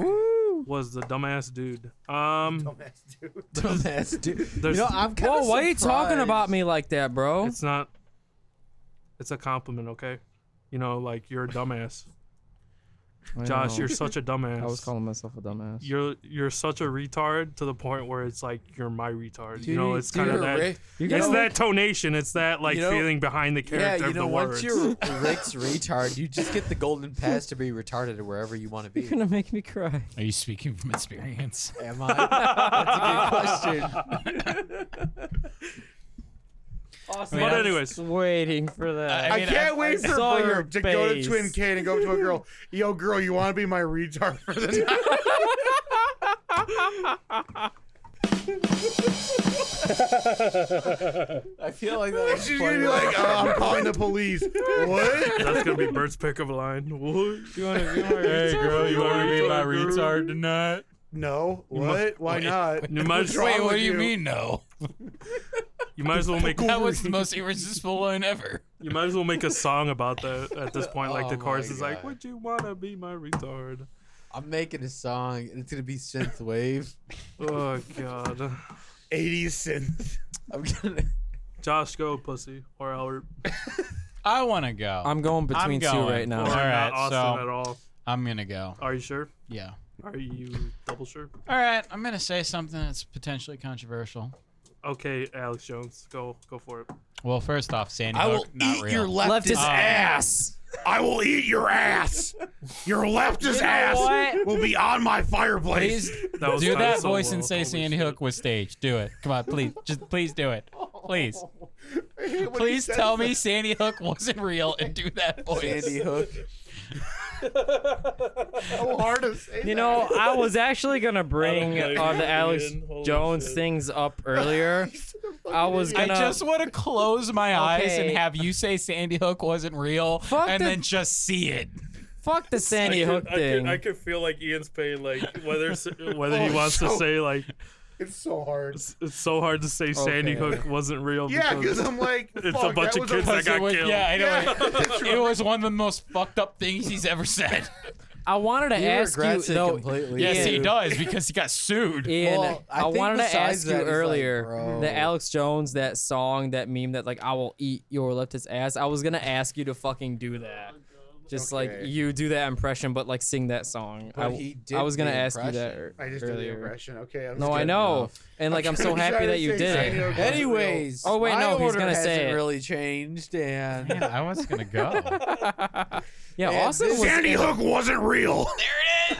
Was the dumbass dude? Um, Dumbass dude. Dumbass, dude. [laughs] You There's- know, I'm kinda Whoa, why are you talking surprised. about me like that, bro? it's not. It's a compliment, okay? You know, like you're a dumbass, I Josh. know. [laughs] You're such a dumbass. I was calling myself a dumbass. you're you're such a retard to the point where it's like you're my retard. Dude, you know, it's dude, kind of that. Rick- You it's gotta- that tonation. It's that like You know- feeling behind the yeah, character you of know, the once words. [laughs] you're Rick's retard, you just get the golden pass to be retarded or wherever you want [laughs] to You're be. [laughs] gonna make me cry. Are you speaking from experience? Am I? That's a good question. Awesome. But anyways. waiting for that. I, mean, can't wait for saw your Burb to go to face. Twin Cane and go up to a girl. [laughs] Yo, girl, you want to be my retard for the night? I feel like [laughs] that. She's gonna be like, oh, I'm calling the [laughs] police. what? That's gonna be Bert's pick of line. What? You want to be my Hey, girl, you want to be my retard tonight? No. What? Why not? You might, as- Wait, wrong what with do you, you? mean no? you might as well [laughs] make That was [laughs] the most irresistible line ever. you might as well make a song about that at this [laughs] point. Like the Oh my chorus is like, God. "Would you wanna be my retard?" I'm making a song, and it's gonna be synth wave. Oh God, 80s [laughs] synth. [laughs] I'm gonna. Josh, go pussy or Albert. I want to go. I'm, I'm going I'm between going. two right Or All now. right, not Austin so- at all. gonna go. Are you sure? Yeah. Are you double sure? All right, I'm gonna say something that's potentially controversial. Okay, Alex Jones, go go for it. Well, first off, Sandy I will Hook, not eat real. your left, Left his eye. ass. I will eat your ass. Your leftist You know ass what? will be on my fireplace. Please That was do kinda that so voice low. and say Holy Sandy shit. Hook was staged. Do it. Come on, please. Just please do it. Please. I hate when he Please says tell that. me Sandy Hook wasn't real and do that voice. Sandy Hook. so hard to say You know, I was actually gonna bring Okay, uh, the Alex Ian, holy Jones shit. things up earlier. [laughs] I was I gonna. just want to close my eyes and [laughs] Okay. have you say Sandy Hook wasn't real Fuck and the- then just see it. fuck the Sandy I could- Hook I could- thing. I could feel like Ian's pain, like whether s- whether he Oh, wants to so- say like It's so hard. it's, it's so hard to say Sandy Okay. Hook wasn't real. Yeah, because I'm like, [laughs] It's a fuck, bunch that of was kids a- [laughs] that got It was- killed. yeah, I know. Yeah, that's It was one of the most fucked up things he's ever said. I wanted to He ask you regrets it though. completely. [laughs] yes, he Ian. does because he got sued. Ian, Well, I I, think wanted to besides ask you that, he's like, earlier "Bro." the Alex Jones that song that meme that like I will eat your leftist ass. I was gonna ask you to fucking do that, just like Okay. you do that impression, but like sing that song. But I, he did I was gonna the ask you that. impression. ear- I just did the earlier. impression. Okay. I'm No, scared. I know, enough. and like I'm, so trying happy to that you say did Sandy Hook it. wasn't real. Anyways, Oh, wait, my no, he's order gonna hasn't say it. really changed, and Man, I was gonna go. [laughs] [laughs] Yeah, And Austin this- was Sandy in- Hook wasn't real. [laughs]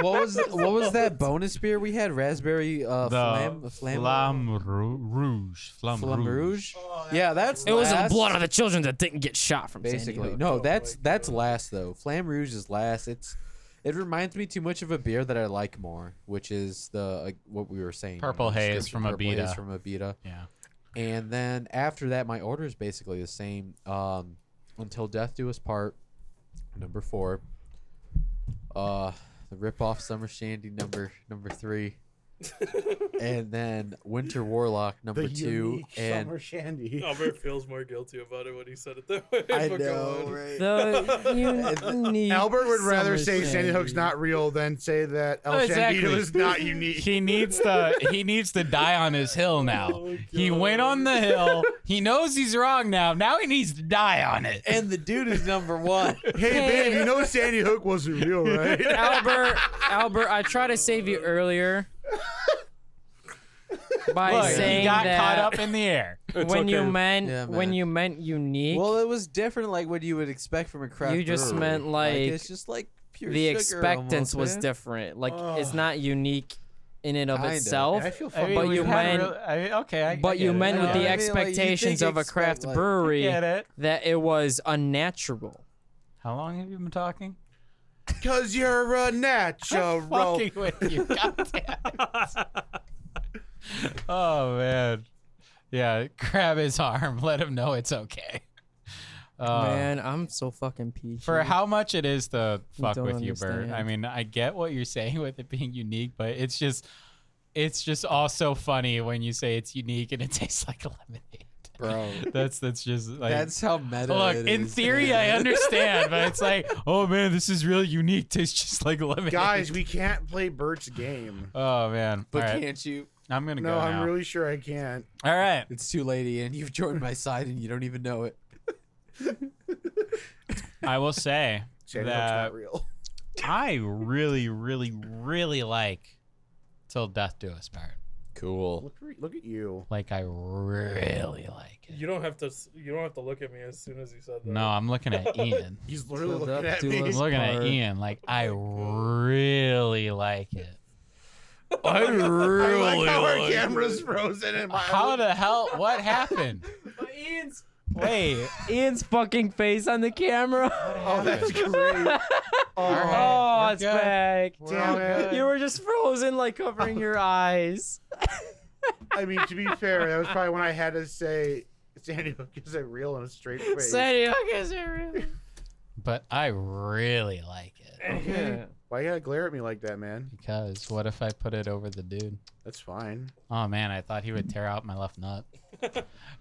what was what was that bonus beer we had? Raspberry uh, flam flam Rouge. Flam, flam rouge. Oh, yeah, that's It was the last, blood of the children that didn't get shot from Sandy basically. Hook. Oh, No, that's that's uh, last though. Flam rouge is last. It's it reminds me too much of a beer that I like more, which is the like, what we were saying. in Purple the Haze description, from Purple Haze Abita. from Abita. Yeah. And then after that, my order is basically the same. Um, until death do us part, number four. Uh, the rip off summer shandy number [laughs] number three, and then winter warlock number The two. unique And summer shandy. Albert feels more guilty about it when he said it that way. I Oh know, right? The Oh. unique Albert would rather summer Oh, say Sandy Hook's Sandy. not real than say that El No, Sandito exactly. is not [laughs] unique. He needs to he needs to die on his hill now. Oh, he went on the hill. He knows he's wrong now. Now he needs to die on it. And the dude is [laughs] number one. Hey, babe, you know Sandy Hook wasn't [laughs] real, right? Albert, Albert, I tried to save you earlier by Look, saying he got that caught up in the [laughs] air. when you okay. meant Yeah, when man. you meant unique, well, it was different, like what you would expect from a craft. You just brewery. meant, like, it's just like pure the sugar expectance almost, was man. different. Like it's Ugh. not unique in and of Kinda. itself. I feel I mean, fucking But we've you had meant- real- I mean, okay, I, I But get you it. meant I get with the I it. mean, like, you expectations think of a expect, craft like- brewery Get it. that it was unnatural. How long have you been talking? because you're a [laughs] natural. Fucking with [laughs] you. God damn it. [laughs] oh man. Yeah, grab his arm. [laughs] Let him know it's okay. Uh, Man, I'm so fucking peachy. For how much it is to fuck don't with you, Bert. I understand. mean, I get what you're saying with it being unique, but it's just, it's just also funny when you say it's unique and it [laughs] tastes like lemonade. bro. [laughs] That's that's just like. That's how meta. Look, it in is, theory, man. I understand, but it's like, oh man, this is really unique. Tastes just like lemonade. Guys, we can't play Bert's game. Oh man. But All right. can't you? I'm gonna No, go I'm now. really sure I can't. All right. It's too late, Ian. You've joined my side and you don't even know it. I will say Sandy that Hook's not real. [laughs] I really, really, really like "Till Death Do Us Part." Cool. Look, re- look at you. Like I really like it. You don't have to. You don't have to look at me as soon as he said that. No, I'm [laughs] looking at Ian. He's literally Till looking death at do [laughs] me. I'm us- looking at Or- Ian. Like I uh, really like it. I I like really how our like- camera's frozen and my How the hell? What happened? [laughs] Ian's Wait. Ian's fucking face on the [laughs] camera. Oh, that's great. Oh, Oh, we're it's good. back. damn it. You were just frozen, like covering your eyes. I mean, to be fair, that was probably when I had to say Sandy Hook is a real in a straight face. Sandy Hook is a real. But I really like it [laughs] Okay. Why you gotta glare at me like that, man? because what if I put it over the dude? That's fine. Oh man, I thought he would tear out my [laughs] left nut.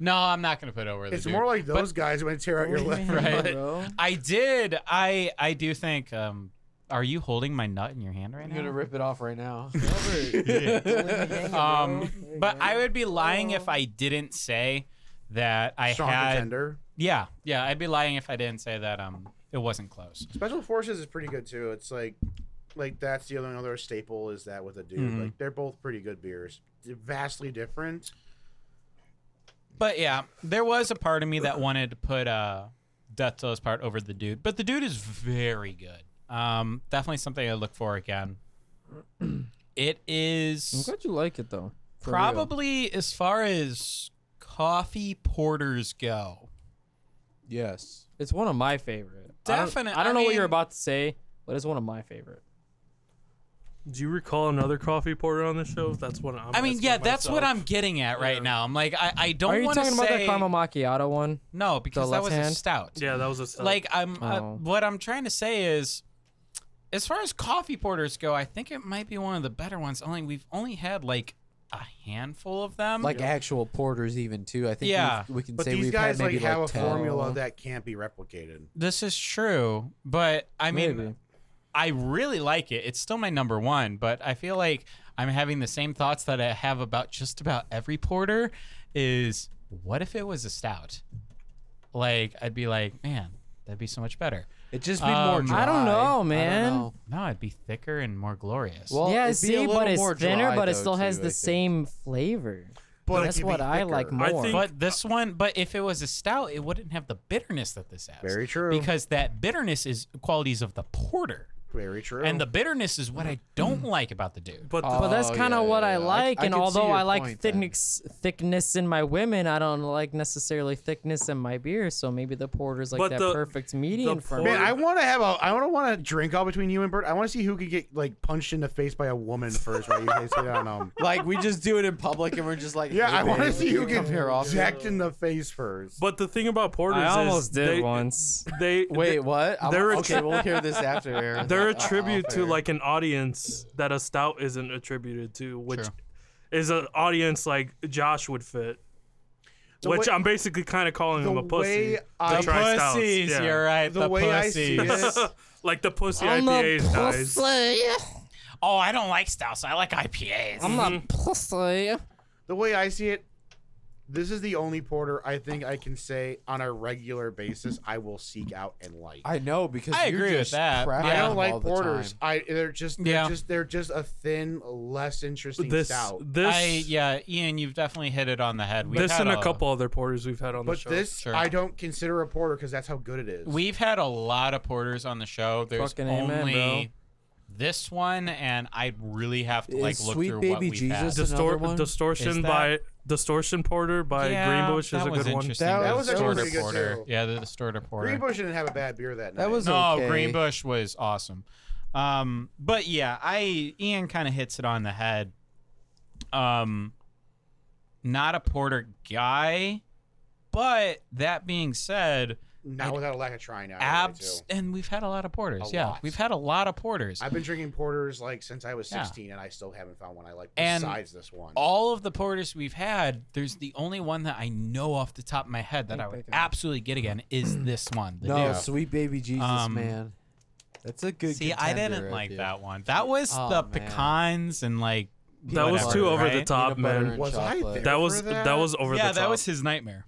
No, I'm not gonna put it over the It's dude. more like those guys when they tear out your left. Right. nut. bro. I did. I I do think. Um, are you holding my nut in your hand right I'm now? gonna rip it off right now. [laughs] um, but I would be lying if I didn't say that I Strong had. contender. Yeah, yeah, I'd be lying if I didn't say that. Um, it wasn't close. Special Forces is pretty good too. It's like, like that's the only other staple is that with a dude. Mhm. Like they're both pretty good beers. They're vastly different. But yeah, there was a part of me that wanted to put uh, Death to Us Part over the dude, but the dude is very good. Um, definitely something I look for again. It I'm is glad you like it though. for real. probably as far as coffee porters go. yes. It's one of my favorite. Definite- Definitely. I don't, I know what mean- you're about to say, but it's one of my favorite. Do you recall another coffee porter on the show? That's what I'm. i mean, asking yeah, that's what myself. I'm getting at right Yeah. now. I'm like, I, I Are don't you want to talking say about that caramel macchiato one? no because that left was a hand? stout. Yeah, that was a sell. like I'm uh, Oh. what I'm trying to say is as far as coffee porters go, I think it might be one of the better ones. Only we've only had like a handful of them. Like actual porters, even too. I think Yeah. we've- we can But say these we've guys had like maybe have a 10. formula that can't be replicated. this is true, but I mean Maybe. I really like it. It's still my number 1, but I feel like I'm having the same thoughts that I have about just about every porter is what if it was a stout? Like I'd be like, man, that'd be so much better. It just be more. Um, Dry. I don't know, man. know. No, it'd be thicker and more glorious. Well, yeah, it'd be see, a little but it's more thinner, dry, but it though, still has too, the I think. same flavor. But it That's could be what I like thicker. more. I think- But this one, but if it was a stout, it wouldn't have the bitterness that this has. Very true. Because that bitterness is qualities of the porter, Very true. Mm. and the bitterness is what I don't like about the dude. but the- but that's Oh, kind of yeah, what yeah, I yeah. I- like, I and can see although your I like point then. thickness thickness in my women, I don't like necessarily thickness in my beer. So maybe the porter's like But that the- perfect median for me. Man, I want to have a. I don't want to drink all between you and Bert. I want to see who could get like punched in the face by a woman first. Right? You guys sit down on 'em. Like we just do it in public, and we're just like, Yeah, hey, I want to babe, see you who come gets here often. jacked in the face first. but the thing about porters I is almost did they, once. They Wait, what? I'm- They're a okay, tri- we'll hear this after. [laughs] Aaron. they're a Uh, tribute off to air. like an audience that a stout isn't attributed to, which True. is an audience like Josh would fit. which way- I'm basically kind of calling the him a pussy. way to I- The try stouts, pussies, yeah. you're [laughs] right. The The, way I see pussies. it- like the pussy I'm a IPAs guys. pussy. oh, I don't like stouts. I like IPAs. I'm a pussy. the way I see it, this is the only porter I think I can say on a regular basis I will seek out and like. I, I know because I you're agree with just that. crapping Yeah. I don't them all like the porters. time. I they're just they're Yeah. just they're just a thin, less interesting This stout. this I yeah, Ian, you've definitely hit it on the head. We've this had and a couple other porters we've had on the But show. this Sure. I don't consider a porter because that's how good it is. We've had a lot of porters on the show. There's Fucking amen, only bro. this one, and I really have to Is like look Sweet through what Baby we've Jesus had. That's another Distor- one? distortion Is by distortion porter by yeah, Greenbush is that a was good one. interesting. That The was actually distorted pretty good, porter. too. Yeah, the distorted porter. Greenbush didn't have a bad beer that night. That was No, okay. Greenbush was awesome. Um, but yeah, I Ian kind of hits it on the head. Um, not a porter guy, but that being said, not without a lack of trying out. I really abs do. and we've had a lot of porters. A yeah, lot. we've had a lot of porters. I've been drinking porters like since I was Yeah. 16, and I still haven't found one I like And besides this one. All of the porters we've had, there's the only one that I know off the top of my head that I would absolutely get again is [clears throat] this one. The No, Duke. sweet baby Jesus, Um, man. That's a good. See, I contender didn't right like there. that one. That was Oh, the man. pecans and like That was whatever, too over the right? top, Peanut butter man. and Was I chocolate. there? That was For that? that? was over yeah, the top. that was his nightmare.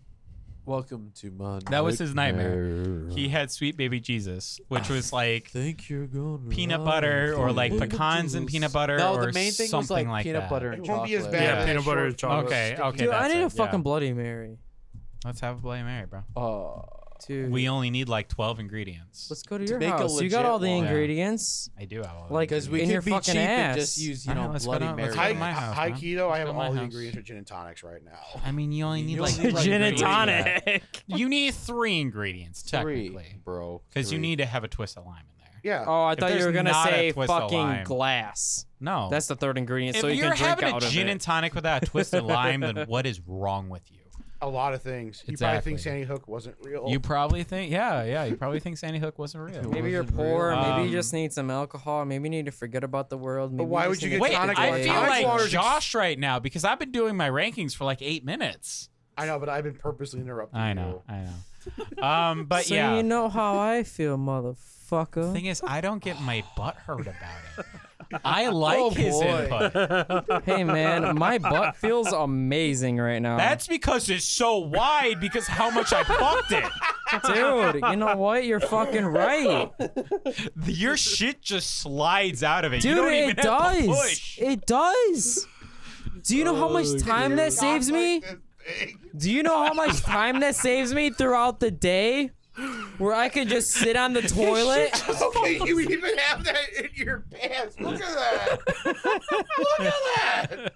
Welcome to Monday. That was his nightmare. He had sweet baby Jesus, which was [laughs] like Think you're going peanut butter or like pecans and peanut butter No, or the main thing was something like, like peanut that. butter it and won't chocolate. be as bad. Yeah, as peanut short butter and chocolate. Okay, okay. Dude, I that's need it, a fucking yeah. Bloody Mary. Let's have a Bloody Mary, bro. Oh, Dude, We only need like 12 ingredients. let's go to your make a house. You got legit all the one. Yeah. ingredients. I do have all Like, those because we In your could be cheap fucking and ass. just use you All right, know let's go Bloody down- let's Mary. go to High, my Like, house, high man. keto. I have Not my all the house. ingredients for gin and tonics right now. ingredients. I mean, you only need You like only need, like, three Gin and ingredients. tonic. [laughs] [laughs] You need three ingredients Three, technically, bro. because you three. need to have a twist of lime in there. Yeah. Oh, I If thought you there's were gonna not a say twist of lime. fucking glass. No. That's the third ingredient, If so you you're can drink having a out of gin it. and tonic without a twist of lime, then what is wrong with you? A lot of things. You probably Exactly. think Sandy Hook wasn't real. You probably think, yeah, yeah, you probably think Sandy Hook wasn't real. Maybe you're poor. Maybe Um, you just need some alcohol. Maybe you need to forget about the world. Maybe why just would you need get to Wait, tonic I water- away. feel tonic water like is ex- Josh right now because I've been doing my rankings for like eight minutes. I know, but I've been purposely interrupting. I you. [laughs] know, I know. Um, [laughs] but so yeah, you know how I [laughs] feel, motherfucker. thing is, I don't get my butt hurt about [laughs] it. I like Oh, his input. hey man, my butt [laughs] feels amazing right now. That's because it's so wide because how much I fucked it. dude. You know what? You're fucking right, Your shit just slides out of it. you dude. don't even have It to does. push. Oh, It does. Do you know how much time that saves me? Do you know how much time that saves me throughout the day? Where I could just sit on [laughs] the toilet. Okay, you even have that in your pants. Look at [laughs] that. Look at that.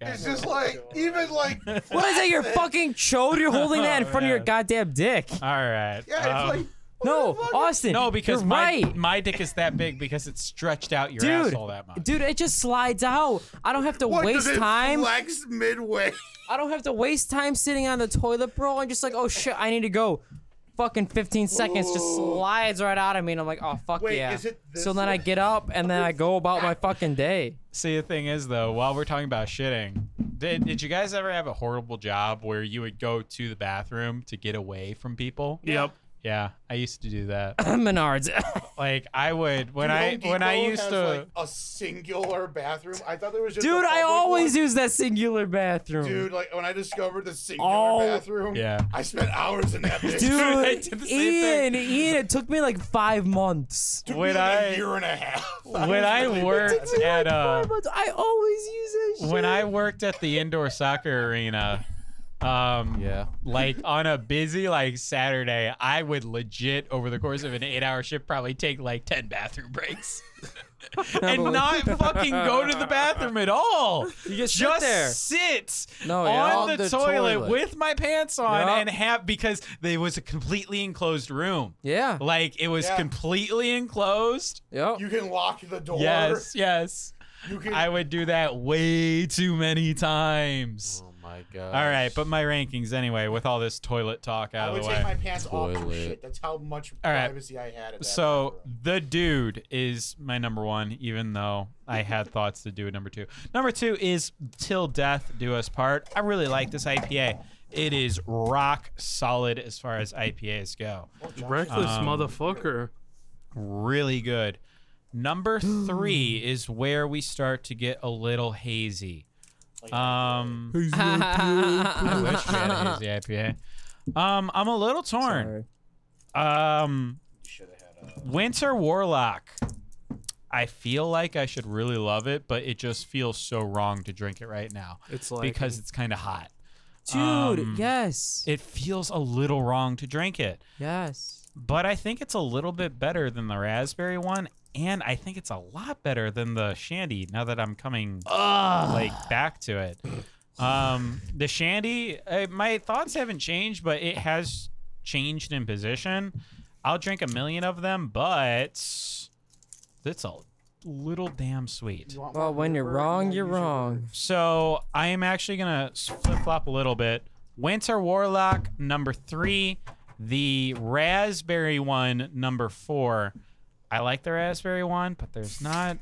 It's just like even like What is that? Your fucking chode? You're holding that in Oh, front of your goddamn dick. All right. yeah, it's um, like No, Austin. No, because you're my right. my dick is that big because it's stretched out your dude, asshole that much. dude, it just slides out. I don't have to what waste does it time. flex midway. I don't have to waste time sitting on the toilet, bro. I'm just like, oh shit, I need to go. Fucking 15 seconds just slides right out of me, and I'm like, oh fuck Wait, yeah. is it this so then I way? get up and then I go about my fucking day. [laughs] See, the thing is though, while we're talking about shitting, did did you guys ever have a horrible job where you would go to the bathroom to get away from people? Yep. Yeah, I used to do that. Menards. [laughs] like I would when I Home when I Depot used has, to. like, a singular bathroom. I thought there was just a [laughs] Dude, I public always one. use that singular bathroom. Dude, like when I discovered the singular Oh. bathroom, Yeah. I spent hours in [laughs] that. bitch. [laughs] Dude, I did the same Ian, Ian, it took me like five months. Took me [laughs] when like a I- year and a half. [laughs] when I worked at uh, Five months. I always use that shit. when I worked at the indoor soccer arena, um, Yeah. like on a busy like Saturday, I would legit over the course of an eight-hour shift probably take like ten bathroom breaks. and not fucking go to the bathroom at all. [laughs] You just sit just there. sit No, yeah. on On the, the toilet, toilet. with my pants on Yup. and have because there was a completely enclosed room. yeah. Like it was Yeah. completely enclosed. Yep. You can lock the door. Yes, yes. You can. I would do that way too many times. Oh my god. All right, but my rankings anyway, with all this toilet talk I out would of the take way. my pants off and Toilet. shit. That's how much All right. privacy I had. At that So bathroom. the dude is my number one, even though I had thoughts to do at number two. Number two is Till Death Do Us Part. I really like this IPA. It is rock solid as far as IPAs go. Reckless Um, motherfucker. Really good. Number three is where we start to get a little hazy. Um, I wish we had a hazy IPA. Um, I'm a little torn. Um, Winter Warlock. I feel like I should really love it, but it just feels so wrong to drink it right now It's like because it's kind of hot. [laughs] Dude, Um, yes. It feels a little wrong to drink it, yes. but I think it's a little bit better than the raspberry one, and I think it's a lot better than the shandy. Now that I'm coming like back to it, um, the shandy, uh, my thoughts haven't changed, but it has changed in position. I'll drink a million of them, but it's a little damn sweet. You want Well, more when you're Bluebird? wrong, Yeah, you're you should- wrong. So I am actually gonna flip flop a little bit. Winter Warlock number three, the raspberry one number four. I like the raspberry one, but there's not.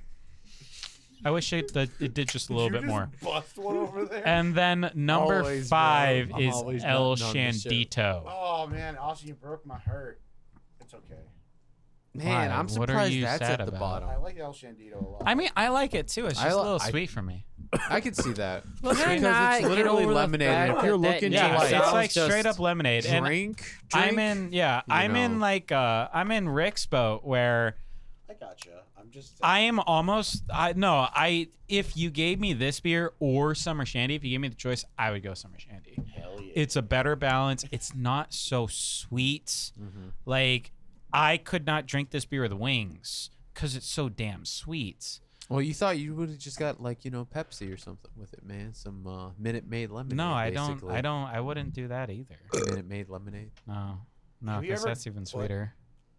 I wish it that it did just a little you bit just more. Bust one over [laughs] there. And then number Always, bro. five I'm is always El nutting on this shit. Shandito. oh man, Austin, you broke my heart. It's okay. Man, Why? I'm What are surprised you that's sad at the about? [laughs] bottom. I like El Shandito a lot. I mean, I like it too. It's I just a li- little I- sweet for me. I could [laughs] see that. Can I because not it's get literally over the lemonade. and fact If you're that looking Yeah, that to July. like it's like just straight up lemonade. drink, and I'm in, yeah, you I'm in know. like, uh, I'm in Rick's boat where. I gotcha. I'm just. I am almost. I no. I if you gave me this beer or summer shandy, if you gave me the choice, I would go summer shandy. Hell yeah. It's a better balance. It's not so sweet. Like I could not drink this beer with wings because it's so damn sweet. Well, you thought you would have just got like you know Pepsi or something with it, man. Some uh, Minute Maid lemonade. No, I don't. basically. I don't. I wouldn't do that either. [laughs] Minute Maid lemonade. No, no, Have you because ever- that's even what? sweeter.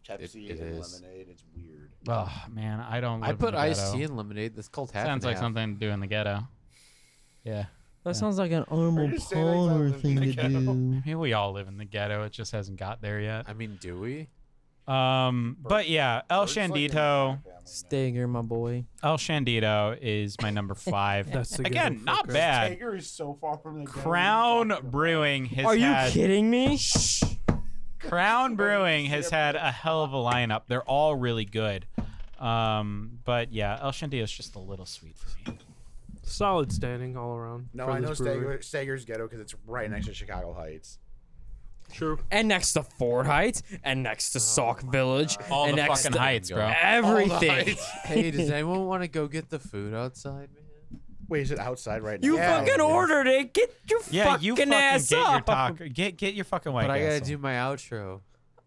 Pepsi it and is. lemonade. It's weird. Oh man, I don't. I live in put the iced ghetto. tea and lemonade. That's called half. Sounds and like half. something to do in the ghetto. Yeah. That sounds like an Are animal you saying I live in the thing to ghetto? do. Maybe we all live in the ghetto. It just hasn't got there yet. I mean, [laughs] do we? Um, but yeah, El Bird's like in Shandito. Stager, my boy. El Shandito is my [laughs] number five. That's the Again, ghetto not fucker. bad. Tiger is so far from the ghetto, Crown Brewing has Are you had kidding me? Crown Brewing has had a hell of a lineup. They're all really good. Um, but yeah, El Shandito is just a little sweet for me. Solid standing all around. No, for I this know brewery. Stager, Stager's ghetto because it's right next to Chicago Heights. True. And next to Ford Heights, and next to Sauk Village, All and the next fucking to heights, bro. everything. [laughs] hey, does anyone want to go get the food outside, man? Wait, is it outside right now? You Yeah. fucking ordered it. Get your Yeah, fucking, you fucking ass get up. your taco. Get get your fucking white. But I gotta Castle. do my outro.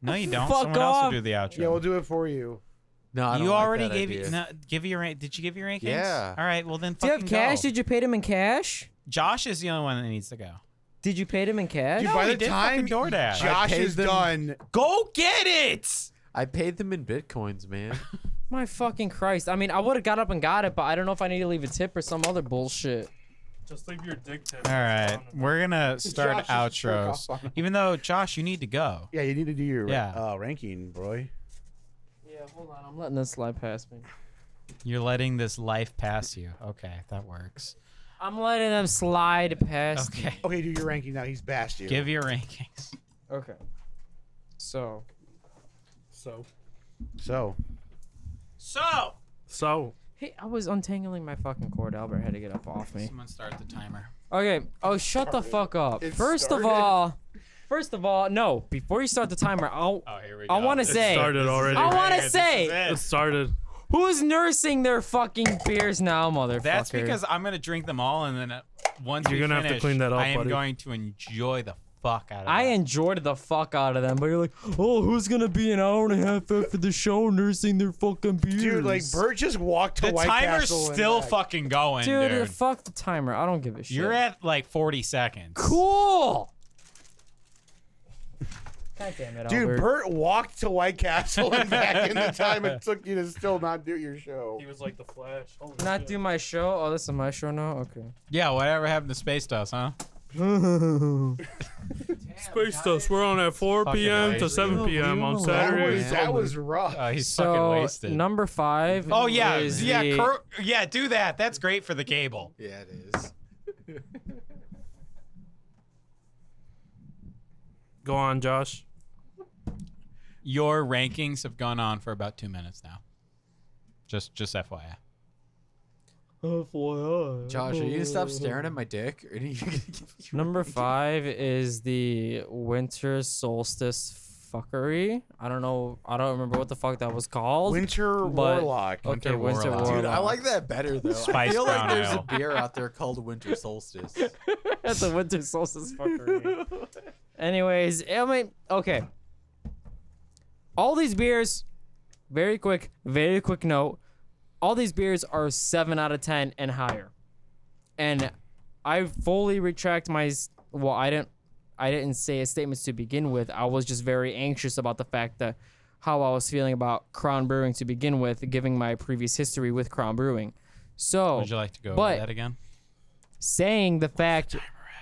No, you don't. Fuck Someone else will off. do the outro. Yeah, we'll do it for you. No, I don't you like already that gave idea. you no, give your rank. Did you give your rankings? Yeah. All right. Well then, Do you have fucking cash? go. Did you pay them in cash? Josh is the only one that needs to go. Did you pay them in cash? Dude, No, by he the did time fucking DoorDash. Josh I paid is them- done, Go get it. I paid them in bitcoins, man. My fucking Christ. I mean, I would have got up and got it, but I don't know if I need to leave a tip or some other bullshit. Just leave your dick tip. All right, we're gonna start Josh is jerk outros. off on- Even though Josh, you need to go. yeah, you need to do your Yeah. uh, ranking, bro. Yeah, hold on. I'm letting this slide past me. You're letting this life pass you. Okay, that works. I'm letting them slide past. me. [laughs] Okay, Okay, do your ranking now. He's bashed you. give your rankings. Okay. So. So. so So So. Hey, I was untangling my fucking cord. Albert had to get up off me. someone start the timer. Okay. Oh, shut the fuck up. It first started. of all, first of all, no. Before you start the timer, I'll, Oh, here we go. I want to say, started already. I want This to is say, It started. who's nursing their fucking beers now, motherfucker? That's because I'm gonna drink them all, and then uh, once You're we gonna have to finish, clean that up, I am buddy. going to enjoy the fuck out of I that. enjoyed the fuck out of them, but you're like, oh, who's gonna be an hour and a half after the show nursing their fucking beers? dude, like Bert just walked to The White timer's Castle and still back. fucking going, dude, dude. fuck the timer. I don't give a shit. You're at like 40 seconds. cool. God damn it, Dude, Albert. Bert walked to White Castle and back in the time it took you to still not do your show. He was like the Flash. Holy Not shit. do my show. Oh, this is my show now. Okay. Yeah, whatever happened to Space Dust, huh? Space Dust. We're on at 4 Fucking p.m. amazing. to 7 p.m. on That That Saturday. was, that was rough. Oh, he's So fucking wasted. number five. oh yeah, is yeah, the- cor- yeah. Do that. That's great for the cable. yeah, it is. Go on, Josh. Your rankings have gone on for about two minutes now. Just, just FYI. Josh, are you gonna stop staring at my dick? Or are you gonna give me- number five is the winter solstice fuckery. I don't know. I don't remember what the fuck that was called. Winter but- Oh, Warlock. okay, Winter winter Warlock. warlock. [laughs] Dude, I like that better though. Spice I feel like brown there's ale. a beer out there called Winter Solstice. [laughs] That's a winter solstice [laughs] fuckery. Anyways, I mean, okay. All these beers, very quick, very quick note. All these beers are seven out of ten and higher, and I fully retract my. s- Well, I didn't. I didn't say a statements to begin with. I was just very anxious about the fact that how I was feeling about Crown Brewing to begin with, giving my previous history with Crown Brewing. So Would you like to go but- over that again? saying the fact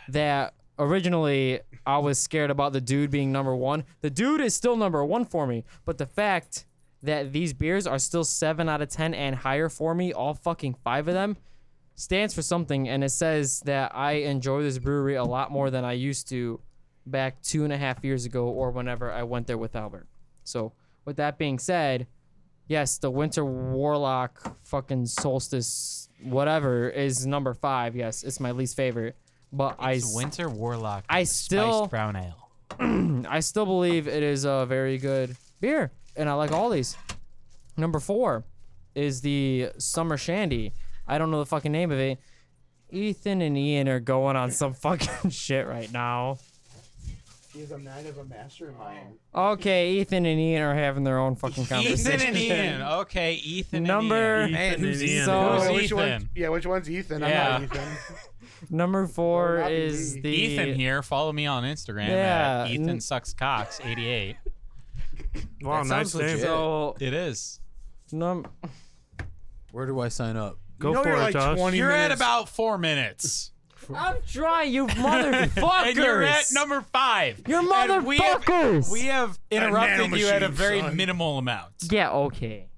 that originally I was scared about the dude being number one. The dude is still number one for me, but the fact that these beers are still seven out of ten and higher for me, all fucking five of them, stands for something, and it says that I enjoy this brewery a lot more than I used to back two and a half years ago or whenever I went there with Albert. So, with that being said, yes, the Winter Warlock fucking solstice whatever is number five. Yes, it's my least favorite, but I It's s- Winter Warlock. I with still- spiced brown ale. I still believe it is a very good beer, and I like all these. Number four is the Summer Shandy. I don't know the fucking name of it. Ethan and Ian are going on some [laughs] fucking shit right now. He's a man of a mastermind. Okay, Ethan and Ian are having their own fucking conversation. Ethan and Ian. Okay, Ethan. Number- and Ian. Ethan who's and Ian. so- Who's Oh, Who's which Ethan? one? Yeah, which one's Ethan? Yeah. I'm not Ethan. [laughs] Number Well, four not is me. the Ethan here. Follow me on Instagram Yeah, at n- Ethan Sucks Cox 88. Wow, That nice sounds name. legit. So, It is. No, [laughs] Where do I sign up? Go You know for you're it, like Josh. 20 You're at minutes. about four minutes. I'm trying, [laughs] you motherfuckers. And you're at number five. You're And We have, motherfuckers. we have A interrupted you at a nanomachine, very son. minimal amount. Yeah, okay.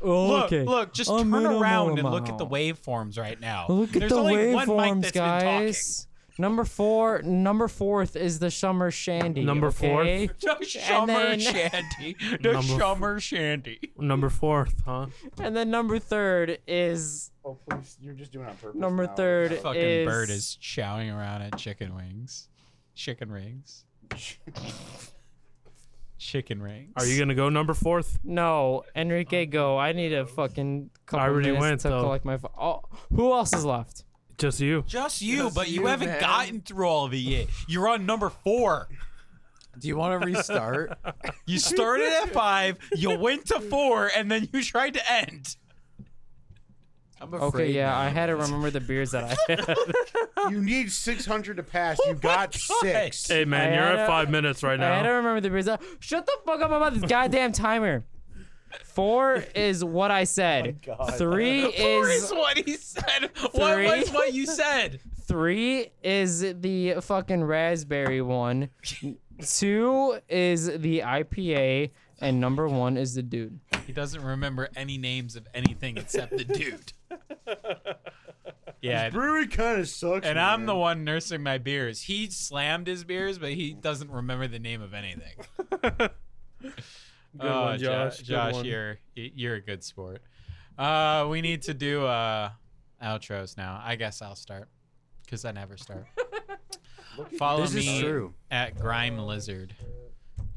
Look, okay. look, just A turn minimal around and look at the amount. waveforms right now. Look at There's the only one mic waveforms, that's been talking. guys. Number four, number fourth is the Summer Shandy. Number fourth? okay? [laughs] The And Shummer then, [laughs] Shandy. The Number f- Shummer Shandy. Number fourth, huh? and then number third is Oh please, you're just doing it on purpose. Number now. third You're Fucking is bird is chowing around at chicken wings. Chicken rings. chicken rings. Are you gonna go number fourth? no Enrique. Go. I need a fucking couple I already minutes went, to though. collect my. Fo- oh, who else is left? Just you. Just you, but you, you, haven't man. gotten through all of it yet. You're on number four. Do you want to restart? You started at five, you went to four, and then you tried to end. [laughs] I'm Okay, yeah, I had to remember the beers that I [laughs] [laughs] had. You need 600 to pass. [laughs] you got six. Hey man, I you're had at a- five minutes right I had to now. remember the beers. That- Shut the fuck up about this goddamn timer. Four is what I said. Three Four is is what he said. What Three. was what you said? Three is the fucking raspberry one. Two is the IPA, and number one is the dude. He doesn't remember any names of anything except the dude. Yeah, and- Brewery kind of sucks. and I'm the man. one nursing my beers. He slammed his beers, but he doesn't remember the name of anything. [laughs] Good Oh, one, Jo- Josh. Good Josh, one. you're y- you're a good sport. Uh, we need to do uh outros now. I guess I'll start because I never [laughs] start. Follow This is me true. at Grime Lizard.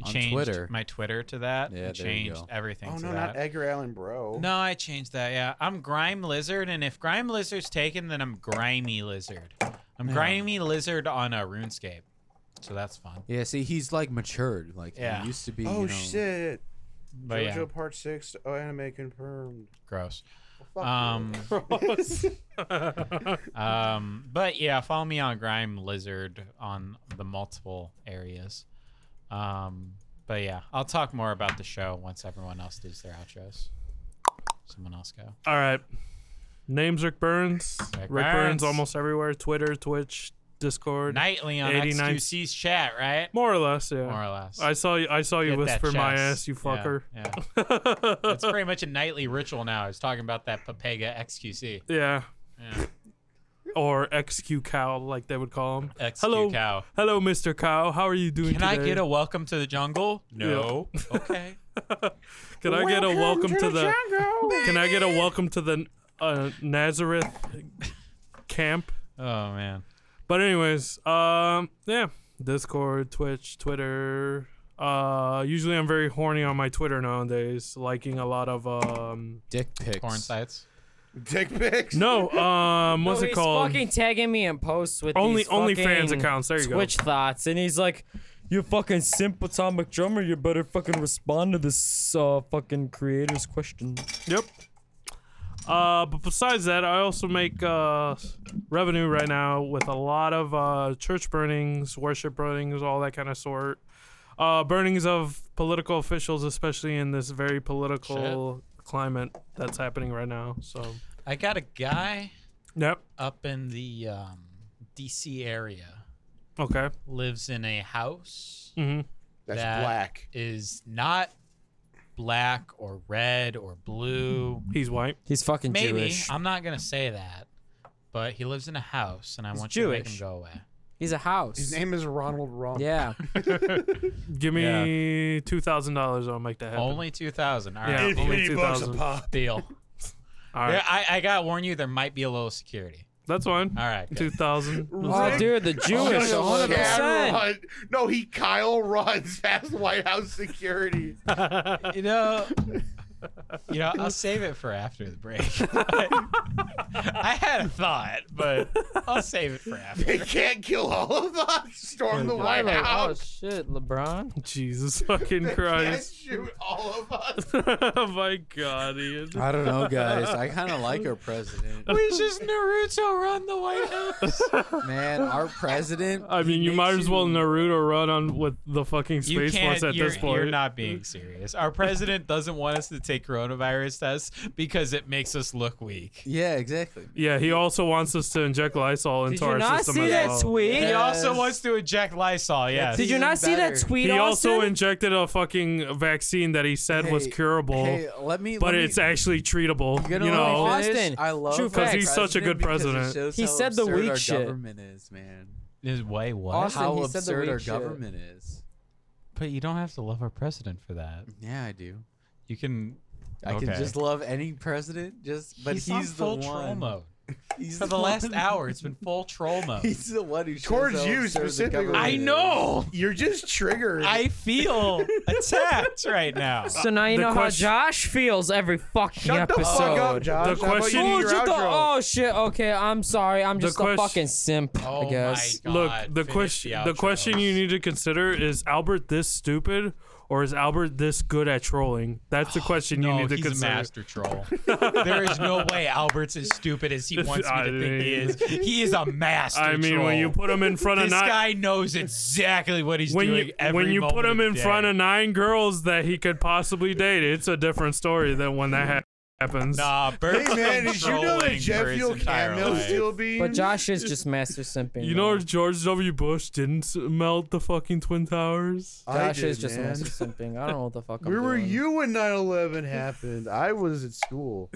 On changed Twitter. my Twitter to that. Yeah, there Yeah, you changed go. everything. Oh to no, that. not Edgar Allan Bro. No, I changed that. Yeah, I'm Grime Lizard, and if Grime Lizard's taken, then I'm Grimy Lizard. I'm Yeah. Grimy Lizard on a RuneScape, so that's fun. Yeah, see, he's like matured. Like Yeah. he used to be. Oh you know, shit. But JoJo yeah, Part Six. Oh, anime confirmed. gross. Fuck Um, you. um, but yeah, follow me on Grime Lizard on the multiple areas. Um, but yeah, I'll talk more about the show once everyone else does their outros. Someone else go. All right. Name's Rick Burns. Rick Rick Burns. Burns almost everywhere. Twitter, Twitch, Discord. Nightly on 89 XQC's chat, right? More or less, yeah. More or less. I saw you. I saw you Get that whisper my chest. ass, you Yeah, fucker. Yeah, [laughs] It's pretty much a nightly ritual now. I was talking about that Papega XQC. yeah. Yeah. Or XQ cow, like they would call him. XQ Hello, cow. Hello, Mr. Cow. How are you doing Can I today? get a welcome to the jungle? No. Okay. [laughs] Can I get a welcome to the? Can I get a welcome to the uh, Nazareth camp? Oh man. But anyways, um, yeah, Discord, Twitch, Twitter. Uh, usually I'm very horny on my Twitter nowadays, liking a lot of um. Dick pics. Porn sites. [laughs] Dick pics. No, [laughs] um, what's No, it he's called? fucking tagging me in posts with Only- these only fans fucking accounts, there you go. Twitch thoughts, and he's like, "You fucking simp atomic drummer, you better fucking respond to this uh, fucking creator's question." Yep. Uh, but besides that, I also make uh, revenue right now with a lot of uh, church burnings, worship burnings, all that kind of sort. Uh, burnings of political officials, especially in this very political climate that's happening right now. So, I got a guy yep. up in the um, DC area Okay. lives in a house hmm That's that black. is not black or red or blue. He's white. He's fucking Maybe Jewish. I'm not gonna say that, but he lives in a house, and I He's want you to make him Jewish. go away. He's a house. His name is Ronald Rump. Yeah. Give me two thousand dollars. I'll make that happen. Only two thousand. All Yeah, right, only Infinity bucks a 2,000. pop. deal. [laughs] All right. There- I, I gotta warn you, there might be a little security. That's fine. All right. good. Two thousand. [laughs] oh, dude, the Jewish. Kyle 100%. Run. [laughs] No, he Kyle runs past White House security. You know, You know, I'll save it for after the break. [laughs] I had a thought, but I'll save it for after. They can't kill all of us. Storm the White Like, House. oh shit, LeBron. Jesus fucking They Christ. can't shoot all of us. [laughs] oh my god, Ian. I don't know, guys. I kind [laughs] of like our president. We just Naruto run the White [laughs] House. Man, our president. I mean, you might as well Naruto run on with the fucking You Space can't. Force at you're, this point. you're not being serious. Our president doesn't want us to take coronavirus tests because it makes us look weak. Yeah, exactly. Yeah, he also wants us to inject Lysol into Did you our not system see as that well. tweet? He also Yes. wants to eject Lysol. Yes. Did you not see that better. tweet? He also Austin? injected a fucking vaccine that he said was Hey, curable, Hey, let me. but let me- it's actually treatable. You gonna let me know, finish? finish? Austin, I love true our fact. 'Cause he's such a good because it president. shows He how said the absurd weak our shit. government is, man. Is way what? Austin, how he said the absurd weak our shit. government is. But you don't have to love our president for that. Yeah, I do. You can. I can Okay. just love any president. Just but he's, on the full troll one. mode. He's For the last one- hour, it's been full troll mode. [laughs] He's the one who shows Towards how you absurd the specifically. government I is. know. You're just triggered. I [laughs] feel attacked right now. So now you uh, The know question- how Josh feels every fucking Shut the episode. fuck up, Josh. The How about you question- do Dude, your you outro? thought, oh shit, okay, I'm sorry, I'm The just a quest- fucking simp, Oh I guess. my look, God, the finish question, the, outro. question you need to consider is Albert this stupid or is Albert this good at trolling? [sighs] That's the question No, you need to Oh, he's consider. a master [laughs] troll. there is no way Albert's as stupid as he wants me I to think he mean- is. He is a master. I mean, when you troll. put him in [laughs] front of this nine, guy knows exactly what he's when doing you every when you put moment him in the front day. of nine girls that he could possibly date, it's a different story than when that ha- happens. Nah, Bert's oh, Hey man, been did you know that trolling jet for his fuel entire can melt life. steel beams? [laughs] But Josh is just master simping. You know though. George W. Bush didn't s- melt the fucking twin towers. I Josh did, is just man. master simping. I don't know what the fuck I'm Where were doing. you when 9/11 happened? I was at school.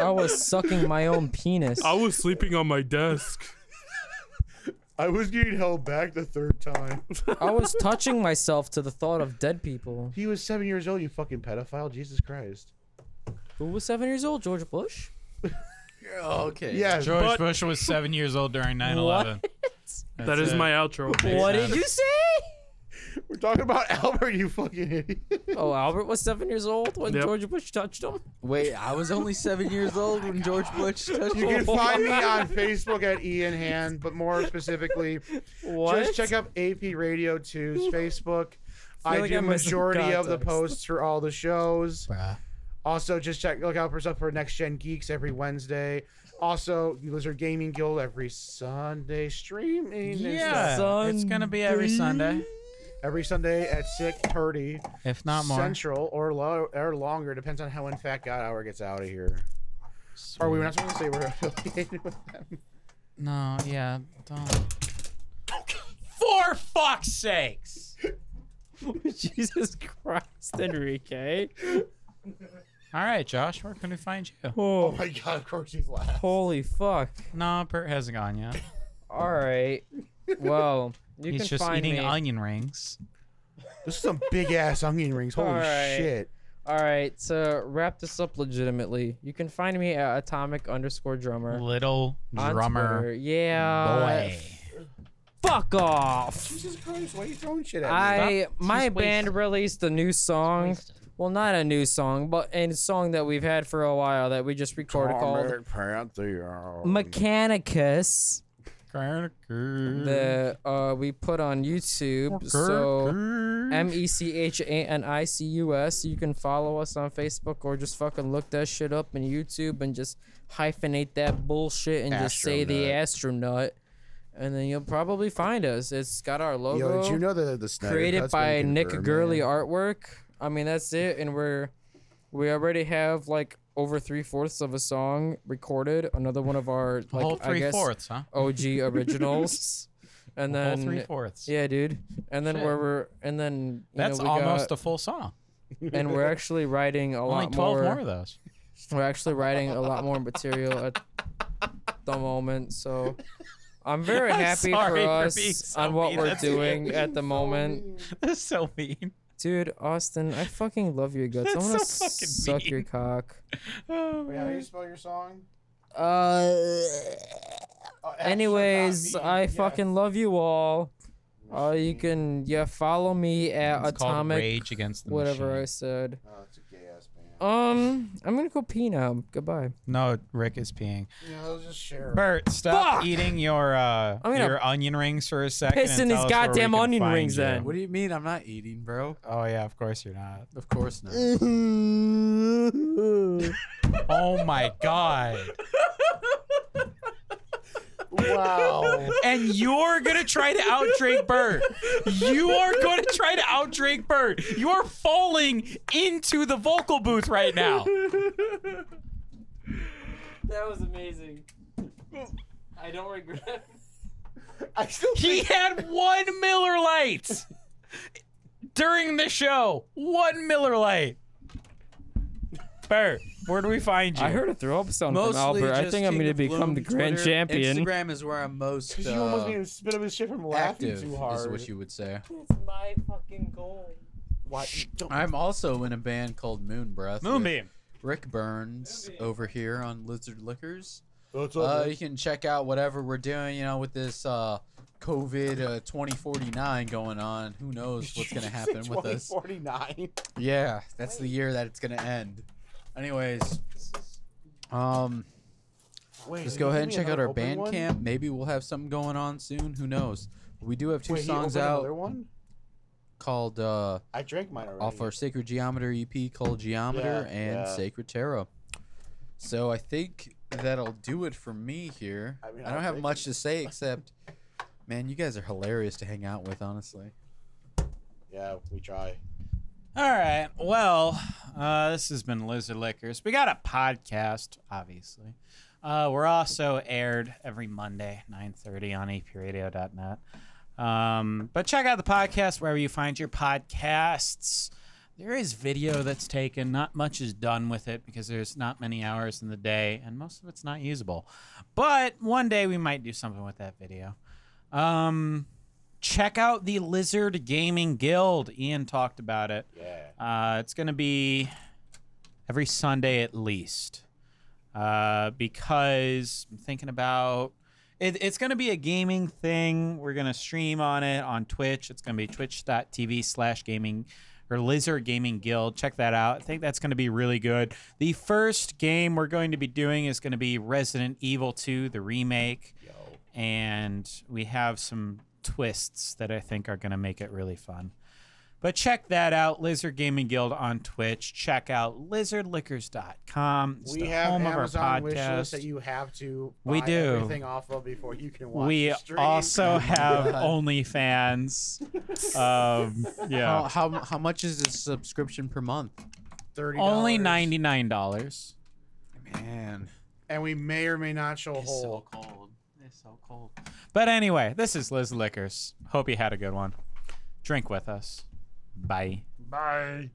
I was sucking [laughs] my own penis. I was sleeping on my desk. I was getting held back the third time. I [laughs] was touching myself to the thought of dead people. He was seven years old. You fucking pedophile! Jesus Christ. Who was seven years old? George Bush? Oh, Okay. Yeah. George But- Bush was seven years old during 9/11. That's That is it. my outro. what sense. did you say? We're talking about [laughs] Albert. You fucking idiot. Oh, Albert was seven years old when Yep. George Bush touched him. Wait, I was only seven years old when George Bush [laughs] touched You [laughs] can find me on Facebook at Ian Hand, but more specifically, What? just check out AP Radio 2's [laughs] Facebook. I, like do I'm missing majority of the context. posts for all the shows. Bruh. Also, just check look out for stuff for Next Gen Geeks every Wednesday. Also, Lizard Gaming Guild every Sunday streaming. and stuff. Yeah, it's gonna be every Sunday, Every Sunday at six thirty if not more. Central or lo- or longer, depends on how when Fat God Hour gets out of here. Are we not supposed to say we're [laughs] affiliated with [laughs] them? No, yeah, don't. For fuck's sakes! [laughs] Jesus Christ, Enrique. All right, Josh, where can we find [laughs] you? Oh my god, of course he's laughing. Holy fuck. No, Bert hasn't gone yet. All right. Well, you He's can just find eating me. onion rings. This is some big ass onion rings. Holy Alright. shit. All right, to wrap this up legitimately, you can find me at atomic underscore drummer. Little on Twitter. drummer Yeah. boy. Fuck off. Jesus Christ, why are you throwing shit at me? I Stop. my He's band wasted. released a new song. wasted. Well, not a new song, but a song that we've had for a while that we just recorded called Mechanicus. that uh, we put on YouTube. So M E C H A N I C U S. You can follow us on Facebook or just fucking look that shit up in YouTube and just hyphenate that bullshit and just say the astronaut, and then you'll probably find us. It's got our logo Yo, did you know that the Snyder created Cut's been by Nick confirmed, Gurley man? artwork. I mean, that's it, and we're we already have like over three fourths of a song recorded. Another one of our like whole I three guess fourths, huh? OG [laughs] originals, and Whole then three fourths. yeah, dude, and then Shit. where we're and then you That's know, we almost got, a full song. [laughs] and we're actually writing a Only lot twelve more. more. of those. [laughs] We're actually writing a lot more material at the moment, so. I'm [laughs] very I'm happy for sorry for us being so on what mean. we're That's- doing [laughs] at the moment. That's so mean. [sighs] Dude, Austin, I fucking love your guts. I That's want to so fucking suck mean. [laughs] your cock. Oh, Wait, how do you spell your song? Uh. Oh, astronaut Anyways, mean, I yes. fucking love you all. Oh, you can yeah follow me at It's called Atomic Rage Against the whatever Machine. I said. Oh, it's a gay ass Um, I'm gonna go pee now. Goodbye. No, Rick is peeing. Yeah, I'll just share. [laughs] Bert, stop Fuck! eating your uh, I'm gonna your onion rings for a second. piss and in tell these us where we goddamn can onion find rings you. then. What do you mean? I'm not eating, bro. Oh yeah, of course you're not. Of course [laughs] not. oh my god. Wow. And you're gonna try to outdrake Bert. You are gonna try to outdrake Bert. You are falling into the vocal booth right now. That was amazing. I don't regret. I still He had one Miller Light during the show. One Miller Light. Bert, where do we find you? I heard a throw up sound Mostly from Albert. I just think I'm King gonna of become Bloom, the grand Twitter, champion. Instagram is where I'm most Because [laughs] you almost uh, made him spit up his shit from laughing active. too Is hard. what you would say. That's my fucking goal. Why? Don't, I'm also in a band called Moon Breath. with Moonbeam. Rick Burns over here on Lizard Liquors. What's up, Uh, man? you can check out whatever we're doing, you know, with this uh, COVID uh, 2049 going on. Who knows what's [laughs] going to happen with us? 49. Yeah, that's the year that it's going to end. Anyways, um, Wait, just did go you ahead give and me check out another our open band one? camp. Maybe we'll have something going on soon. Who knows? We do have two Wait, he songs opened out Another one? called uh, I drank mine already. off our Sacred Geometer EP called Geometer Yeah, and yeah. Sacred Tarot. So I think that'll do it for me here. I, I mean, don't I'll have take much to say except, man, you guys are hilarious to hang out with, honestly. Yeah, we try. All right. Well, uh, this has been Lizard Liquors. We got a podcast, obviously. Uh, we're also aired every Monday, 9.30 on apradio.net. Um, but check out the podcast wherever you find your podcasts. There is video that's taken. Not much is done with it because there's not many hours in the day, and most of it's not usable. But one day we might do something with that video. Um, check out the Lizard Gaming Guild. Ian talked about it. Yeah. Uh, it's going to be every Sunday at least. Uh, because I'm thinking about it, it's going to be a gaming thing. We're going to stream on it on Twitch. It's going to be twitch.tv slash gaming or Lizard Gaming Guild. Check that out. I think that's going to be really good. The first game we're going to be doing is going to be Resident Evil 2, the remake. And we have some twists that I think are going to make it really fun. But check that out, Lizard Gaming Guild on Twitch. Check out lizardliquors.com. It's We the have home Amazon of our wish podcast. list that you have to buy We do. everything off of before you can watch we the stream. also have [laughs] God. OnlyFans. Um, yeah. How, how, how much is this subscription per month? $30. Only $99. Man. And we may or may not show a hole. cold. It's so cold. But anyway, this is Liz Liquors. Hope you had a good one. Drink with us. Bye. Bye.